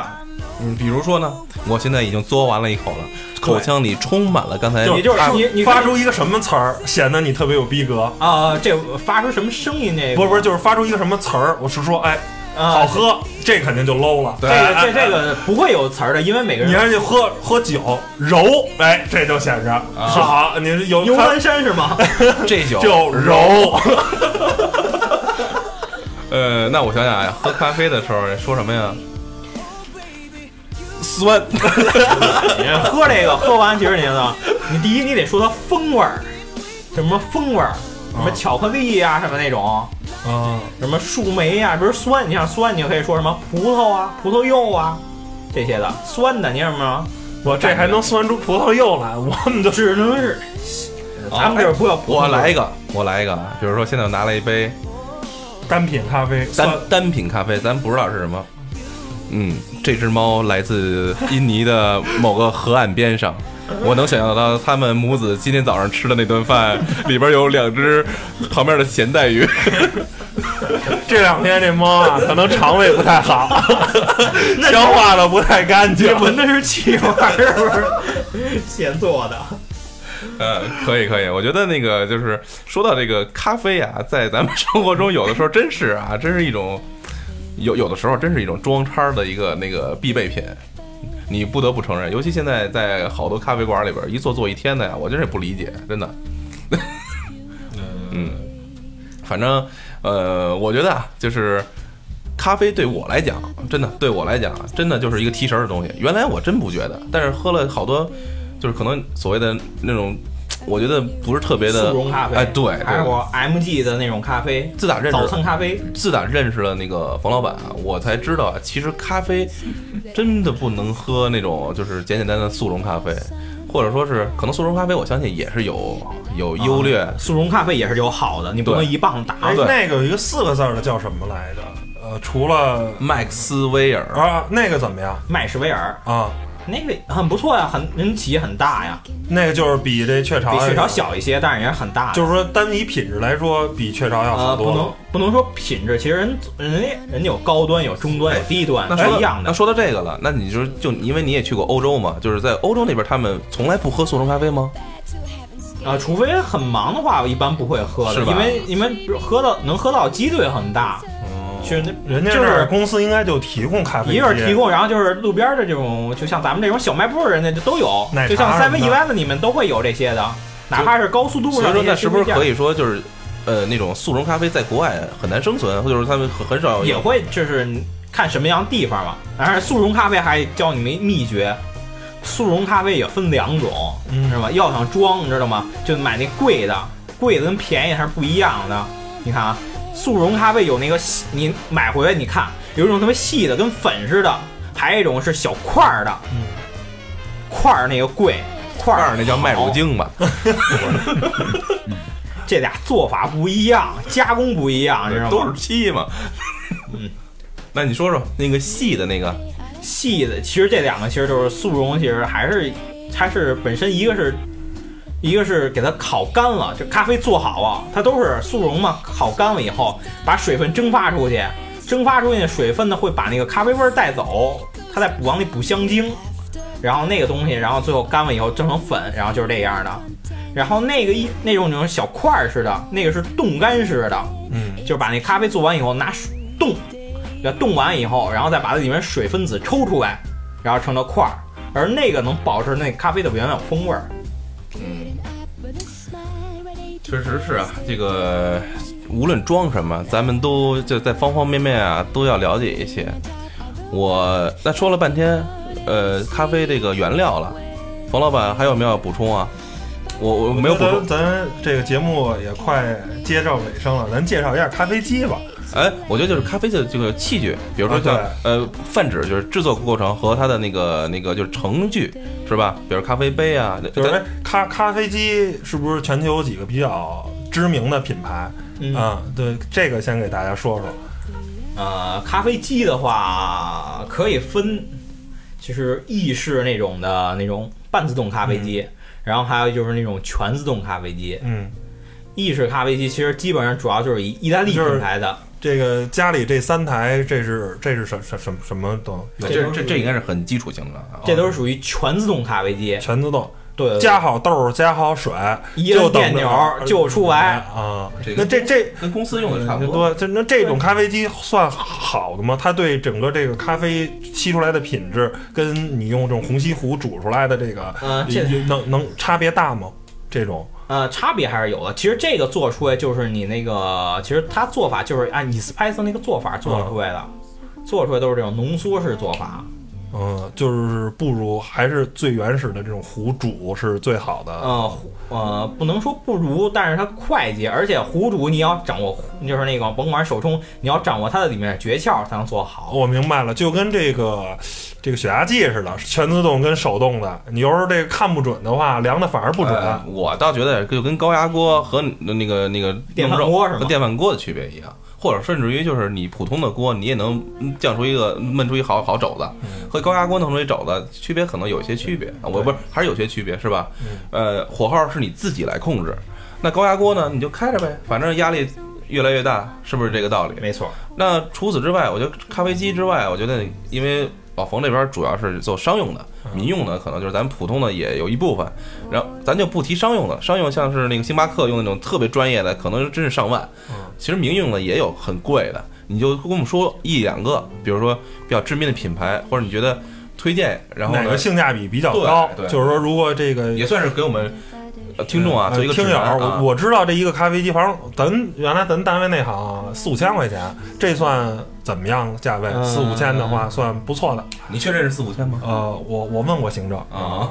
[SPEAKER 2] 嗯，比如说呢，我现在已经嘬完了一口了，口腔里充满了刚才
[SPEAKER 3] 就
[SPEAKER 4] 你就是
[SPEAKER 3] 哎
[SPEAKER 4] 你你
[SPEAKER 3] 发出一个什么词儿，显得你特别有逼格。
[SPEAKER 4] 啊、这发出什么声音那个？啊
[SPEAKER 3] 不是不是，就是发出一个什么词儿，我是说，哎，好喝，这肯定就 low 了。
[SPEAKER 4] 这
[SPEAKER 3] 哎
[SPEAKER 4] 个这
[SPEAKER 3] 哎
[SPEAKER 4] 这个不会有词儿的，因为每个
[SPEAKER 3] 你
[SPEAKER 4] 人
[SPEAKER 3] 要去喝喝酒揉，哎，这就显示好，您啊有
[SPEAKER 4] 游
[SPEAKER 3] 看
[SPEAKER 4] 南山 是吗？
[SPEAKER 2] 这酒
[SPEAKER 3] 就揉，
[SPEAKER 2] 呃，那我想想呀，喝咖啡的时候说什么呀？酸，
[SPEAKER 4] 你喝这个喝完，其实你呢，你第一你得说它风味儿，什么风味儿，什
[SPEAKER 3] 啊
[SPEAKER 4] 么巧克力呀、什么那种，
[SPEAKER 3] 嗯，
[SPEAKER 4] 什么树莓呀、比如酸，你像酸，你就可以说什么葡萄啊、葡萄柚啊这些的酸的，你知道吗？
[SPEAKER 3] 我这还能酸出葡萄柚来，我们就
[SPEAKER 4] 只能是，咱们这儿不要葡萄柚
[SPEAKER 2] 哎我来一个，我来一个。啊比如说，现在我拿了一杯
[SPEAKER 3] 单品咖啡
[SPEAKER 2] 单
[SPEAKER 3] 酸
[SPEAKER 2] 单品咖啡，咱不知道是什么。嗯，这只猫来自印尼的某个河岸边上，我能想象到他们母子今天早上吃的那顿饭里边有两只旁边的咸带鱼。
[SPEAKER 3] 这两天这猫啊，可能肠 胃不太好，消化的不太干净
[SPEAKER 4] 这。闻的是气味儿，是不是？现做的。
[SPEAKER 2] 呃，可以可以，我觉得那个就是说到这个咖啡啊，在咱们生活中有的时候真是啊，真是一种有有的时候真是一种装叉的一个那个必备品，你不得不承认，尤其现在在好多咖啡馆里边一坐坐一天的呀，我真是不理解，真的。
[SPEAKER 4] 呃
[SPEAKER 2] 嗯，反正呃，我觉得啊，就是咖啡对我来讲，真的对我来讲，啊真的就是一个提神的东西。原来我真不觉得，但是喝了好多，就是可能所谓的那种，我觉得不是特别的
[SPEAKER 4] 速溶咖啡，
[SPEAKER 2] 哎，对，
[SPEAKER 4] 还
[SPEAKER 2] 对
[SPEAKER 4] 有我 MG 的那种咖啡，
[SPEAKER 2] 自打认识
[SPEAKER 4] 早餐咖啡，
[SPEAKER 2] 自打认识了那个冯老板啊，我才知道啊，其实咖啡真的不能喝那种就是简简单单的速溶咖啡，或者说是可能速溶咖啡，我相信也是有有优劣。
[SPEAKER 4] 速溶咖啡也是有好的，你不能
[SPEAKER 2] 对
[SPEAKER 4] 一棒打。
[SPEAKER 3] 哎，
[SPEAKER 2] 对
[SPEAKER 3] 那个有一个四个字儿的叫什么来着？呃，除了
[SPEAKER 2] 麦克斯威尔，
[SPEAKER 3] 啊，那个怎么样
[SPEAKER 4] 麦氏威尔
[SPEAKER 3] 啊？
[SPEAKER 4] 那个很不错呀，很人企业很大呀，
[SPEAKER 3] 那个就是比这雀巢
[SPEAKER 4] 比
[SPEAKER 3] 要
[SPEAKER 2] 哎
[SPEAKER 4] 雀巢，小一些，但是也是很大的。
[SPEAKER 3] 就是说单以品质来说，比雀巢要
[SPEAKER 4] 呃，
[SPEAKER 3] 好
[SPEAKER 4] 不
[SPEAKER 3] 多
[SPEAKER 4] 能
[SPEAKER 3] 了。
[SPEAKER 4] 不能说品质，其实人人家人家有高端，有中端，有低端，
[SPEAKER 2] 哎那
[SPEAKER 4] 是
[SPEAKER 2] 说
[SPEAKER 4] 哎一样
[SPEAKER 2] 那
[SPEAKER 4] 的。
[SPEAKER 2] 说到这个了，那你就就因为你也去过欧洲嘛，就是在欧洲那边，他们从来不喝速溶咖啡吗？
[SPEAKER 4] 啊，除非很忙的话，我一般不会喝的，
[SPEAKER 2] 是吧
[SPEAKER 4] 因为你们喝到能喝到鸡队很大，
[SPEAKER 2] 哦
[SPEAKER 4] 去那
[SPEAKER 3] 人家
[SPEAKER 4] 就
[SPEAKER 3] 这儿
[SPEAKER 4] 是
[SPEAKER 3] 公司应该就提供咖啡机，
[SPEAKER 4] 一个是提供，然后就是路边的这种，就像咱们这种小卖部儿人家就都有
[SPEAKER 3] 奶，茶
[SPEAKER 4] 就像
[SPEAKER 3] 什么
[SPEAKER 4] Seven
[SPEAKER 3] 的
[SPEAKER 4] Eleven 你们都会有这些的，哪怕是高速
[SPEAKER 2] 所
[SPEAKER 4] 度
[SPEAKER 2] 以
[SPEAKER 4] 上
[SPEAKER 2] 说，那
[SPEAKER 4] 些
[SPEAKER 2] 是不是
[SPEAKER 4] 店
[SPEAKER 2] 可以说就是，呃，那种速溶咖啡在国外很难生存，或者说他们很很少
[SPEAKER 4] 也
[SPEAKER 2] 有
[SPEAKER 4] 会就是看什么样的地方嘛。当然，速溶咖啡还教你们一秘诀，速溶咖啡也分两种，
[SPEAKER 3] 嗯
[SPEAKER 4] 是吧？要想装，你知道吗？就买那贵的，贵的跟便宜还是不一样的。你看啊，速溶咖啡有那个细，你买回来你看，有一种特别细的，跟粉似的，还有一种是小块儿的，
[SPEAKER 3] 嗯
[SPEAKER 4] 块儿那个贵，块
[SPEAKER 2] 块
[SPEAKER 4] 儿
[SPEAKER 2] 儿，那叫麦乳
[SPEAKER 4] 好
[SPEAKER 2] 精吧？
[SPEAKER 4] 这俩做法不一样，加工不一样，知道吗？
[SPEAKER 2] 都是漆嘛。
[SPEAKER 4] 嗯，
[SPEAKER 2] 那你说说那个细的那个，
[SPEAKER 4] 细的，其实这两个其实就是速溶，其实还是它是本身一个是一个是给它烤干了，就咖啡做好啊，它都是速溶嘛，烤干了以后把水分蒸发出去，蒸发出去的水分呢会把那个咖啡味儿带走，它再补往里补香精，然后那个东西，然后最后干了以后蒸成粉，然后就是这样的。然后那个一那种那种小块儿似的，那个是冻干式的，
[SPEAKER 3] 嗯，
[SPEAKER 4] 就是把那咖啡做完以后拿水冻，要冻完以后，然后再把它里面水分子抽出来，然后成了块儿，而那个能保持那咖啡的原有风味儿。
[SPEAKER 2] 确实是啊，这个无论装什么，咱们都就在方方面面啊都要了解一些。我那说了半天，呃，咖啡这个原料了，冯老板还有没有要补充啊？我我没有补充
[SPEAKER 3] 咱。咱这个节目也快接到尾声了，咱介绍一下咖啡机吧。
[SPEAKER 2] 哎，我觉得就是咖啡的这个器具，比如说
[SPEAKER 3] 啊
[SPEAKER 2] 像、呃泛指就是制作过程和它的那个那个就是程序是吧？比如咖啡杯啊，
[SPEAKER 3] 就是哎，咖咖啡机是不是全球有几个比较知名的品牌？
[SPEAKER 4] 嗯
[SPEAKER 3] 啊，对，这个先给大家说说。
[SPEAKER 4] 呃，咖啡机的话可以分，就是意式那种的那种半自动咖啡机，然后还有就是那种全自动咖啡机。
[SPEAKER 3] 嗯，
[SPEAKER 4] 意式咖啡机其实基本上主要就是以意大利
[SPEAKER 3] 就是
[SPEAKER 4] 品牌的，
[SPEAKER 3] 这个家里这三台，这是这是什什什什么都
[SPEAKER 2] 这
[SPEAKER 3] 有
[SPEAKER 4] 这
[SPEAKER 2] 这
[SPEAKER 4] 都是
[SPEAKER 2] 这这应该是很基础性的啊，
[SPEAKER 4] 这都是属于全自动咖啡机。
[SPEAKER 3] 全自动。
[SPEAKER 4] 对对对
[SPEAKER 3] 加好豆，加好水，
[SPEAKER 4] 呃一
[SPEAKER 3] 就
[SPEAKER 4] 摁
[SPEAKER 3] 等
[SPEAKER 4] 电钮
[SPEAKER 3] 着呃
[SPEAKER 4] 就出来。
[SPEAKER 3] 啊
[SPEAKER 2] 这。个
[SPEAKER 3] 那这这
[SPEAKER 2] 跟公司用的差不
[SPEAKER 3] 差不
[SPEAKER 2] 多。
[SPEAKER 3] 多，这那这种咖啡机算好的吗？它对整个这个咖啡沏出来的品质，跟你用这种虹吸壶煮出来的这个，
[SPEAKER 4] 嗯这
[SPEAKER 3] 有能能差别大吗？这种
[SPEAKER 4] 呃，差别还是有的。其实这个做出来就是你那个，其实它做法就是按 espresso 那个做法做出来的，
[SPEAKER 2] 嗯
[SPEAKER 4] 做出来都是这种浓缩式做法。
[SPEAKER 3] 嗯，就是不如还是最原始的这种壶煮是最好的。
[SPEAKER 4] 呃呃，不能说不如，但是它快捷，而且壶煮你要掌握，就是那个甭管手冲，你要掌握它的里面的诀窍才能做好。
[SPEAKER 3] 我明白了，就跟这个这个血压计似的，全自动跟手动的。你有时候这个看不准的话，量的反而不准。
[SPEAKER 2] 呃我倒觉得就跟高压锅和那个那个
[SPEAKER 4] 电饭锅是吗
[SPEAKER 2] 和电饭锅的区别一样，或者甚至于就是你普通的锅，你也能酱出一个焖出一好好肘子，
[SPEAKER 4] 嗯
[SPEAKER 2] 和高压锅弄出一肘子区别可能有些区别，我不是还是有些区别是吧？
[SPEAKER 4] 嗯
[SPEAKER 2] 呃，火候是你自己来控制，那高压锅呢你就开着呗，反正压力越来越大，是不是这个道理？
[SPEAKER 4] 没错，
[SPEAKER 2] 那除此之外，我觉得咖啡机之外，我觉得因为老冯这边主要是做商用的，
[SPEAKER 3] 嗯
[SPEAKER 2] 民用的可能就是咱普通的也有一部分，然后咱就不提商用了，商用像是那个星巴克用那种特别专业的，可能真是上万。
[SPEAKER 3] 嗯
[SPEAKER 2] 其实民用的也有很贵的，你就跟我们说一两个，比如说比较知名的品牌，或者你觉得推荐，然后
[SPEAKER 3] 哪
[SPEAKER 2] 呢
[SPEAKER 3] 个性价比比较高？
[SPEAKER 2] 对对
[SPEAKER 3] 就是说，如果这个
[SPEAKER 2] 也算是给我们呃听众啊
[SPEAKER 3] 呃
[SPEAKER 2] 做一个
[SPEAKER 3] 听
[SPEAKER 2] 指
[SPEAKER 3] 友，
[SPEAKER 2] 南
[SPEAKER 3] 我
[SPEAKER 2] 啊。
[SPEAKER 3] 我知道这一个咖啡机，反正咱原来咱单位那行四五千块钱，这算怎么样价位？
[SPEAKER 4] 嗯
[SPEAKER 3] 四五千的话算不错的。
[SPEAKER 2] 你确认是四五千吗？
[SPEAKER 3] 呃，我我问过行政
[SPEAKER 2] 啊，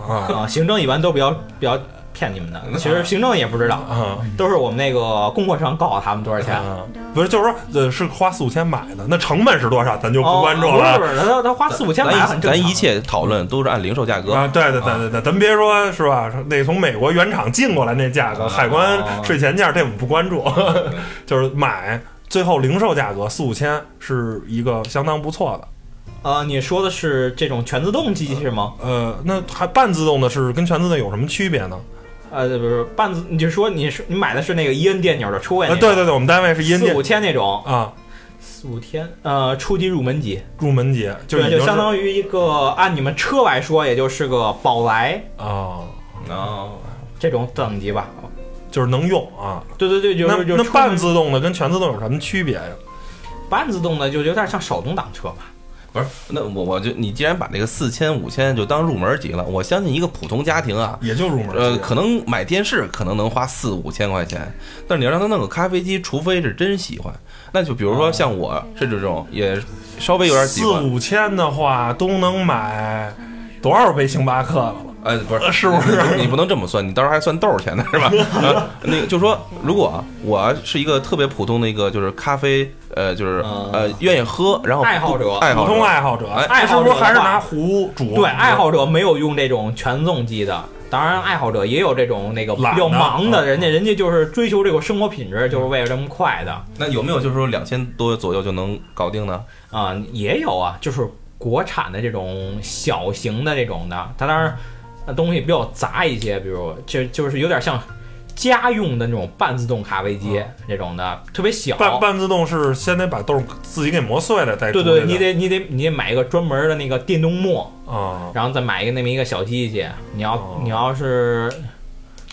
[SPEAKER 3] 啊
[SPEAKER 4] 啊，行政一般都比较比较骗你们的，其实行政也不知道，
[SPEAKER 3] 啊
[SPEAKER 2] 嗯
[SPEAKER 4] 都是我们那个供货商告诉他们多少钱。哦
[SPEAKER 3] 啊，不是，就是说呃是花四五千买的，那成本是多少咱就不关注
[SPEAKER 4] 哦
[SPEAKER 3] 了
[SPEAKER 4] 不。是不是，他他花四五千买
[SPEAKER 2] 啊咱
[SPEAKER 4] 很
[SPEAKER 2] 一
[SPEAKER 4] 正常。
[SPEAKER 2] 咱一切讨论都是按零售价格
[SPEAKER 3] 啊，对对对对对，咱别说是吧？那从美国原厂进过来那价格，
[SPEAKER 4] 啊
[SPEAKER 3] 海关税前价，这我们不关注， 就是买最后零售价格四五千是一个相当不错的。
[SPEAKER 4] 呃，你说的是这种全自动机器是吗？
[SPEAKER 3] 呃，那还半自动的是跟全自动有什么区别呢？
[SPEAKER 4] 呃，不是半自，你就说你是你买的是那个一摁电钮的出位、
[SPEAKER 3] 呃，对，对对，我们单位是音
[SPEAKER 4] 啊四五
[SPEAKER 3] 电
[SPEAKER 4] 千那种，
[SPEAKER 3] 啊，
[SPEAKER 4] 四五千，呃，初级入门级，
[SPEAKER 3] 入门级就已经
[SPEAKER 4] 对，就是相当于一个按你们车来说，也就是个宝来
[SPEAKER 3] 啊，
[SPEAKER 2] 啊。
[SPEAKER 4] 这种等级吧。
[SPEAKER 3] 就是能用啊。
[SPEAKER 4] 对对对，就
[SPEAKER 3] 那
[SPEAKER 4] 是就
[SPEAKER 3] 那
[SPEAKER 4] 出
[SPEAKER 3] 半自动的跟全自动有什么区别呀？
[SPEAKER 4] 半自动的，就有点像手动挡车
[SPEAKER 3] 哦
[SPEAKER 4] 吧。
[SPEAKER 2] 不是，那我我就你既然把这个四千五千就当入门级了，我相信一个普通家庭啊，
[SPEAKER 3] 也就入门级。
[SPEAKER 2] 呃，可能买电视可能能花四五千块钱，但是你要让他弄个咖啡机，除非是真喜欢，那就比如说像我是这种也稍微有点喜
[SPEAKER 3] 哦四
[SPEAKER 2] 欢，
[SPEAKER 3] 五千的话都能买多少杯星巴克了？
[SPEAKER 2] 呃，不是，
[SPEAKER 3] 是不是
[SPEAKER 2] 你？你不能这么算，你到时候还算豆儿钱呢， 是吧？呃那个就说，如果啊我是一个特别普通的一个，就是咖啡，呃，就是
[SPEAKER 3] 啊
[SPEAKER 4] 嗯
[SPEAKER 2] 呃，愿意喝，然后
[SPEAKER 4] 爱好者
[SPEAKER 2] 爱
[SPEAKER 3] 普
[SPEAKER 2] 好者
[SPEAKER 3] 通爱好者，
[SPEAKER 2] 哎
[SPEAKER 3] 他是不是还是拿壶煮？
[SPEAKER 4] 对，爱好者没有用这种全自动机的，当然爱好者也有这种那个比
[SPEAKER 3] 懒
[SPEAKER 4] 较
[SPEAKER 3] 的
[SPEAKER 4] 忙的，
[SPEAKER 3] 嗯
[SPEAKER 4] 人家人家就是追求这个生活品质，就是为了这么快的
[SPEAKER 2] 那有没有就是说两千多左右就能搞定呢？
[SPEAKER 4] 啊、也有啊，就是国产的这种小型的这种的，它当然呃东西比较杂一些，比如就就是有点像家用的那种半自动咖啡机这种的，特别小。
[SPEAKER 3] 啊半半自动是先得把豆自己给磨碎了再
[SPEAKER 4] 对
[SPEAKER 3] 煮
[SPEAKER 4] 对，
[SPEAKER 3] 这个
[SPEAKER 4] 你得你得你得买一个专门的那个电动磨，
[SPEAKER 3] 啊。
[SPEAKER 4] 然后再买一个那么一个小机器。你要、
[SPEAKER 3] 哦
[SPEAKER 4] 你要是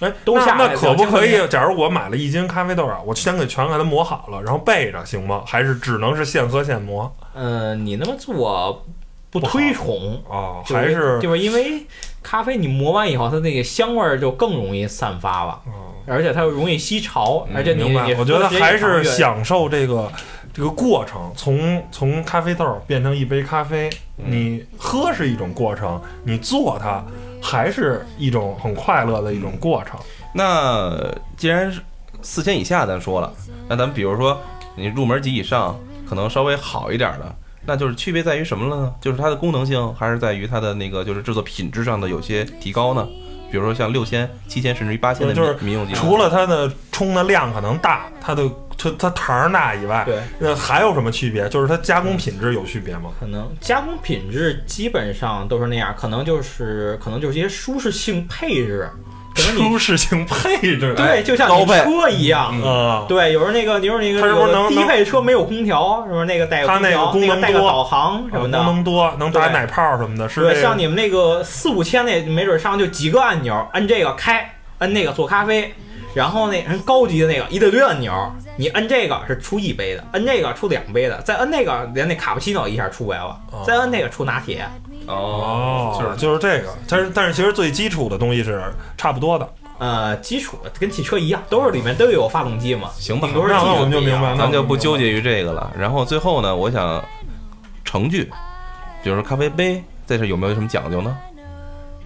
[SPEAKER 3] 哎，
[SPEAKER 4] 都
[SPEAKER 3] 那
[SPEAKER 4] 下来
[SPEAKER 3] 那
[SPEAKER 4] 了
[SPEAKER 3] 可不可
[SPEAKER 4] 两千块
[SPEAKER 3] 以？假如我买了一斤咖啡豆啊，我先给全给它磨好了，然后备着行吗？还是只能是现喝现磨？
[SPEAKER 4] 呃，你那么做不
[SPEAKER 3] 不好
[SPEAKER 4] 推崇，
[SPEAKER 3] 哦，
[SPEAKER 4] 就
[SPEAKER 3] 还是
[SPEAKER 4] 就是因为咖啡你磨完以后，它那个香味儿就更容易散发了，
[SPEAKER 3] 哦嗯
[SPEAKER 4] 而且它又容易吸潮，而且你
[SPEAKER 3] 明白
[SPEAKER 4] 你？
[SPEAKER 3] 我觉得还是
[SPEAKER 4] 香。
[SPEAKER 3] 享受这个这个过程，从从咖啡豆变成一杯咖啡，你喝是一种过程，你做它还是一种很快乐的一种过程。
[SPEAKER 2] 那既然是四千以下，咱说了，那咱们比如说你入门级以上，可能稍微好一点的，那就是区别在于什么了呢？就是它的功能性，还是在于它的那个就是制作品质上的有些提高呢？比如说像六千、七千甚至于八千的
[SPEAKER 3] 就是
[SPEAKER 2] 民民用机，
[SPEAKER 3] 除了它的冲的量可能大，它的它它糖儿大以外，
[SPEAKER 4] 对，嗯
[SPEAKER 3] 那还有什么区别？就是它加工品质有区别吗？
[SPEAKER 4] 可能加工品质基本上都是那样，可能就是可能就是一些舒适性配置，可能你
[SPEAKER 3] 舒适性配置，哎
[SPEAKER 4] 对，就像
[SPEAKER 6] 高
[SPEAKER 4] 你
[SPEAKER 6] 配
[SPEAKER 4] 车一样。
[SPEAKER 3] 啊，
[SPEAKER 4] 对，有时候那个，你说那个
[SPEAKER 3] 它是不是能
[SPEAKER 4] 有的低配车没有空调，是不是那个带
[SPEAKER 3] 它
[SPEAKER 4] 空
[SPEAKER 3] 那个
[SPEAKER 4] 调，
[SPEAKER 3] 功
[SPEAKER 4] 那
[SPEAKER 3] 能
[SPEAKER 4] 个带个
[SPEAKER 3] 多啊
[SPEAKER 4] 导航什
[SPEAKER 3] 功
[SPEAKER 4] 么的，
[SPEAKER 3] 哦能多，能打
[SPEAKER 4] 对
[SPEAKER 3] 奶泡什么的，是这
[SPEAKER 4] 对，
[SPEAKER 3] 个
[SPEAKER 4] 像你们那个四五千那，没准上就几个按钮，摁这个开，摁那个做咖啡，然后那人高级的那个一大堆按钮，你摁这个是出一杯的，摁这个出两杯的，再摁那个连那卡布奇诺一下出不来了，再摁那个出拿铁。
[SPEAKER 2] 哦，
[SPEAKER 3] 哦，
[SPEAKER 2] 就是
[SPEAKER 3] 就是这个，但是但是其实最基础的东西是差不多的，
[SPEAKER 4] 呃，基础的跟汽车一样，都是里面都有发动机嘛。
[SPEAKER 2] 行吧
[SPEAKER 4] 顶多是
[SPEAKER 3] 那
[SPEAKER 4] 技术
[SPEAKER 3] 那我们就
[SPEAKER 4] 不一样
[SPEAKER 3] 明白了
[SPEAKER 2] 咱就不纠结于这个了。然后最后呢，我想盛具，比如说咖啡杯，在这有没有什么讲究呢？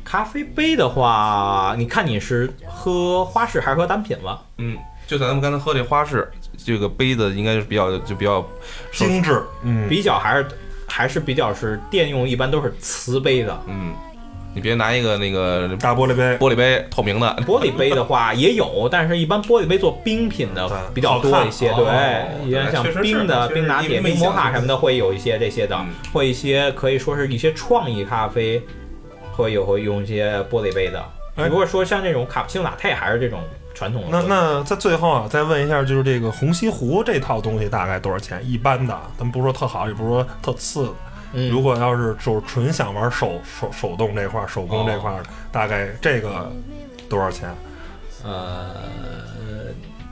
[SPEAKER 4] 咖啡杯的话，你看你是喝花式还是喝单品了？
[SPEAKER 2] 嗯，就咱们刚才喝这花式，这个杯子应该是比较就比较手
[SPEAKER 3] 精致，嗯，
[SPEAKER 4] 比较还是还是比较是电用，一般都是瓷杯的。
[SPEAKER 2] 嗯，你别拿一个那个
[SPEAKER 3] 大玻璃杯，
[SPEAKER 2] 玻璃杯透明的，
[SPEAKER 4] 玻璃杯的话也有，但是一般玻璃杯做冰品的
[SPEAKER 3] 对
[SPEAKER 4] 比较多一些，
[SPEAKER 2] 好看
[SPEAKER 4] 对，
[SPEAKER 2] 哦
[SPEAKER 4] 一般像
[SPEAKER 2] 确实是
[SPEAKER 4] 冰的
[SPEAKER 2] 确实是
[SPEAKER 4] 冰拿
[SPEAKER 2] 因
[SPEAKER 4] 铁、
[SPEAKER 2] 为没
[SPEAKER 4] 冰摩卡
[SPEAKER 2] 想
[SPEAKER 4] 什么的会有一些这些的
[SPEAKER 2] 嗯，
[SPEAKER 4] 或一些可以说是一些创意咖啡会有会用一些玻璃杯的。
[SPEAKER 3] 哎
[SPEAKER 4] 如果说像这种卡布奇诺拿铁还是这种传统的
[SPEAKER 3] 那
[SPEAKER 4] 做法，
[SPEAKER 3] 那在最后啊，再问一下，就是这个红西湖这套东西大概多少钱？一般的，咱不说特好，也不说特次的。
[SPEAKER 4] 嗯
[SPEAKER 3] 如果要是就是纯想玩手手手动这块儿、手工这块儿，大概这个多少钱？
[SPEAKER 4] 呃，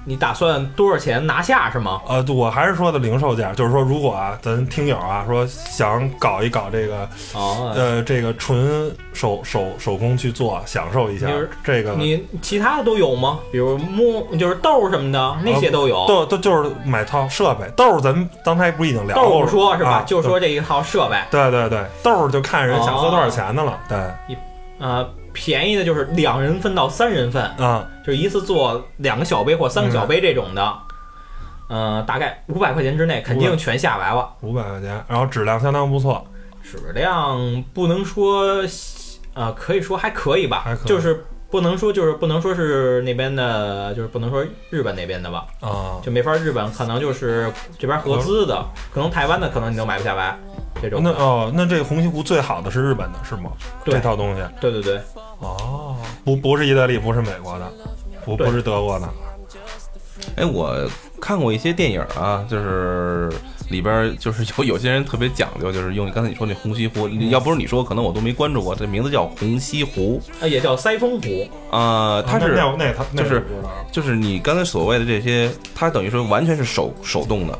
[SPEAKER 4] 你打算多少钱拿下是吗？
[SPEAKER 3] 呃，我还是说的零售价，就是说，如果啊，咱听友啊说想搞一搞这个
[SPEAKER 4] 哦，
[SPEAKER 3] 呃这个纯手手手工去做，享受一下
[SPEAKER 4] 就是
[SPEAKER 3] 这个，
[SPEAKER 4] 你其他的都有吗？比如摸就是豆什么的那些都有。
[SPEAKER 3] 都都就是买套设备。豆儿咱们刚才不是已经聊
[SPEAKER 4] 豆
[SPEAKER 3] 过
[SPEAKER 4] 儿
[SPEAKER 3] 了
[SPEAKER 4] 不说是吧？
[SPEAKER 3] 啊
[SPEAKER 4] 就说这一套设备。
[SPEAKER 3] 对对对，豆儿就看人想喝多少钱的了。
[SPEAKER 4] 呃，便宜的就是两人份到三人份，
[SPEAKER 3] 对啊，
[SPEAKER 4] 就是一次做两个小杯或三个小杯这种的，呃，大概五百块钱之内肯定全下来了。
[SPEAKER 3] 五百块钱，然后质量相当不错。
[SPEAKER 4] 质量不能说，呃，可以说还可以吧，
[SPEAKER 3] 还可以
[SPEAKER 4] 就是不能说就是不能说是那边的，就是不能说日本那边的吧，
[SPEAKER 3] 啊，
[SPEAKER 4] 就没法日本，可能就是这边合资的，可能台湾的可能你都买不下来这种
[SPEAKER 3] 那
[SPEAKER 4] 的。
[SPEAKER 3] 哦，那这红西湖最好的是日本的，是吗？
[SPEAKER 4] 对
[SPEAKER 3] 这套东西
[SPEAKER 4] 对对对，
[SPEAKER 3] 哦，不不是意大利，不是美国的，不
[SPEAKER 4] 对
[SPEAKER 3] 不是德国的，
[SPEAKER 2] 哎，我看过一些电影啊，就是里边儿就是 有有些人特别讲究，就是用刚才你说那红西湖，
[SPEAKER 3] 嗯
[SPEAKER 2] 要不是你说，可能我都没关注过。这名字叫红西湖，
[SPEAKER 4] 那呃也叫塞风壶，
[SPEAKER 2] 呃，它是
[SPEAKER 3] 哦那那那他那
[SPEAKER 2] 就是
[SPEAKER 3] 我不知道
[SPEAKER 2] 就是你刚才所谓的这些，它等于说完全是手手动的，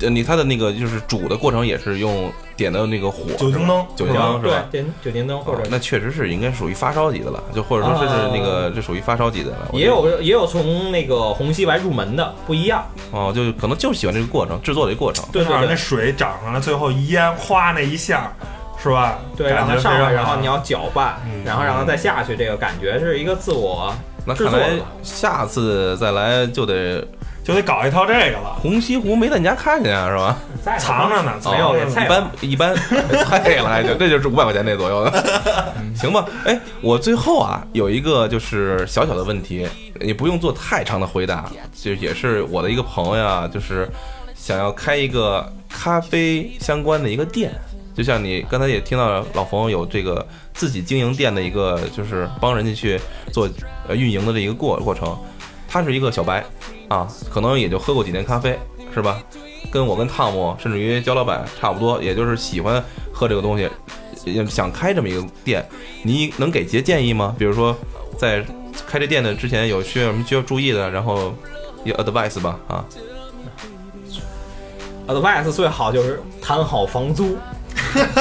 [SPEAKER 2] 呃，你它的那个就是煮的过程也是用点的那个火，
[SPEAKER 3] 酒精哦灯
[SPEAKER 2] 酒精灯是
[SPEAKER 4] 对
[SPEAKER 2] 吧？
[SPEAKER 4] 点酒精灯或
[SPEAKER 2] 哦
[SPEAKER 4] 者
[SPEAKER 2] 那确实是应该属于发烧级的了，就或者说这
[SPEAKER 3] 啊
[SPEAKER 2] 是那个这属于发烧级的了。我
[SPEAKER 4] 哦也
[SPEAKER 2] 觉得
[SPEAKER 4] 有也有从那个红西白入门的，不一样。
[SPEAKER 2] 哦，就可能就喜欢这个过程，制作这个过程。
[SPEAKER 4] 对
[SPEAKER 3] 就是
[SPEAKER 4] 对
[SPEAKER 3] 啊那
[SPEAKER 4] 对
[SPEAKER 3] 水涨上来，最后一烟哗那一下，是吧？
[SPEAKER 4] 对，
[SPEAKER 3] 感
[SPEAKER 4] 让
[SPEAKER 3] 觉
[SPEAKER 4] 它
[SPEAKER 3] 非
[SPEAKER 4] 上
[SPEAKER 3] 常
[SPEAKER 4] 来，然后你要搅拌
[SPEAKER 3] 嗯，
[SPEAKER 4] 然后让它再下去，这个感觉是一个自我
[SPEAKER 2] 那
[SPEAKER 4] 制
[SPEAKER 2] 看
[SPEAKER 4] 作
[SPEAKER 2] 来
[SPEAKER 4] 的。
[SPEAKER 2] 下次再来就得
[SPEAKER 3] 就得搞一套这个了，
[SPEAKER 2] 红西湖没在你家看见啊，是吧？
[SPEAKER 4] 再
[SPEAKER 3] 嗯藏着呢，藏
[SPEAKER 4] 没有
[SPEAKER 3] 着
[SPEAKER 4] 给
[SPEAKER 3] 呢
[SPEAKER 4] 菜
[SPEAKER 2] 一般一般， 太了还行，这就是五百块钱那左右的， 行吧？哎，我最后啊有一个就是小小的问题，也不用做太长的回答，就也是我的一个朋友啊，就是想要开一个咖啡相关的一个店，就像你刚才也听到老冯有这个自己经营店的一个，就是帮人家去做呃运营的这一个过过程，他是一个小白啊，可能也就喝过几年咖啡，是吧？跟我跟汤姆，甚至于焦老板差不多，也就是喜欢喝这个东西，也想开这么一个店，你能给些建议吗？比如说，在开这店的之前有需要什么需要注意的，然后也 advice 吧啊，
[SPEAKER 4] advice 最好呃就是谈好 房租，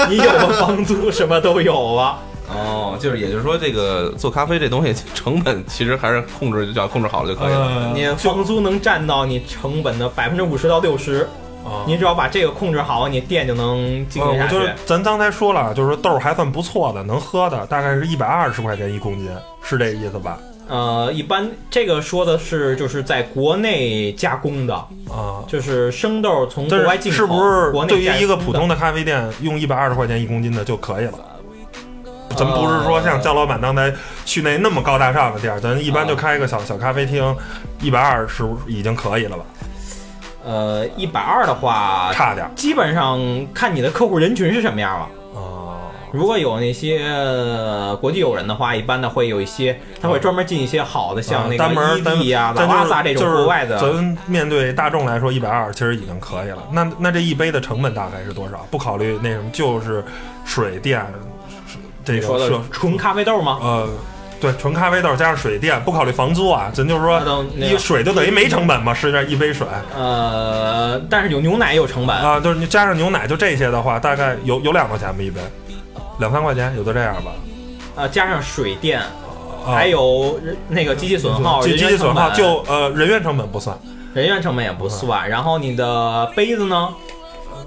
[SPEAKER 4] 你有了房租什么都有啊了。
[SPEAKER 2] 哦，就是也就是说，这个做咖啡这东西 成本其实还是控制，只要控制好了就可以了。
[SPEAKER 3] 呃，
[SPEAKER 4] 哎你房租能占到你成本的百分之五十到六十，
[SPEAKER 3] 啊
[SPEAKER 4] 你只要把这个控制好，你店就能经
[SPEAKER 3] 呃，
[SPEAKER 4] 营
[SPEAKER 3] 我
[SPEAKER 4] 下
[SPEAKER 3] 就是
[SPEAKER 4] 去。
[SPEAKER 3] 咱刚才说了，啊就是说豆儿还算不错的，能喝的，大概是一百二十块钱一公斤，是这意思吧？
[SPEAKER 4] 呃，一般这个说的是就是在国内加工的，
[SPEAKER 3] 啊、
[SPEAKER 4] 就是生豆从国外
[SPEAKER 3] 但是
[SPEAKER 4] 进口，
[SPEAKER 3] 是不是
[SPEAKER 4] 国内
[SPEAKER 3] 对于
[SPEAKER 4] 加工
[SPEAKER 3] 一个普
[SPEAKER 4] 的
[SPEAKER 3] 通的咖啡店，用一百二十块钱一公斤的就可以了？咱不是说
[SPEAKER 4] 呃
[SPEAKER 3] 像焦老板刚才去那那么高大上的店儿，咱一般就开一个小小咖啡厅，一百二是不是已经可以了吧？
[SPEAKER 4] 呃，一百二的话，
[SPEAKER 3] 差点儿
[SPEAKER 4] 基本上看你的客户人群是什么样了。
[SPEAKER 3] 啊、
[SPEAKER 4] 如果有那些呃国际友人的话，一般的会有一些，他会专门进一些好的，像那
[SPEAKER 3] 啊单门
[SPEAKER 4] 个
[SPEAKER 3] 儿单
[SPEAKER 4] ED 啊、
[SPEAKER 3] 咱
[SPEAKER 4] 拉
[SPEAKER 3] 就
[SPEAKER 4] 瓦
[SPEAKER 3] 是
[SPEAKER 4] 萨这种
[SPEAKER 3] 就是
[SPEAKER 4] 国外的。
[SPEAKER 3] 咱面对大众来说，一百二其实已经可以了。那那这一杯的成本大概是多少？不考虑那什么，就是水电，这
[SPEAKER 4] 你说
[SPEAKER 3] 个
[SPEAKER 4] 的
[SPEAKER 3] 设
[SPEAKER 4] 纯咖啡豆吗？
[SPEAKER 3] 呃，对，纯咖啡豆加上水电，不考虑房租啊，咱就是说
[SPEAKER 4] 那都那
[SPEAKER 3] 一
[SPEAKER 4] 个
[SPEAKER 3] 水就等于没成本嘛，实际上一杯水
[SPEAKER 4] 呃，但是有牛奶有成本，
[SPEAKER 3] 啊，就是你加上牛奶就这些的话，大概有有两块钱吧一杯，两三块钱也就这样吧。
[SPEAKER 4] 呃，加上水电，
[SPEAKER 3] 啊、
[SPEAKER 4] 还有人那个机器损耗、
[SPEAKER 3] 机
[SPEAKER 4] 人
[SPEAKER 3] 机
[SPEAKER 4] 员
[SPEAKER 3] 器
[SPEAKER 4] 成
[SPEAKER 3] 损
[SPEAKER 4] 本
[SPEAKER 3] 耗就呃人员成本不算，
[SPEAKER 4] 人员成本也不算。然后你的杯子呢？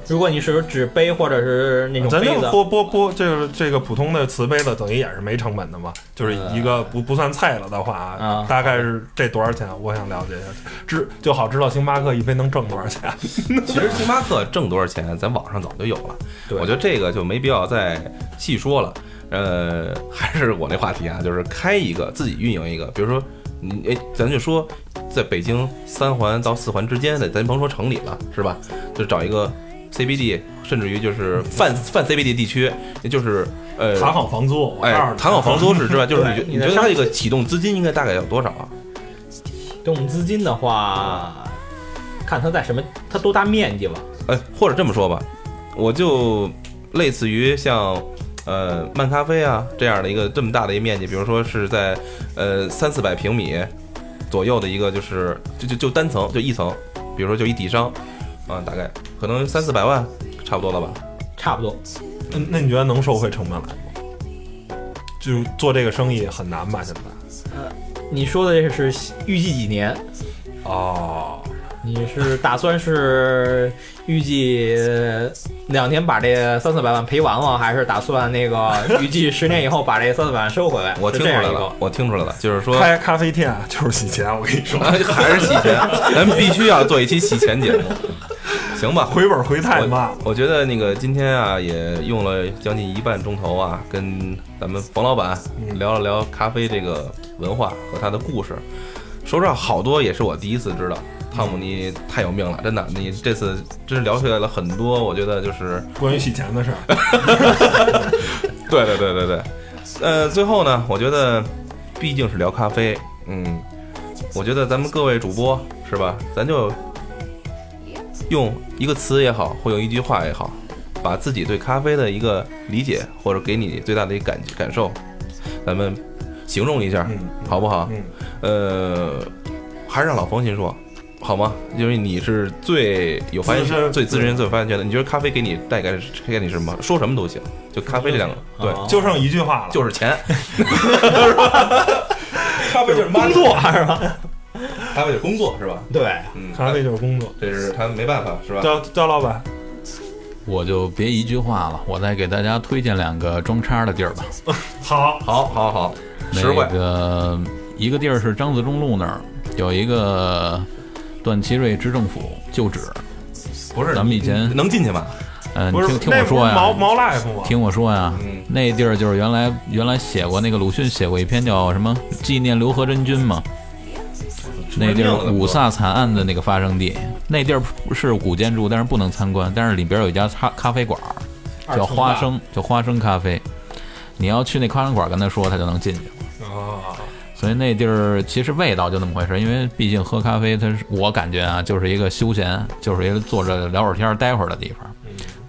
[SPEAKER 4] 如果你是纸杯或者是
[SPEAKER 2] 啊
[SPEAKER 4] 那种
[SPEAKER 3] 咱
[SPEAKER 4] 杯
[SPEAKER 3] 就
[SPEAKER 4] 子，
[SPEAKER 3] 播播播，就是这个普通的瓷杯子，等于也是没成本的嘛，就是一个不不算菜了的话
[SPEAKER 4] 啊
[SPEAKER 3] 大概是这多少钱？我想了解一下，知就好知道星巴克一杯能挣多少钱。
[SPEAKER 2] 其实星巴克挣多少钱，咱网上早就有了。
[SPEAKER 4] 对
[SPEAKER 2] 我觉得这个就没必要再细说了。呃，还是我那话题啊，就是开一个自己运营一个，比如说你哎，咱就说在北京三环到四环之间的，咱甭说城里了，是吧？就找一个 CBD，甚至于就是泛泛 CBD 地区，也就是呃，
[SPEAKER 3] 谈好房租，我
[SPEAKER 2] 哎
[SPEAKER 3] 告诉，你
[SPEAKER 2] 谈好房租是之外，就是你觉
[SPEAKER 4] 对
[SPEAKER 2] 你觉得它这个启动资金应该大概有多少啊？
[SPEAKER 4] 动资金的话，看它在什么，它多大面积吧。
[SPEAKER 2] 呃，或者这么说吧，我就类似于像呃漫咖啡啊这样的一个这么大的一面积，比如说是在呃三四百平米左右的一个，就是就就就单层就一层，比如说就一底商啊、大概可能三四百万差不多了吧。
[SPEAKER 4] 差不多，
[SPEAKER 3] 嗯那你觉得能收回成本来吗？就是做这个生意很难吧？现在
[SPEAKER 4] 你说的这是预计几年？
[SPEAKER 3] 哦，
[SPEAKER 4] 你是打算是预计呃两年把这三四百万赔完了，还是打算那个预计十年以后把这三四百万收回来？
[SPEAKER 2] 我
[SPEAKER 4] 是
[SPEAKER 2] 听出
[SPEAKER 4] 这
[SPEAKER 2] 来
[SPEAKER 4] 样一个
[SPEAKER 2] 了，我听出来了，就是说。
[SPEAKER 3] 开咖啡店就是洗钱，我跟你说，
[SPEAKER 2] 还是洗钱，咱们必须要做一期洗钱节目，行吧？
[SPEAKER 3] 回本回太慢了。
[SPEAKER 2] 我觉得那个今天啊，也用了将近一半钟头啊，跟咱们冯老板
[SPEAKER 3] 嗯
[SPEAKER 2] 聊了聊咖啡这个文化和他的故事。说实话，好多也是我第一次知道。汤姆，你太有命了，真的！你这次真是聊出来了很多，我觉得就是，
[SPEAKER 3] 关于洗钱的事儿，
[SPEAKER 2] 对对对对对。呃，最后呢，我觉得毕竟是聊咖啡，嗯，我觉得咱们各位主播是吧，咱就用一个词也好，或用一句话也好，把自己对咖啡的一个理解，或者给你最大的一个感感受，咱们形容一下，
[SPEAKER 3] 嗯
[SPEAKER 2] 好不好？
[SPEAKER 3] 嗯，
[SPEAKER 2] 呃，还是让老冯先说，好吗？因为你是最有发言
[SPEAKER 3] 资
[SPEAKER 2] 权、
[SPEAKER 3] 深
[SPEAKER 2] 最资深、最有发言权的。你觉得咖啡给你带给给你什么？说什么都行，就咖啡这两个，
[SPEAKER 3] 嗯
[SPEAKER 2] 对，
[SPEAKER 4] 哦
[SPEAKER 3] 就剩一句话了，
[SPEAKER 2] 就是 钱。
[SPEAKER 3] 咖啡就是工作，
[SPEAKER 4] 是吧？
[SPEAKER 2] 咖啡就是工作是吧？
[SPEAKER 4] 对，
[SPEAKER 2] 嗯，
[SPEAKER 3] 咖啡就是工作。
[SPEAKER 2] 这是他没办法是吧？
[SPEAKER 3] 焦焦老板，
[SPEAKER 5] 我就别一句话了，我再给大家推荐两个装叉的地儿吧。
[SPEAKER 3] 好，
[SPEAKER 2] 好，好，好，实惠
[SPEAKER 5] 那。个一个地儿是张自忠路那儿有一个段祺瑞执政府旧址，
[SPEAKER 2] 不是
[SPEAKER 5] 咱们以前
[SPEAKER 2] 能进去吗？
[SPEAKER 5] 嗯、
[SPEAKER 3] 不
[SPEAKER 5] 你
[SPEAKER 3] 是
[SPEAKER 5] 听听
[SPEAKER 3] 那
[SPEAKER 5] 我
[SPEAKER 3] 不是
[SPEAKER 5] 说呀，
[SPEAKER 3] 毛毛 life 吗？
[SPEAKER 5] 听我说呀，
[SPEAKER 2] 嗯
[SPEAKER 5] 那地儿就是原来原来写过那个鲁迅写过一篇叫什么纪念刘和珍君嘛，那地儿五萨惨案的那个发生地，那地儿是古建筑，但是不能参观，但是里边有一家咖咖啡馆儿，
[SPEAKER 4] 二
[SPEAKER 5] 叫
[SPEAKER 4] 层吧
[SPEAKER 5] 花生，叫花生咖啡，你要去那咖啡馆儿跟他说，他就能进去。
[SPEAKER 4] 哦
[SPEAKER 3] 啊，
[SPEAKER 5] 所以那地儿其实味道就那么回事，因为毕竟喝咖啡，它是我感觉啊，就是一个休闲，就是一个坐着聊会儿天儿、待会儿的地方。
[SPEAKER 3] 嗯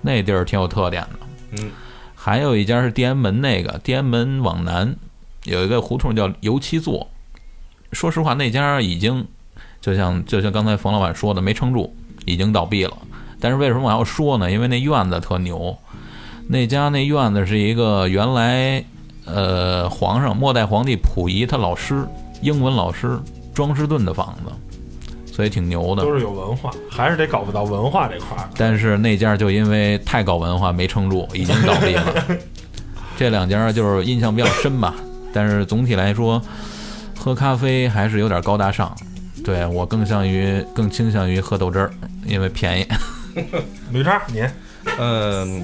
[SPEAKER 5] 那地儿挺有特点的。
[SPEAKER 2] 嗯，
[SPEAKER 5] 还有一家是地安门那个，地安门往南有一个胡同叫油漆座。说实话，那家已经就像就像刚才冯老板说的，没撑住，已经倒闭了。但是为什么我要说呢？因为那院子特牛，那家那院子是一个原来呃，皇上末代皇帝溥仪他老师，英文老师庄士敦的房子，所以挺牛的
[SPEAKER 3] 都。是有文化，还是得搞不到文化这块儿。
[SPEAKER 5] 但是那家就因为太搞文化没撑住，已经倒闭了。这两家就是印象比较深吧，但是总体来说，喝咖啡还是有点高大上。对我更向于更倾向于喝豆汁儿，因为便宜。
[SPEAKER 3] 吕超，你
[SPEAKER 2] 嗯，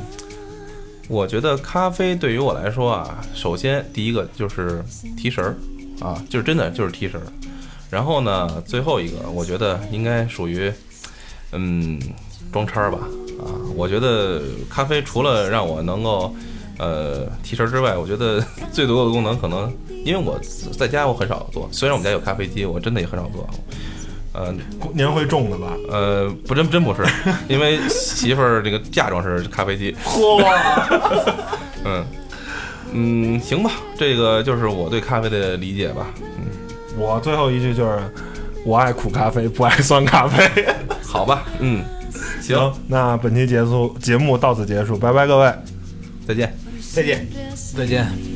[SPEAKER 2] 我觉得咖啡对于我来说啊，首先第一个就是提神儿啊，就是真的就是提神儿。然后呢，最后一个我觉得应该属于嗯装叉儿吧啊，我觉得咖啡除了让我能够呃提神之外，我觉得 最多的功能可能，因为我在家我很少做，虽然我们家有咖啡机，我真的也很少做。呃
[SPEAKER 3] 您会种的吧？
[SPEAKER 2] 呃，不真真不是，因为媳妇儿这个嫁妆是咖啡机。嗯嗯，行吧，这个就是我对咖啡的理解吧。
[SPEAKER 3] 我最后一句就是，我爱苦咖啡，不爱酸咖啡。
[SPEAKER 2] 好吧，嗯，行，
[SPEAKER 3] 那本期结束节目到此结束，拜拜各位。
[SPEAKER 2] 再见。
[SPEAKER 4] 再见。
[SPEAKER 5] 再见。
[SPEAKER 6] Just